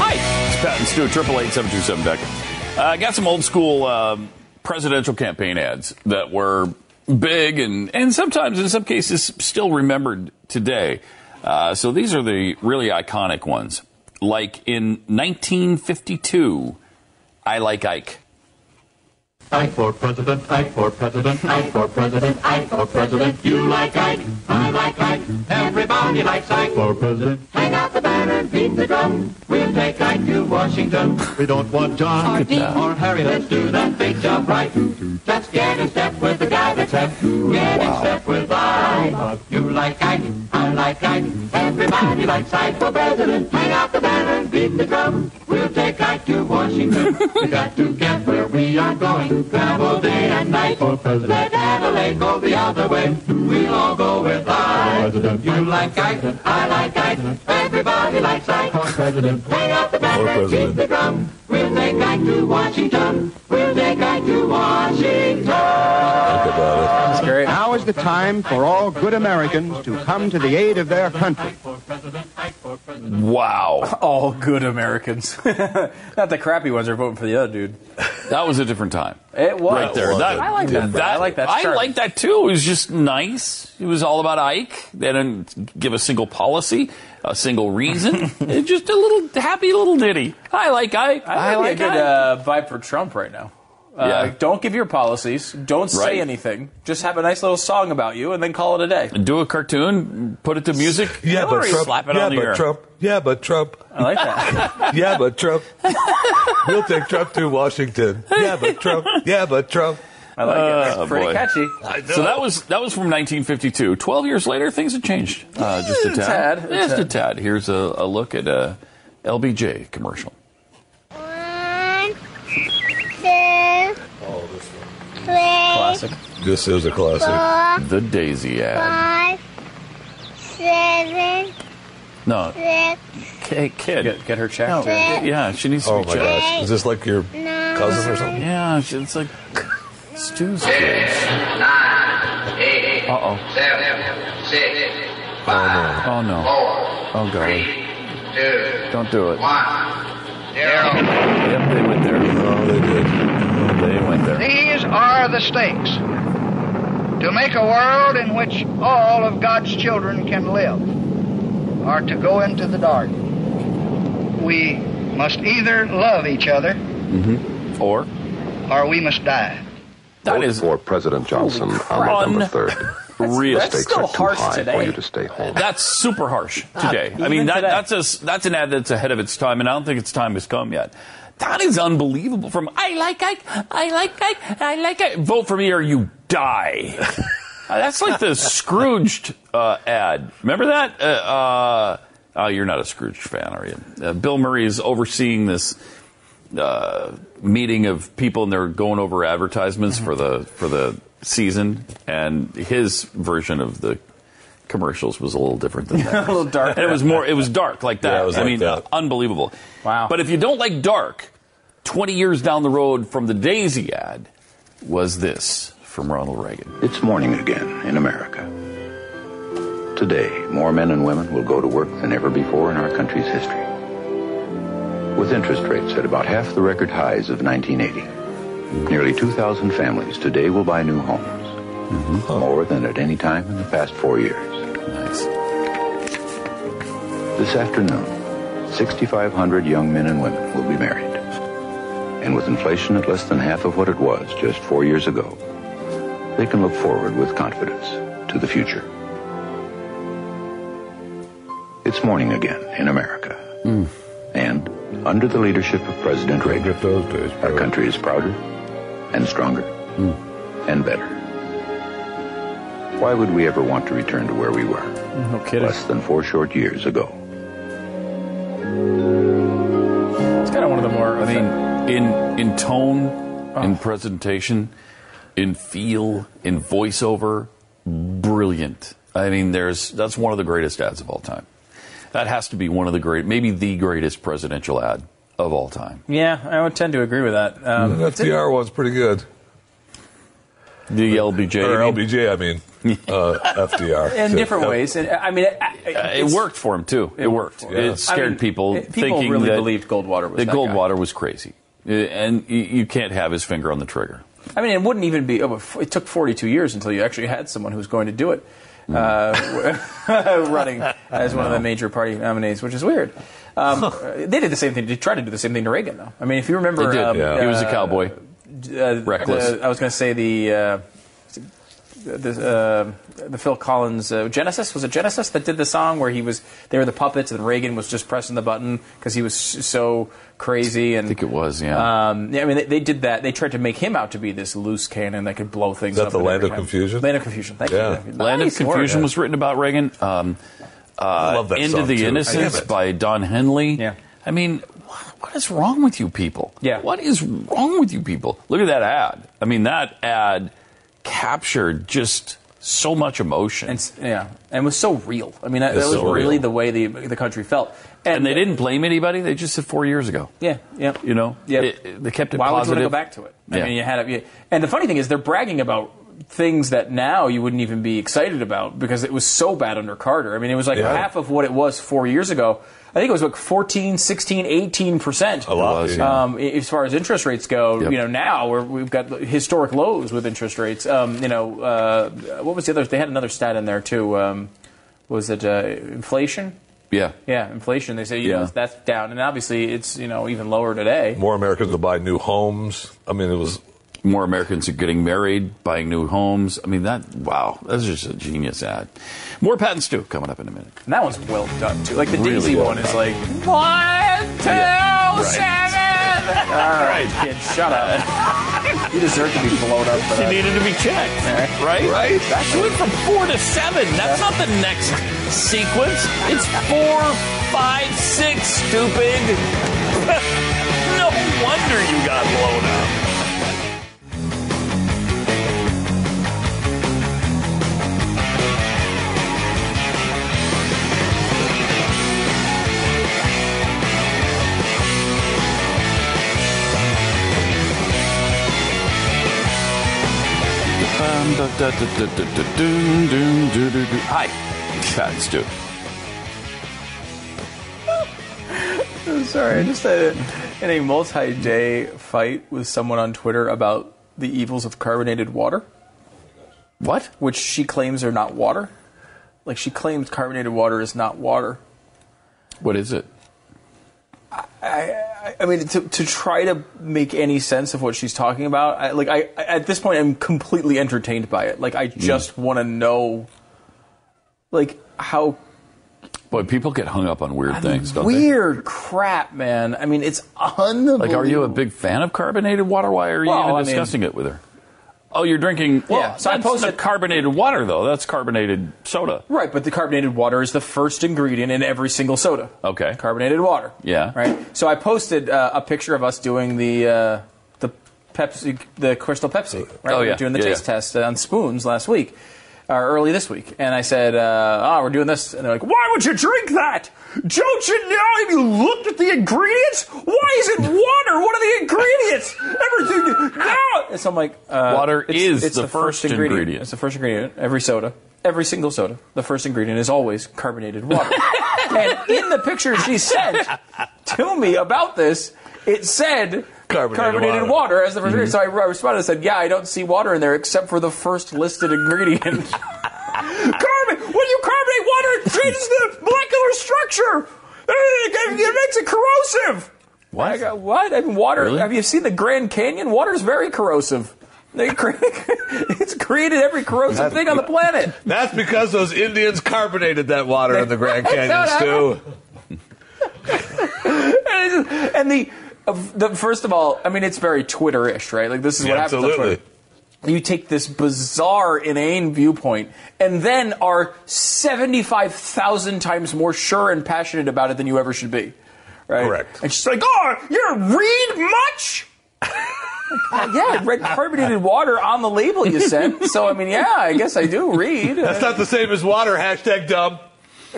Speaker 1: Hi, it's Pat and Stu, triple eight seven two seven Beck. Uh, I got some old school um, presidential campaign ads that were big and and sometimes in some cases still remembered today. Uh, so these are the really iconic ones, like in 1952, I like Ike.
Speaker 14: I for president, I for president, I for president, I for president. You like Ike, I like Ike, everybody likes Ike. For president, hang out the banner, beat the drum. We'll take Ike to Washington. We don't want John or Dean or Harry. Let's do that big job right. Let's get in step with the guy that's hep. Get in step with Ike. You like Ike, I like Ike, everybody likes Ike. For president, hang out the banner, beat the drum. We'll take Ike to Washington. we got to get where we are going. Travel day and night. For president. Let Adelaide go the other way. We'll all go with Ike. president. You like Ike, I like Ike. Everybody likes Ike. For president. Hang out the banner, beat the drum. We'll take Ike to Washington. We'll take Ike to Washington.
Speaker 15: Now is the time for all good Americans to come to the aid of their country.
Speaker 1: Wow.
Speaker 2: All good Americans. Not the crappy ones are voting for the other dude.
Speaker 1: That was a different time.
Speaker 2: It was.
Speaker 1: Right there. That-
Speaker 2: I like that. I like that.
Speaker 1: I
Speaker 2: charm.
Speaker 1: like that too. It was just nice. It was all about Ike. They didn't give a single policy, a single reason. It's just a little happy little ditty. I like Ike. I,
Speaker 2: I like
Speaker 1: like
Speaker 2: a good
Speaker 1: Ike.
Speaker 2: uh, vibe for Trump right now. Uh,
Speaker 1: Yeah.
Speaker 2: Don't give your policies. Don't say
Speaker 1: Right.
Speaker 2: anything. Just have a nice little song about you, and then call it a day.
Speaker 1: Do a cartoon, put it to music.
Speaker 3: Yeah, but
Speaker 1: Hillary,
Speaker 3: Trump.
Speaker 1: slap it
Speaker 3: yeah,
Speaker 1: on the
Speaker 3: but
Speaker 1: air.
Speaker 3: Trump. Yeah, but Trump.
Speaker 2: I like that.
Speaker 3: yeah, but Trump. we'll take Trump to Washington. Yeah, but Trump. Yeah, but Trump.
Speaker 2: I
Speaker 3: like
Speaker 1: Uh,
Speaker 3: it.
Speaker 1: boy. So that was that was from 1952. Twelve years later, things have changed. Uh, just a
Speaker 2: Eh, a
Speaker 1: tad.
Speaker 2: tad, a
Speaker 1: Just a
Speaker 2: tad.
Speaker 1: tad. Here's a, a look at a LBJ commercial.
Speaker 16: Classic.
Speaker 3: This is a
Speaker 16: classic.
Speaker 1: The Daisy ad.
Speaker 16: Five, seven,
Speaker 1: No,
Speaker 16: six,
Speaker 1: Hey, kid.
Speaker 2: Get, get her checked.
Speaker 16: No.
Speaker 1: Yeah, she needs to
Speaker 3: Oh
Speaker 1: be
Speaker 3: my
Speaker 1: checked.
Speaker 3: gosh, is this like your cousin or something?
Speaker 1: Yeah, she- it's like Stu's kids.
Speaker 16: nine, eight,
Speaker 1: Uh-oh.
Speaker 16: seven, six,
Speaker 1: Oh no. Oh no. Oh god.
Speaker 16: two,
Speaker 1: Don't do it.
Speaker 16: one, zero.
Speaker 1: Yep, they went there. Oh, they did. Oh, They went there.
Speaker 17: These are the stakes to make a world in which all of God's children can live, or to go into the dark. We must either love each other
Speaker 1: Mm-hmm. Or
Speaker 17: or we must die.
Speaker 1: That is
Speaker 18: for President Johnson on
Speaker 1: crap.
Speaker 18: November third.
Speaker 1: Real.
Speaker 18: The stakes are too high for you to stay home.
Speaker 1: That's super harsh Ah, today. I
Speaker 18: even
Speaker 1: mean, that,
Speaker 18: today.
Speaker 1: that's a, s- that's an ad that's ahead of its time, and I don't think its time has come yet. That is unbelievable. From I like Ike, I like Ike, I like Ike. Vote for me or you die. Uh, that's like the Scrooged uh, ad. Remember that? Uh, uh, oh, you're not a Scrooge fan, are you? Uh, Bill Murray is overseeing this uh, meeting of people, and they're going over advertisements for the for the season. And his version of the commercials was a little different than
Speaker 2: a
Speaker 1: that.
Speaker 2: little dark.
Speaker 1: And it was more. It was dark like that.
Speaker 2: Yeah, it was
Speaker 1: I
Speaker 2: like
Speaker 1: mean,
Speaker 2: that.
Speaker 1: unbelievable. Wow. But if you don't like dark, twenty years down the road from the Daisy ad, was this from Ronald Reagan?
Speaker 19: It's morning again in America. Today, more men and women will go to work than ever before in our country's history. With interest rates at about half the record highs of 1980, nearly 2,000 families today will buy new homes. More than at any time in the past four years.
Speaker 1: Mm-hmm. Nice.
Speaker 19: This afternoon, 6,500 young men and women will be married. And with inflation at less than half of what it was just four years ago, they can look forward with confidence to the future. It's morning again in America. And under the leadership of President Reagan, our country is prouder and stronger and better. Why would we ever want to return to where we were?
Speaker 2: No
Speaker 19: Less than four short years ago.
Speaker 2: It's kind of one of the more.
Speaker 1: I mean, in in tone,
Speaker 3: Ah.
Speaker 1: in presentation, in feel, in voiceover, brilliant. I mean, there's that's one of the greatest ads of all time. That has to be one of the great, maybe the greatest presidential ad of all time.
Speaker 2: Yeah, I would tend to agree with that. Um,
Speaker 3: That FDR one's pretty good.
Speaker 1: The LBJ.
Speaker 3: Or LBJ, I mean. Uh, FDR.
Speaker 2: in different
Speaker 3: Yeah.
Speaker 2: ways. And, I mean, I-
Speaker 3: Uh,
Speaker 2: I-
Speaker 1: Uh, it
Speaker 2: it's-
Speaker 1: worked for him too. It worked.
Speaker 2: Yeah.
Speaker 1: It scared
Speaker 2: I mean,
Speaker 1: people,
Speaker 2: it- people
Speaker 1: thinking
Speaker 2: really
Speaker 1: that
Speaker 2: believed Goldwater was
Speaker 1: that
Speaker 2: that guy.
Speaker 1: Goldwater was crazy, Uh, and y- you can't have his finger on the trigger.
Speaker 2: I mean, it wouldn't even be. Oh, but f- it took 42 years until you actually had someone who was going to do it,
Speaker 1: Hmm.
Speaker 2: uh, running as one of the major party nominees, which is weird. Um, They did the same thing. They tried to do the same thing to Reagan, though. I mean, if you remember,
Speaker 1: They did.
Speaker 2: um,
Speaker 1: He was a
Speaker 2: uh,
Speaker 1: cowboy.
Speaker 2: uh,
Speaker 1: Reckless.
Speaker 2: the- I was going to say the. Uh, the, uh, the Phil Collins uh, Genesis was it Genesis that did the song where he was they were the puppets and Reagan was just pressing the button because he was s- so crazy and I think
Speaker 1: it was
Speaker 2: yeah um, yeah I mean they, they did that they tried to make him out to be this loose cannon that could blow things
Speaker 3: Is that
Speaker 2: up
Speaker 3: the
Speaker 2: at
Speaker 3: Land
Speaker 2: every
Speaker 3: of
Speaker 2: time.
Speaker 3: Confusion?
Speaker 2: Land of Confusion thank you
Speaker 1: Land of
Speaker 2: Nice word.
Speaker 1: Confusion was written about Reagan. Um, uh,
Speaker 3: love that
Speaker 1: End
Speaker 3: song,
Speaker 1: of the
Speaker 3: too. I
Speaker 1: Innocence
Speaker 3: love it.
Speaker 1: by Don Henley. Yeah. I mean, what, what is wrong with you people? Yeah. What is wrong with you people? Look at that ad. I mean, that ad captured just so much emotion. And,
Speaker 2: yeah, and was so real. I mean that, that
Speaker 1: It's
Speaker 2: was
Speaker 1: so
Speaker 2: really
Speaker 1: real.
Speaker 2: the way the the country felt and,
Speaker 1: they didn't blame anybody. They just said four years ago.
Speaker 2: yeah yeah
Speaker 1: You know,
Speaker 2: Yeah.
Speaker 1: It- it- they kept it
Speaker 2: Why
Speaker 1: positive.
Speaker 2: would you want to go back to it? I
Speaker 1: Yeah.
Speaker 2: mean, you had it. you- And the funny thing is, they're bragging about things that now you wouldn't even be excited about because it was so bad under Carter. I mean, it was like
Speaker 3: Yeah.
Speaker 2: half of what it was four years ago. I think it was like 14, 16, 18 percent.
Speaker 3: A lot, It was, yeah.
Speaker 2: Um, i- as far as interest rates go,
Speaker 3: Yep.
Speaker 2: you know, now we're, we've got historic lows with interest rates. Um, you know, uh, what was the other? They had another stat in there too. Um, was it uh, inflation?
Speaker 1: Yeah.
Speaker 2: Yeah, inflation. They say you know
Speaker 3: Yeah.
Speaker 2: that's down, and obviously it's you know even lower today.
Speaker 3: More Americans will buy new homes. I mean, it was
Speaker 1: more Americans are getting married, buying new homes. I mean, that wow, that's just a genius ad. More patents too coming up in a minute.
Speaker 2: And that one's well done too. Like the
Speaker 1: Really
Speaker 2: Daisy
Speaker 1: well
Speaker 2: one is
Speaker 1: done.
Speaker 2: like
Speaker 14: One, two,
Speaker 2: Yeah, right.
Speaker 14: seven.
Speaker 2: All right, kid, shut up. You deserve to be blown up. uh, For
Speaker 14: She
Speaker 2: that.
Speaker 14: needed to be checked, right?
Speaker 2: Right.
Speaker 14: She went from four to seven. That's not the next sequence. It's four, five, six, stupid. no wonder you got blown up.
Speaker 1: Um, da- da- da- da- da- da- doom, doom, doo- doo- doo. Hi, patents too.
Speaker 2: I'm sorry, I just had a, in a multi-day fight with someone on Twitter about the evils of carbonated water.
Speaker 1: What?
Speaker 2: Which she claims are not water. Like she claims carbonated water is not water.
Speaker 1: What is it?
Speaker 2: I, I mean, to, to try to make any sense of what she's talking about, I, like I, I at this point, I'm completely entertained by it. Like I
Speaker 1: Mm.
Speaker 2: just want to know, like how
Speaker 1: Boy, people get hung up on weird things, don't
Speaker 2: weird crap, man. I mean, it's unbelievable.
Speaker 1: they? Like, are you a big fan of carbonated water? Why are you
Speaker 2: Well, I
Speaker 1: even
Speaker 2: mean-
Speaker 1: discussing it with her? Oh, you're drinking. Well,
Speaker 2: Yeah, so I
Speaker 1: that's
Speaker 2: posted-
Speaker 1: not carbonated water though. That's carbonated soda.
Speaker 2: Right, but the carbonated water is the first ingredient in every single soda.
Speaker 1: Okay.
Speaker 2: Carbonated water.
Speaker 1: Yeah.
Speaker 2: Right. So I posted uh, a picture of us doing the uh, the Pepsi, the Crystal Pepsi. Right?
Speaker 1: Oh,
Speaker 2: We
Speaker 1: yeah.
Speaker 2: were doing the
Speaker 1: Yeah,
Speaker 2: taste
Speaker 1: yeah.
Speaker 2: test on spoons last week, or early this week, and I said, uh, "Ah, we're doing this," and they're like, "Why would you drink that? Don't you know? Have you looked at the ingredients? Why is it water? What are the ingredients? Everything no." And so I'm like, uh,
Speaker 1: Water
Speaker 2: it's-
Speaker 1: is
Speaker 2: it's
Speaker 1: the
Speaker 2: first,
Speaker 1: first ingredient.
Speaker 2: It's the first ingredient. Every soda, every single soda, the first ingredient is always carbonated water." and in the picture she sent to me about this, it said carbonated, water. as the 1st ingredient. So I re- responded and said, "Yeah, I don't see water in there except for the first listed ingredient." Carbon. When you carbonate water, it changes the molecular structure. It, it- it makes it corrosive.
Speaker 1: What?
Speaker 2: I go, what? I mean, water.
Speaker 1: Really?
Speaker 2: Have you seen the Grand Canyon? Water is very corrosive. They cre- it's created every corrosive thing on the planet.
Speaker 3: That's because those Indians carbonated that water in the Grand Canyons too.
Speaker 2: and it's just- and the, of the first of all, I mean, it's very Twitter-ish, right? Like this is
Speaker 3: Yeah,
Speaker 2: what happens. on
Speaker 3: absolutely.
Speaker 2: Twitter. you take this bizarre, inane viewpoint and then are 75,000 times more sure and passionate about it than you ever should be. Right? Correct. And she's like, oh, you don't read much? Uh, yeah, I read carbonated water on the label you sent. So, I mean, yeah, I guess I do read.
Speaker 3: That's not the same as water. Hashtag dumb.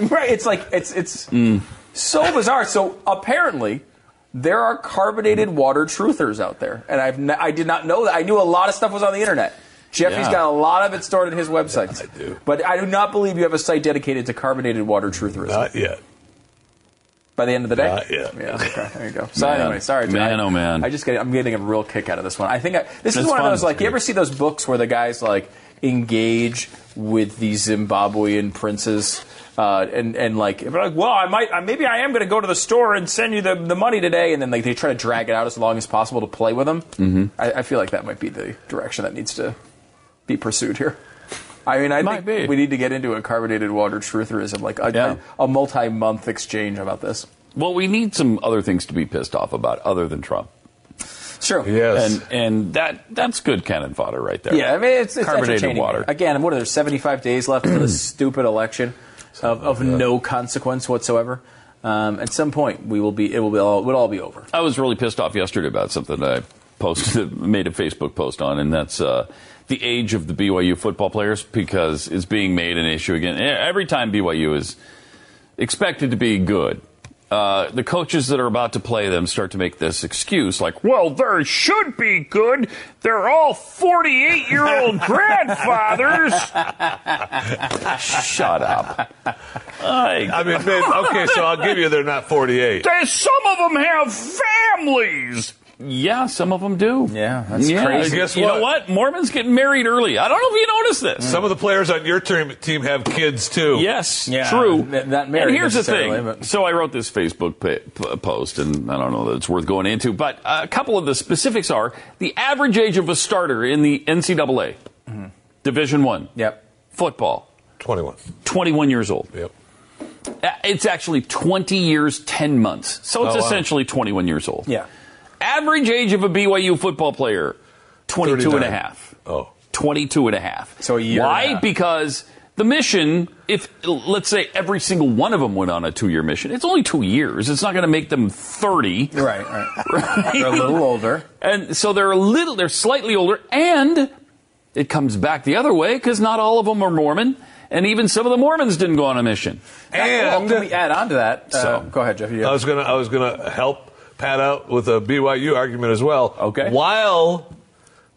Speaker 2: Right. It's like, it's, it's
Speaker 1: Mm.
Speaker 2: so bizarre. So, apparently, there are carbonated water truthers out there. And I've n- I did not know that. I knew a lot of stuff was on the internet. Jeffrey's
Speaker 1: Yeah.
Speaker 2: got a lot of it stored in his websites. I do. But I do not believe you have a site dedicated to carbonated water trutherism. Not
Speaker 3: yet.
Speaker 2: By the end of the day?
Speaker 3: Not yet.
Speaker 2: Yeah, okay, there you go. So
Speaker 1: Man.
Speaker 2: anyway, sorry.
Speaker 1: Man,
Speaker 2: I,
Speaker 1: oh, man.
Speaker 2: I just get, I'm getting a real kick out of this one. I think I, this is
Speaker 1: It's
Speaker 2: one
Speaker 1: fun.
Speaker 2: of those, like,
Speaker 1: It's
Speaker 2: you ever see those books where the guys, like, engage with these Zimbabwean princes? Uh, and, and like, if they're like, well, I might, uh, maybe I am going to go to the store and send you the, the money today. And then like, they try to drag it out as long as possible to play with them.
Speaker 1: Mm-hmm.
Speaker 2: I, I feel like that might be the direction that needs to be pursued here. I mean, I think we need to get into a carbonated water trutherism, like a, a, a multi-month exchange about this.
Speaker 1: Well, we need some other things to be pissed off about other than Trump.
Speaker 2: Sure.
Speaker 1: Yes. And and that that's good cannon fodder right there.
Speaker 2: Yeah, I mean, it's, it's
Speaker 1: carbonated
Speaker 2: entertaining.
Speaker 1: water.
Speaker 2: Again, what are there? Seventy-five days left for this stupid election of, of no consequence whatsoever. Um, at some point, we will be. It will be all. It will all be over.
Speaker 1: I was really pissed off yesterday about something that I posted, made a Facebook post on, and that's uh, the age of the BYU football players because it's being made an issue again. E- Every time BYU is expected to be good, uh, the coaches that are about to play them start to make this excuse like, well, they should be good. They're all 48 year old Oh, grandfathers. Shut up.
Speaker 3: I mean, babe, okay, so I'll give you they're not 48.
Speaker 1: There's some of them have families. Yeah, some of them do. Yeah,
Speaker 3: that's crazy.
Speaker 1: Guess
Speaker 3: Guess
Speaker 1: you know what? Mormons get married early. I don't know if you noticed this.
Speaker 3: Some of the players on your team, team have kids, too.
Speaker 1: Yes, true. and here's the thing.
Speaker 3: But.
Speaker 1: So I wrote this Facebook pa- p- post, and I don't know that it's worth going into, but a couple of the specifics are the average age of a starter in the NCAA Division One.
Speaker 2: Yep.
Speaker 1: Football.
Speaker 3: Twenty-one.
Speaker 1: Twenty-one years old.
Speaker 3: Yep.
Speaker 1: It's actually twenty years, ten months. So it's
Speaker 2: Oh, wow.
Speaker 1: essentially twenty-one years old.
Speaker 2: Yeah.
Speaker 1: Average age of a BYU football player, 22 and a
Speaker 3: 39.
Speaker 1: half.
Speaker 3: Oh.
Speaker 1: 22 and a half. So a
Speaker 2: year
Speaker 1: Why?
Speaker 2: and a half.
Speaker 1: Because the mission, if let's say every single one of them went on a two year mission, it's only two years. It's not going to make them 30.
Speaker 2: Right. Right. They're a little older.
Speaker 1: And so they're a little, they're slightly older, and it comes back the other way because not all of them are Mormon, and even some of the Mormons didn't go on a mission.
Speaker 2: well, can we add on to that? Uh,
Speaker 3: So-
Speaker 2: go ahead, Jeff. You
Speaker 3: I was gonna I was gonna help Pat out with a BYU argument as well. Okay. While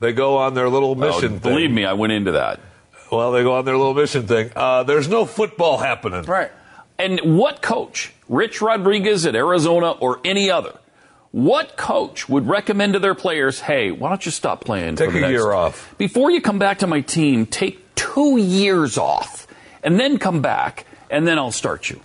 Speaker 3: they go on their little mission.
Speaker 1: Oh, believe me, I went into that.
Speaker 3: While they go on their little mission thing, uh, there's no football happening.
Speaker 2: Right.
Speaker 1: And what coach, Rich Rodriguez at Arizona or any other, what coach would recommend to their players, hey, why don't you stop playing? for
Speaker 3: Take
Speaker 1: the
Speaker 3: a
Speaker 1: next-
Speaker 3: year off.
Speaker 1: Before you come back to my team, take two years off and then come back and then I'll start you.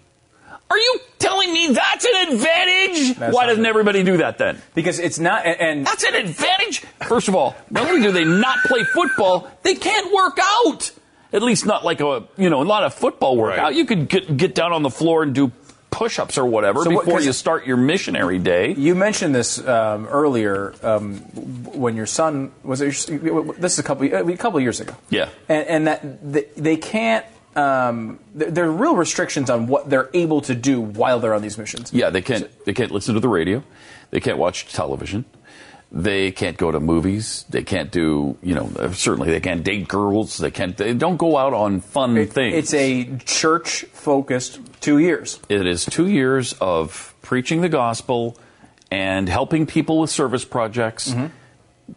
Speaker 1: Are you telling me that's an advantage? Why doesn't everybody do that then?
Speaker 2: Because it's not, and,
Speaker 1: that's an advantage. First of all, not only do they not play football, they can't work out. At least not like a you know a lot of football workout. You could get get down on the floor and do push-ups or whatever
Speaker 2: So what-
Speaker 1: before
Speaker 2: 'cause-
Speaker 1: you start your missionary day.
Speaker 2: You mentioned this um, earlier um, w- when your son was. It your, this is a couple a couple years ago.
Speaker 1: Yeah.
Speaker 2: and, and that th- they can't. Um, th- there are real restrictions on what they're able to do while they're on these missions.
Speaker 1: Yeah, they can't they can't listen to the radio. They can't watch television. They can't go to movies. They can't do, you know, uh, certainly they can't date girls. They can't they don't go out on fun things.
Speaker 2: It's a church focused two years.
Speaker 1: It is two years of preaching the gospel and helping people with service projects,
Speaker 2: Mm-hmm.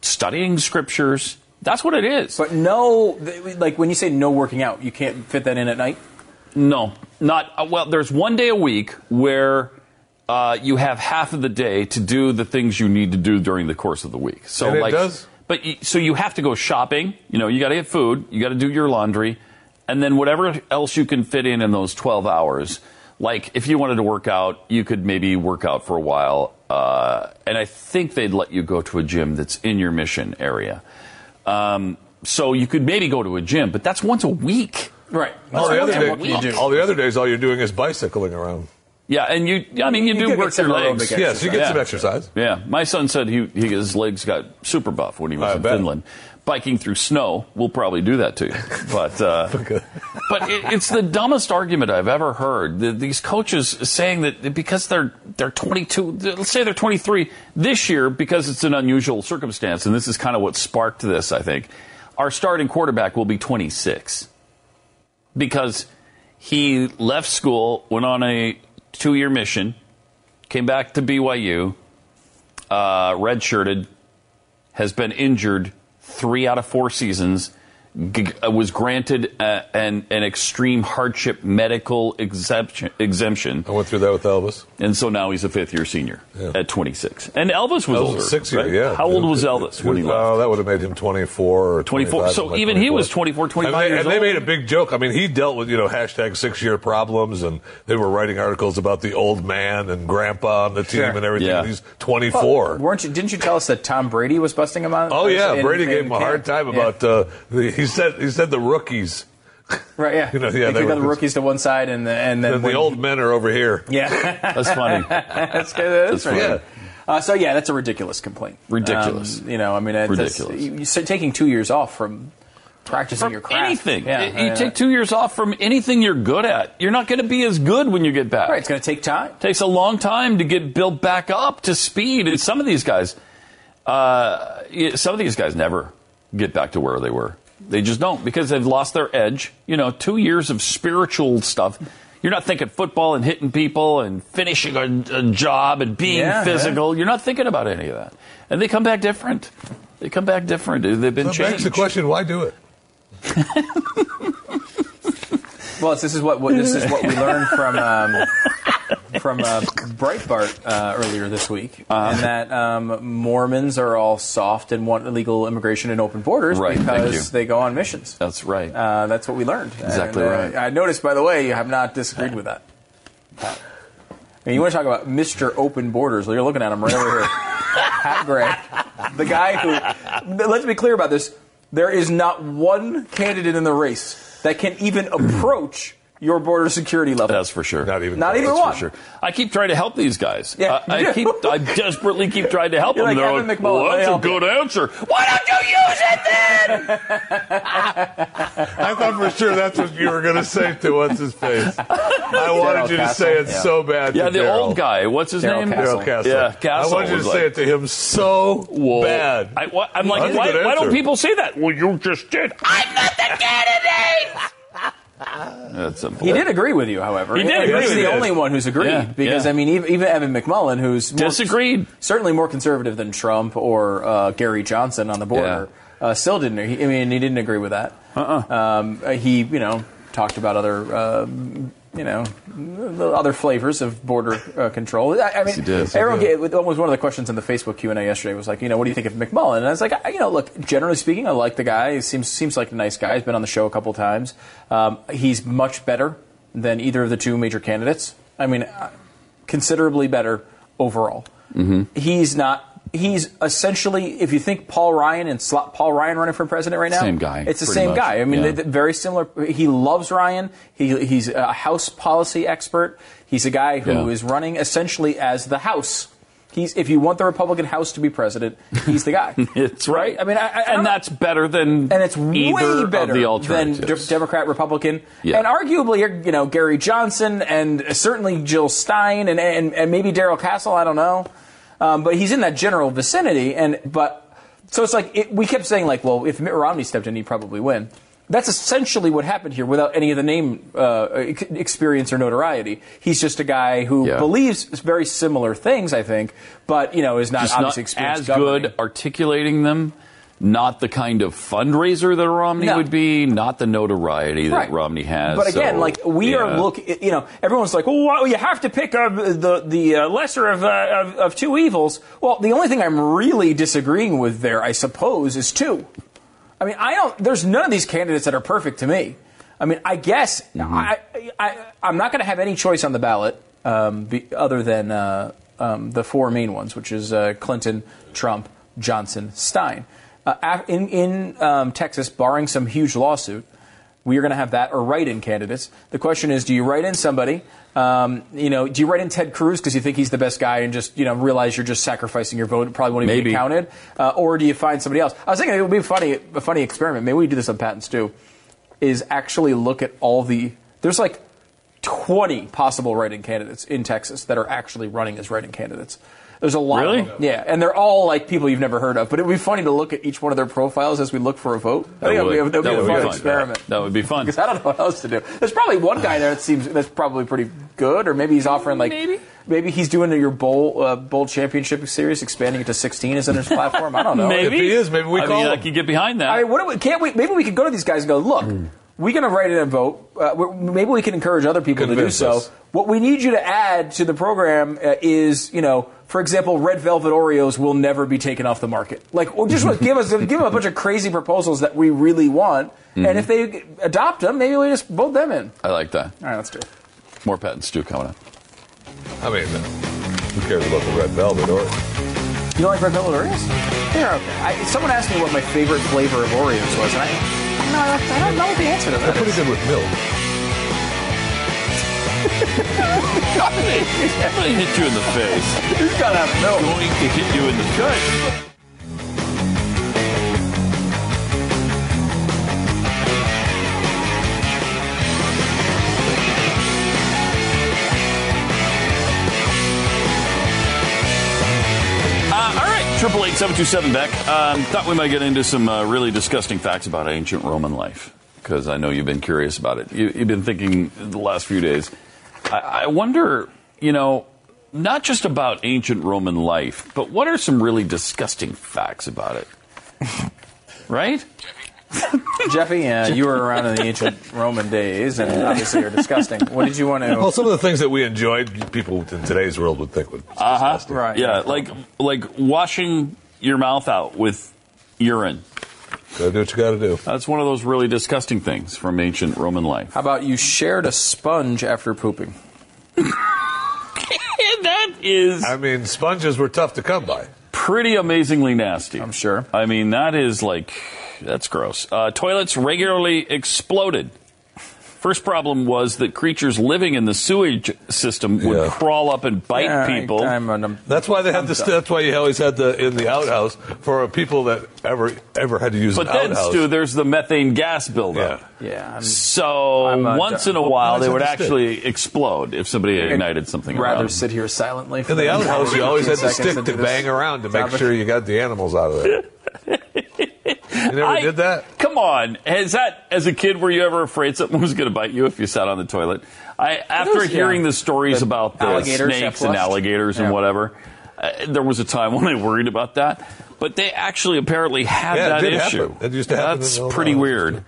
Speaker 1: studying scriptures. That's what it is.
Speaker 2: But no, th- like when you say no working out, you can't fit that in at night.
Speaker 1: No, not uh, well. There's one day a week where uh, you have half of the day to do the things you need to do during the course of the week. So
Speaker 3: And it
Speaker 1: like,
Speaker 3: does.
Speaker 1: but y- so you have to go shopping. You know, you got to get food. You got to do your laundry, and then whatever else you can fit in in those 12 hours. Like if you wanted to work out, you could maybe work out for a while. Uh, and I think they'd let you go to a gym that's in your mission area. Um, so you could maybe go to a gym, but that's once a week.
Speaker 2: Right.
Speaker 3: All the, other
Speaker 1: That's
Speaker 3: day,
Speaker 1: once a week.
Speaker 3: all the other days, all you're doing is bicycling around.
Speaker 1: Yeah, and you. I mean, you,
Speaker 3: You
Speaker 1: do
Speaker 3: could
Speaker 1: work
Speaker 3: get some
Speaker 1: your legs.
Speaker 3: aerobic Yes, you get exercise. some exercise.
Speaker 1: Yeah, my son said he, he his legs got super buff when he was in Finland, biking through snow will probably do that to you. But uh, but it, it's the dumbest argument I've ever heard. The, these coaches saying that because they're they're 22, let's say they're 23 this year because it's an unusual circumstance, and this is kind of what sparked this. I think our starting quarterback will be 26 because he left school, went on a two-year mission, came back to BYU, uh, redshirted, has been injured three out of four seasons, g- was granted uh, an, an extreme hardship medical exemption, exemption.
Speaker 3: I went through that with Elvis.
Speaker 1: And so now he's a fifth year senior at 26. And Elvis was
Speaker 3: Elvis
Speaker 1: older.
Speaker 3: six year,
Speaker 1: right?
Speaker 3: yeah.
Speaker 1: How old was Elvis when he left?
Speaker 3: Oh, that would have made him 24 or
Speaker 1: 24.
Speaker 3: 25,
Speaker 1: So
Speaker 3: something like
Speaker 1: even he was 24, 25
Speaker 3: and they,
Speaker 1: years
Speaker 3: and they
Speaker 1: old.
Speaker 3: made a big joke. I mean, he dealt with, you know, hashtag six year problems, and they were writing articles about the old man and grandpa on the team
Speaker 2: Sure.
Speaker 3: and everything.
Speaker 2: Yeah.
Speaker 3: He's 24.
Speaker 2: Well, weren't you? Didn't you tell us that Tom Brady was busting him out?
Speaker 3: Oh yeah,
Speaker 2: in-
Speaker 3: Brady
Speaker 2: in
Speaker 3: gave him a
Speaker 2: camp?
Speaker 3: hard time
Speaker 2: Yeah.
Speaker 3: about uh, the, he said he said the rookies.
Speaker 2: Right. Yeah.
Speaker 3: You know,
Speaker 2: they,
Speaker 3: yeah,
Speaker 2: took
Speaker 3: were-
Speaker 2: out the rookies to one side, and the, and then
Speaker 3: the,
Speaker 2: when-
Speaker 3: old men are over here.
Speaker 2: Yeah,
Speaker 3: That's funny.
Speaker 2: that's good. That's,
Speaker 3: That's funny.
Speaker 2: right. Uh, so yeah, that's a ridiculous complaint.
Speaker 1: Ridiculous.
Speaker 2: Um, you know, I mean, it- that's-
Speaker 1: Ridiculous.
Speaker 2: you- You're taking two years off from practicing your craft.
Speaker 1: Anything.
Speaker 2: Yeah,
Speaker 1: you
Speaker 2: yeah.
Speaker 1: take two years off from anything you're good at. You're not going to be as good when you get back. Right. It's
Speaker 2: going to take time.
Speaker 1: Takes a long time to get built back up to speed. And some of these guys, uh, y- some of these guys never get back to where they were. They just don't because they've lost their edge. You know, two years of spiritual stuff. You're not thinking football and hitting people and finishing a, a job and being
Speaker 2: Yeah, yeah.
Speaker 1: physical. You're not thinking about any of that. And they come back different. They come back different. They've been
Speaker 3: That begs
Speaker 1: changed.
Speaker 3: the question: Why do it?
Speaker 2: Well, it's- this is what, what this is what we learned from um, from uh, Breitbart uh, earlier this week,
Speaker 1: Ah.
Speaker 2: and that um, Mormons are all soft and want illegal immigration and open borders
Speaker 1: Right, thank you.
Speaker 2: because they go on missions.
Speaker 1: That's right.
Speaker 2: Uh, that's what we learned.
Speaker 1: Exactly
Speaker 2: And, uh,
Speaker 1: right.
Speaker 2: I noticed, by the way, you have not disagreed with that. And you want to talk about Mr. Open Borders? Well, you're looking at him right over here, Pat Gray, the guy who. Let's be clear about this. There is not one candidate in the race that can even approach your border security level.
Speaker 1: That's for sure. Not even.
Speaker 2: Not even
Speaker 1: that's
Speaker 2: one.
Speaker 1: For sure. I keep trying to help these guys.
Speaker 2: Yeah,
Speaker 1: I,
Speaker 2: you
Speaker 1: I
Speaker 2: do.
Speaker 1: keep. I desperately keep trying to help
Speaker 2: You're
Speaker 1: them.
Speaker 2: like
Speaker 1: They're
Speaker 2: Evan
Speaker 1: like,
Speaker 2: McMullen, let
Speaker 1: well,
Speaker 2: me
Speaker 1: that's a
Speaker 2: help
Speaker 1: good answer.
Speaker 4: Why don't you use it then?
Speaker 3: I thought for sure that's what you were going to say to what's his face. I wanted
Speaker 1: Daryl
Speaker 3: you to
Speaker 1: Castle,
Speaker 3: say it
Speaker 1: yeah.
Speaker 3: so bad.
Speaker 1: Yeah,
Speaker 3: to
Speaker 1: the
Speaker 3: Daryl.
Speaker 1: old guy. What's his
Speaker 3: Daryl
Speaker 1: name?
Speaker 3: Castle. Daryl Castle.
Speaker 1: Yeah, Castle.
Speaker 3: I wanted you
Speaker 1: was
Speaker 3: to say
Speaker 1: like-
Speaker 3: it to him so
Speaker 1: Whoa.
Speaker 3: bad.
Speaker 1: I, wha- I'm like,
Speaker 3: That's a
Speaker 1: why,
Speaker 3: good
Speaker 1: why don't
Speaker 3: answer.
Speaker 1: people say that? Well, you just did.
Speaker 4: I'm not the candidate.
Speaker 1: That's
Speaker 2: He did agree with you, however.
Speaker 1: He did
Speaker 2: He's
Speaker 1: agree with
Speaker 2: the
Speaker 1: you.
Speaker 2: only one who's agreed
Speaker 1: Yeah,
Speaker 2: because
Speaker 1: yeah.
Speaker 2: I mean, even, even Evan McMullen, who's more-
Speaker 1: Disagreed.
Speaker 2: certainly more conservative than Trump or uh, Gary Johnson on the border, uh, still didn't. He, I mean, he didn't agree with that. Uh-uh. Um, uh, he, you know, talked about other. Uh, you know, the other flavors of border uh, control. I, I mean,
Speaker 1: he did. Yes,
Speaker 2: everyone
Speaker 1: he
Speaker 2: gave, that was one of the questions in the Facebook Q and A yesterday. Was like, you know, what do you think of McMullen? And I was like, I- you know, look, generally speaking, I like the guy. He seems seems like a nice guy. He's been on the show a couple times. Um, he's much better than either of the two major candidates. I mean, uh, considerably better overall. He's not. He's essentially, if you think Paul Ryan and slot Paul Ryan running for president right now,
Speaker 1: Same guy,
Speaker 2: It's the
Speaker 1: pretty
Speaker 2: same
Speaker 1: much.
Speaker 2: guy. I mean,
Speaker 1: Yeah.
Speaker 2: they- they- very similar. He loves Ryan. He, he's a House policy expert. He's a guy who is
Speaker 1: Yeah.
Speaker 2: running essentially as the House. He's if you want the Republican House to be president, he's the guy.
Speaker 1: It's right.
Speaker 2: I mean, I, I,
Speaker 1: and that's better than.
Speaker 2: and it's way
Speaker 1: either
Speaker 2: better
Speaker 1: of the
Speaker 2: than
Speaker 1: alternatives.
Speaker 2: de- Democrat Republican,
Speaker 1: Yeah.
Speaker 2: and arguably you know Gary Johnson and certainly Jill Stein and and, and maybe Daryl Castle. I don't know, um, but he's in that general vicinity. And but so it's like it, we kept saying like, well, if Mitt Romney stepped in, he'd probably win. That's essentially what happened here, without any of the name uh, ex- experience or notoriety. He's just a guy who
Speaker 1: Yeah.
Speaker 2: believes very similar things, I think, but you know is not
Speaker 1: Just
Speaker 2: obviously
Speaker 1: not
Speaker 2: experienced
Speaker 1: as
Speaker 2: governing.
Speaker 1: good articulating them. Not the kind of fundraiser that Romney
Speaker 2: No.
Speaker 1: would be, not the notoriety that
Speaker 2: Right.
Speaker 1: Romney has.
Speaker 2: But again,
Speaker 1: so,
Speaker 2: like we
Speaker 1: yeah.
Speaker 2: are look, you know, everyone's like, well, why- you have to pick uh, the the uh, lesser of, uh, of of two evils. Well, the only thing I'm really disagreeing with there, I suppose, is two. I mean, I don't. There's none of these candidates that are perfect to me. I mean, I guess I, I I'm not going to have any choice on the ballot um, be, other than uh, um, the four main ones, which is uh, Clinton, Trump, Johnson, Stein. Uh, af- in in um, Texas, barring some huge lawsuit, We are going to have that or write in candidates. The question is, do you write in somebody? Um, you know, do you write in Ted Cruz because you think he's the best guy and just you know realize you're just sacrificing your vote? It probably won't even
Speaker 1: Maybe.
Speaker 2: be counted. Uh, or do you find somebody else? I was thinking it would be funny, a funny experiment. Maybe we do this on patents too. Is actually look at all the there's like 20 possible write-in candidates in Texas that are actually running as write-in candidates. There's a lot.
Speaker 1: Really?
Speaker 2: Of them. Yeah, and they're all like people you've never heard of. But it would be funny to look at each one of their profiles as we look for a vote. I think that would be, that would be a fun experiment.
Speaker 1: That would be fun.
Speaker 2: Because I don't know what else to do. There's probably one guy there that seems that's probably pretty good, or maybe he's offering like maybe, he's doing your bowl uh, bowl championship series, expanding it to 16 as in his platform. I don't know.
Speaker 1: Maybe. If he is, maybe we I call mean, I him. could get behind that.
Speaker 2: I mean, what do we, can't we? Maybe we could go to these guys and go, look,
Speaker 3: Hmm.
Speaker 2: we're going to write in a vote. Uh, we're- maybe we can encourage other people
Speaker 3: Convince
Speaker 2: to do so.
Speaker 3: us.
Speaker 2: What we need you to add to the program uh, is, you know, for example, red velvet Oreos will never be taken off the market. Like, or just give us give them a bunch of crazy proposals that we really want,
Speaker 1: Mhm.
Speaker 3: Hmm.
Speaker 2: and if they adopt them, maybe we just vote them in.
Speaker 1: I like that.
Speaker 2: All right, let's do it.
Speaker 1: More patents too coming up.
Speaker 3: I mean, who cares about the red velvet or?
Speaker 2: You don't like red velvet Oreos? They're okay. I, someone asked me what my favorite flavor of Oreos was, and I, no, I don't know the answer to that.
Speaker 3: They're pretty good with milk.
Speaker 1: I'm going to hit you in the face.
Speaker 2: He's got to have milk.
Speaker 1: going to hit you in the face. Uh, all right, triple eight seven two seven Beck. Um, thought we might get into some uh, really disgusting facts about ancient Roman life because I know you've been curious about it. You, you've been thinking the last few days. I, I wonder, you know, not just about ancient Roman life, but what are some really disgusting facts about it? right?
Speaker 2: Jeffy, uh, you were around in the ancient Roman days, and obviously you're disgusting. What did you want to?
Speaker 3: Well, some of the things that we enjoyed, people in today's world would think would.
Speaker 1: Uh huh. Right. Yeah, like like washing your mouth out with urine.
Speaker 3: Gotta do what you gotta do.
Speaker 1: That's one of those really disgusting things from ancient Roman life.
Speaker 2: How about you shared a sponge after pooping?
Speaker 1: that is.
Speaker 3: I mean, sponges were tough to come by.
Speaker 1: Pretty amazingly nasty. I'm
Speaker 2: sure.
Speaker 1: I mean, that is like, that's gross. Uh, toilets regularly exploded. First problem was that creatures living in the sewage system would
Speaker 3: Yeah.
Speaker 1: crawl up and bite people.
Speaker 3: that's why they had
Speaker 1: I'm
Speaker 3: this.
Speaker 1: done.
Speaker 3: That's why you always had the in the outhouse for people that ever ever had to use
Speaker 1: but
Speaker 3: an
Speaker 1: then,
Speaker 3: outhouse.
Speaker 1: Stu, there's the methane gas buildup.
Speaker 2: Yeah. yeah
Speaker 1: so
Speaker 2: uh,
Speaker 1: once in a
Speaker 2: done.
Speaker 1: while, they
Speaker 2: Mine's
Speaker 1: would
Speaker 2: on the stick.
Speaker 1: actually explode if somebody ignited something.
Speaker 2: Rather
Speaker 1: around.
Speaker 2: sit here silently. For
Speaker 3: in the
Speaker 2: another
Speaker 3: outhouse,
Speaker 2: 15
Speaker 3: you always had the
Speaker 2: seconds
Speaker 3: stick
Speaker 2: do
Speaker 3: to
Speaker 2: this.
Speaker 3: bang around to make
Speaker 2: Stop it.
Speaker 3: sure you got the animals out of there. you never
Speaker 1: I-
Speaker 3: did that.
Speaker 1: Come on, has that as a kid? Were you ever afraid something was going to bite you if you sat on the toilet? I after
Speaker 2: Those- yeah.
Speaker 1: hearing the stories
Speaker 2: The
Speaker 1: about the
Speaker 2: alligators
Speaker 1: snakes
Speaker 2: that
Speaker 1: and
Speaker 2: flushed.
Speaker 1: alligators and
Speaker 2: Yeah.
Speaker 1: whatever, uh, there was a time when I worried about that. But they actually apparently have
Speaker 3: Yeah, it
Speaker 1: that
Speaker 3: did
Speaker 1: issue.
Speaker 3: happen. That used to happen in
Speaker 1: That's
Speaker 3: the old
Speaker 1: pretty
Speaker 3: houses,
Speaker 1: weird.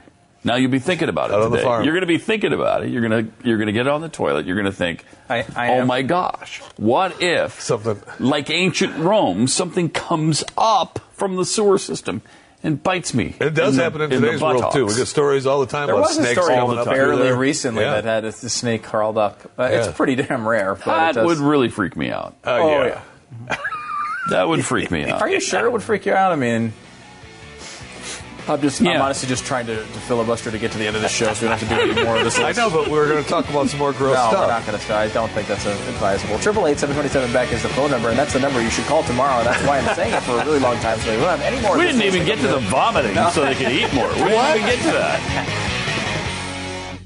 Speaker 1: Now you'll be thinking about it
Speaker 3: Out on the
Speaker 1: today.
Speaker 3: farm.
Speaker 1: You're going to be thinking about it. You're going to you're going to get on the toilet. You're going to think,
Speaker 2: I, I
Speaker 1: "Oh
Speaker 2: am-
Speaker 1: my gosh, what if
Speaker 3: something
Speaker 1: like ancient Rome, something comes up from the sewer system and bites me?"
Speaker 3: It does happen in today's world too. We get stories all the time
Speaker 2: There
Speaker 3: about
Speaker 2: was a
Speaker 3: snakes
Speaker 2: story
Speaker 3: crawling up
Speaker 2: fairly
Speaker 3: there.
Speaker 2: recently
Speaker 3: Yeah.
Speaker 2: that had a, the snake curled up. Uh,
Speaker 3: Yeah.
Speaker 2: It's pretty damn rare. But it
Speaker 1: That
Speaker 2: does-
Speaker 1: would really freak me out.
Speaker 2: Oh, yeah. yeah.
Speaker 1: That would freak me out.
Speaker 2: Are you sure it would freak you out? I mean, I'm just. I'm
Speaker 1: Yeah.
Speaker 2: honestly just trying to, to filibuster to get to the end of the show, so we don't have to do any more of this.
Speaker 3: I know, but we're going to talk about some more gross
Speaker 2: no,
Speaker 3: stuff.
Speaker 2: we're not going to start. I don't think that's uh, advisable. Triple eight seven twenty seven back is the phone number, and that's the number you should call tomorrow. And that's why I'm saying it for a really long time, so we don't have any more.
Speaker 1: We
Speaker 2: of this
Speaker 1: didn't even
Speaker 2: thing
Speaker 1: get to the vomiting so they could eat more. We didn't
Speaker 2: What?
Speaker 1: even get to that.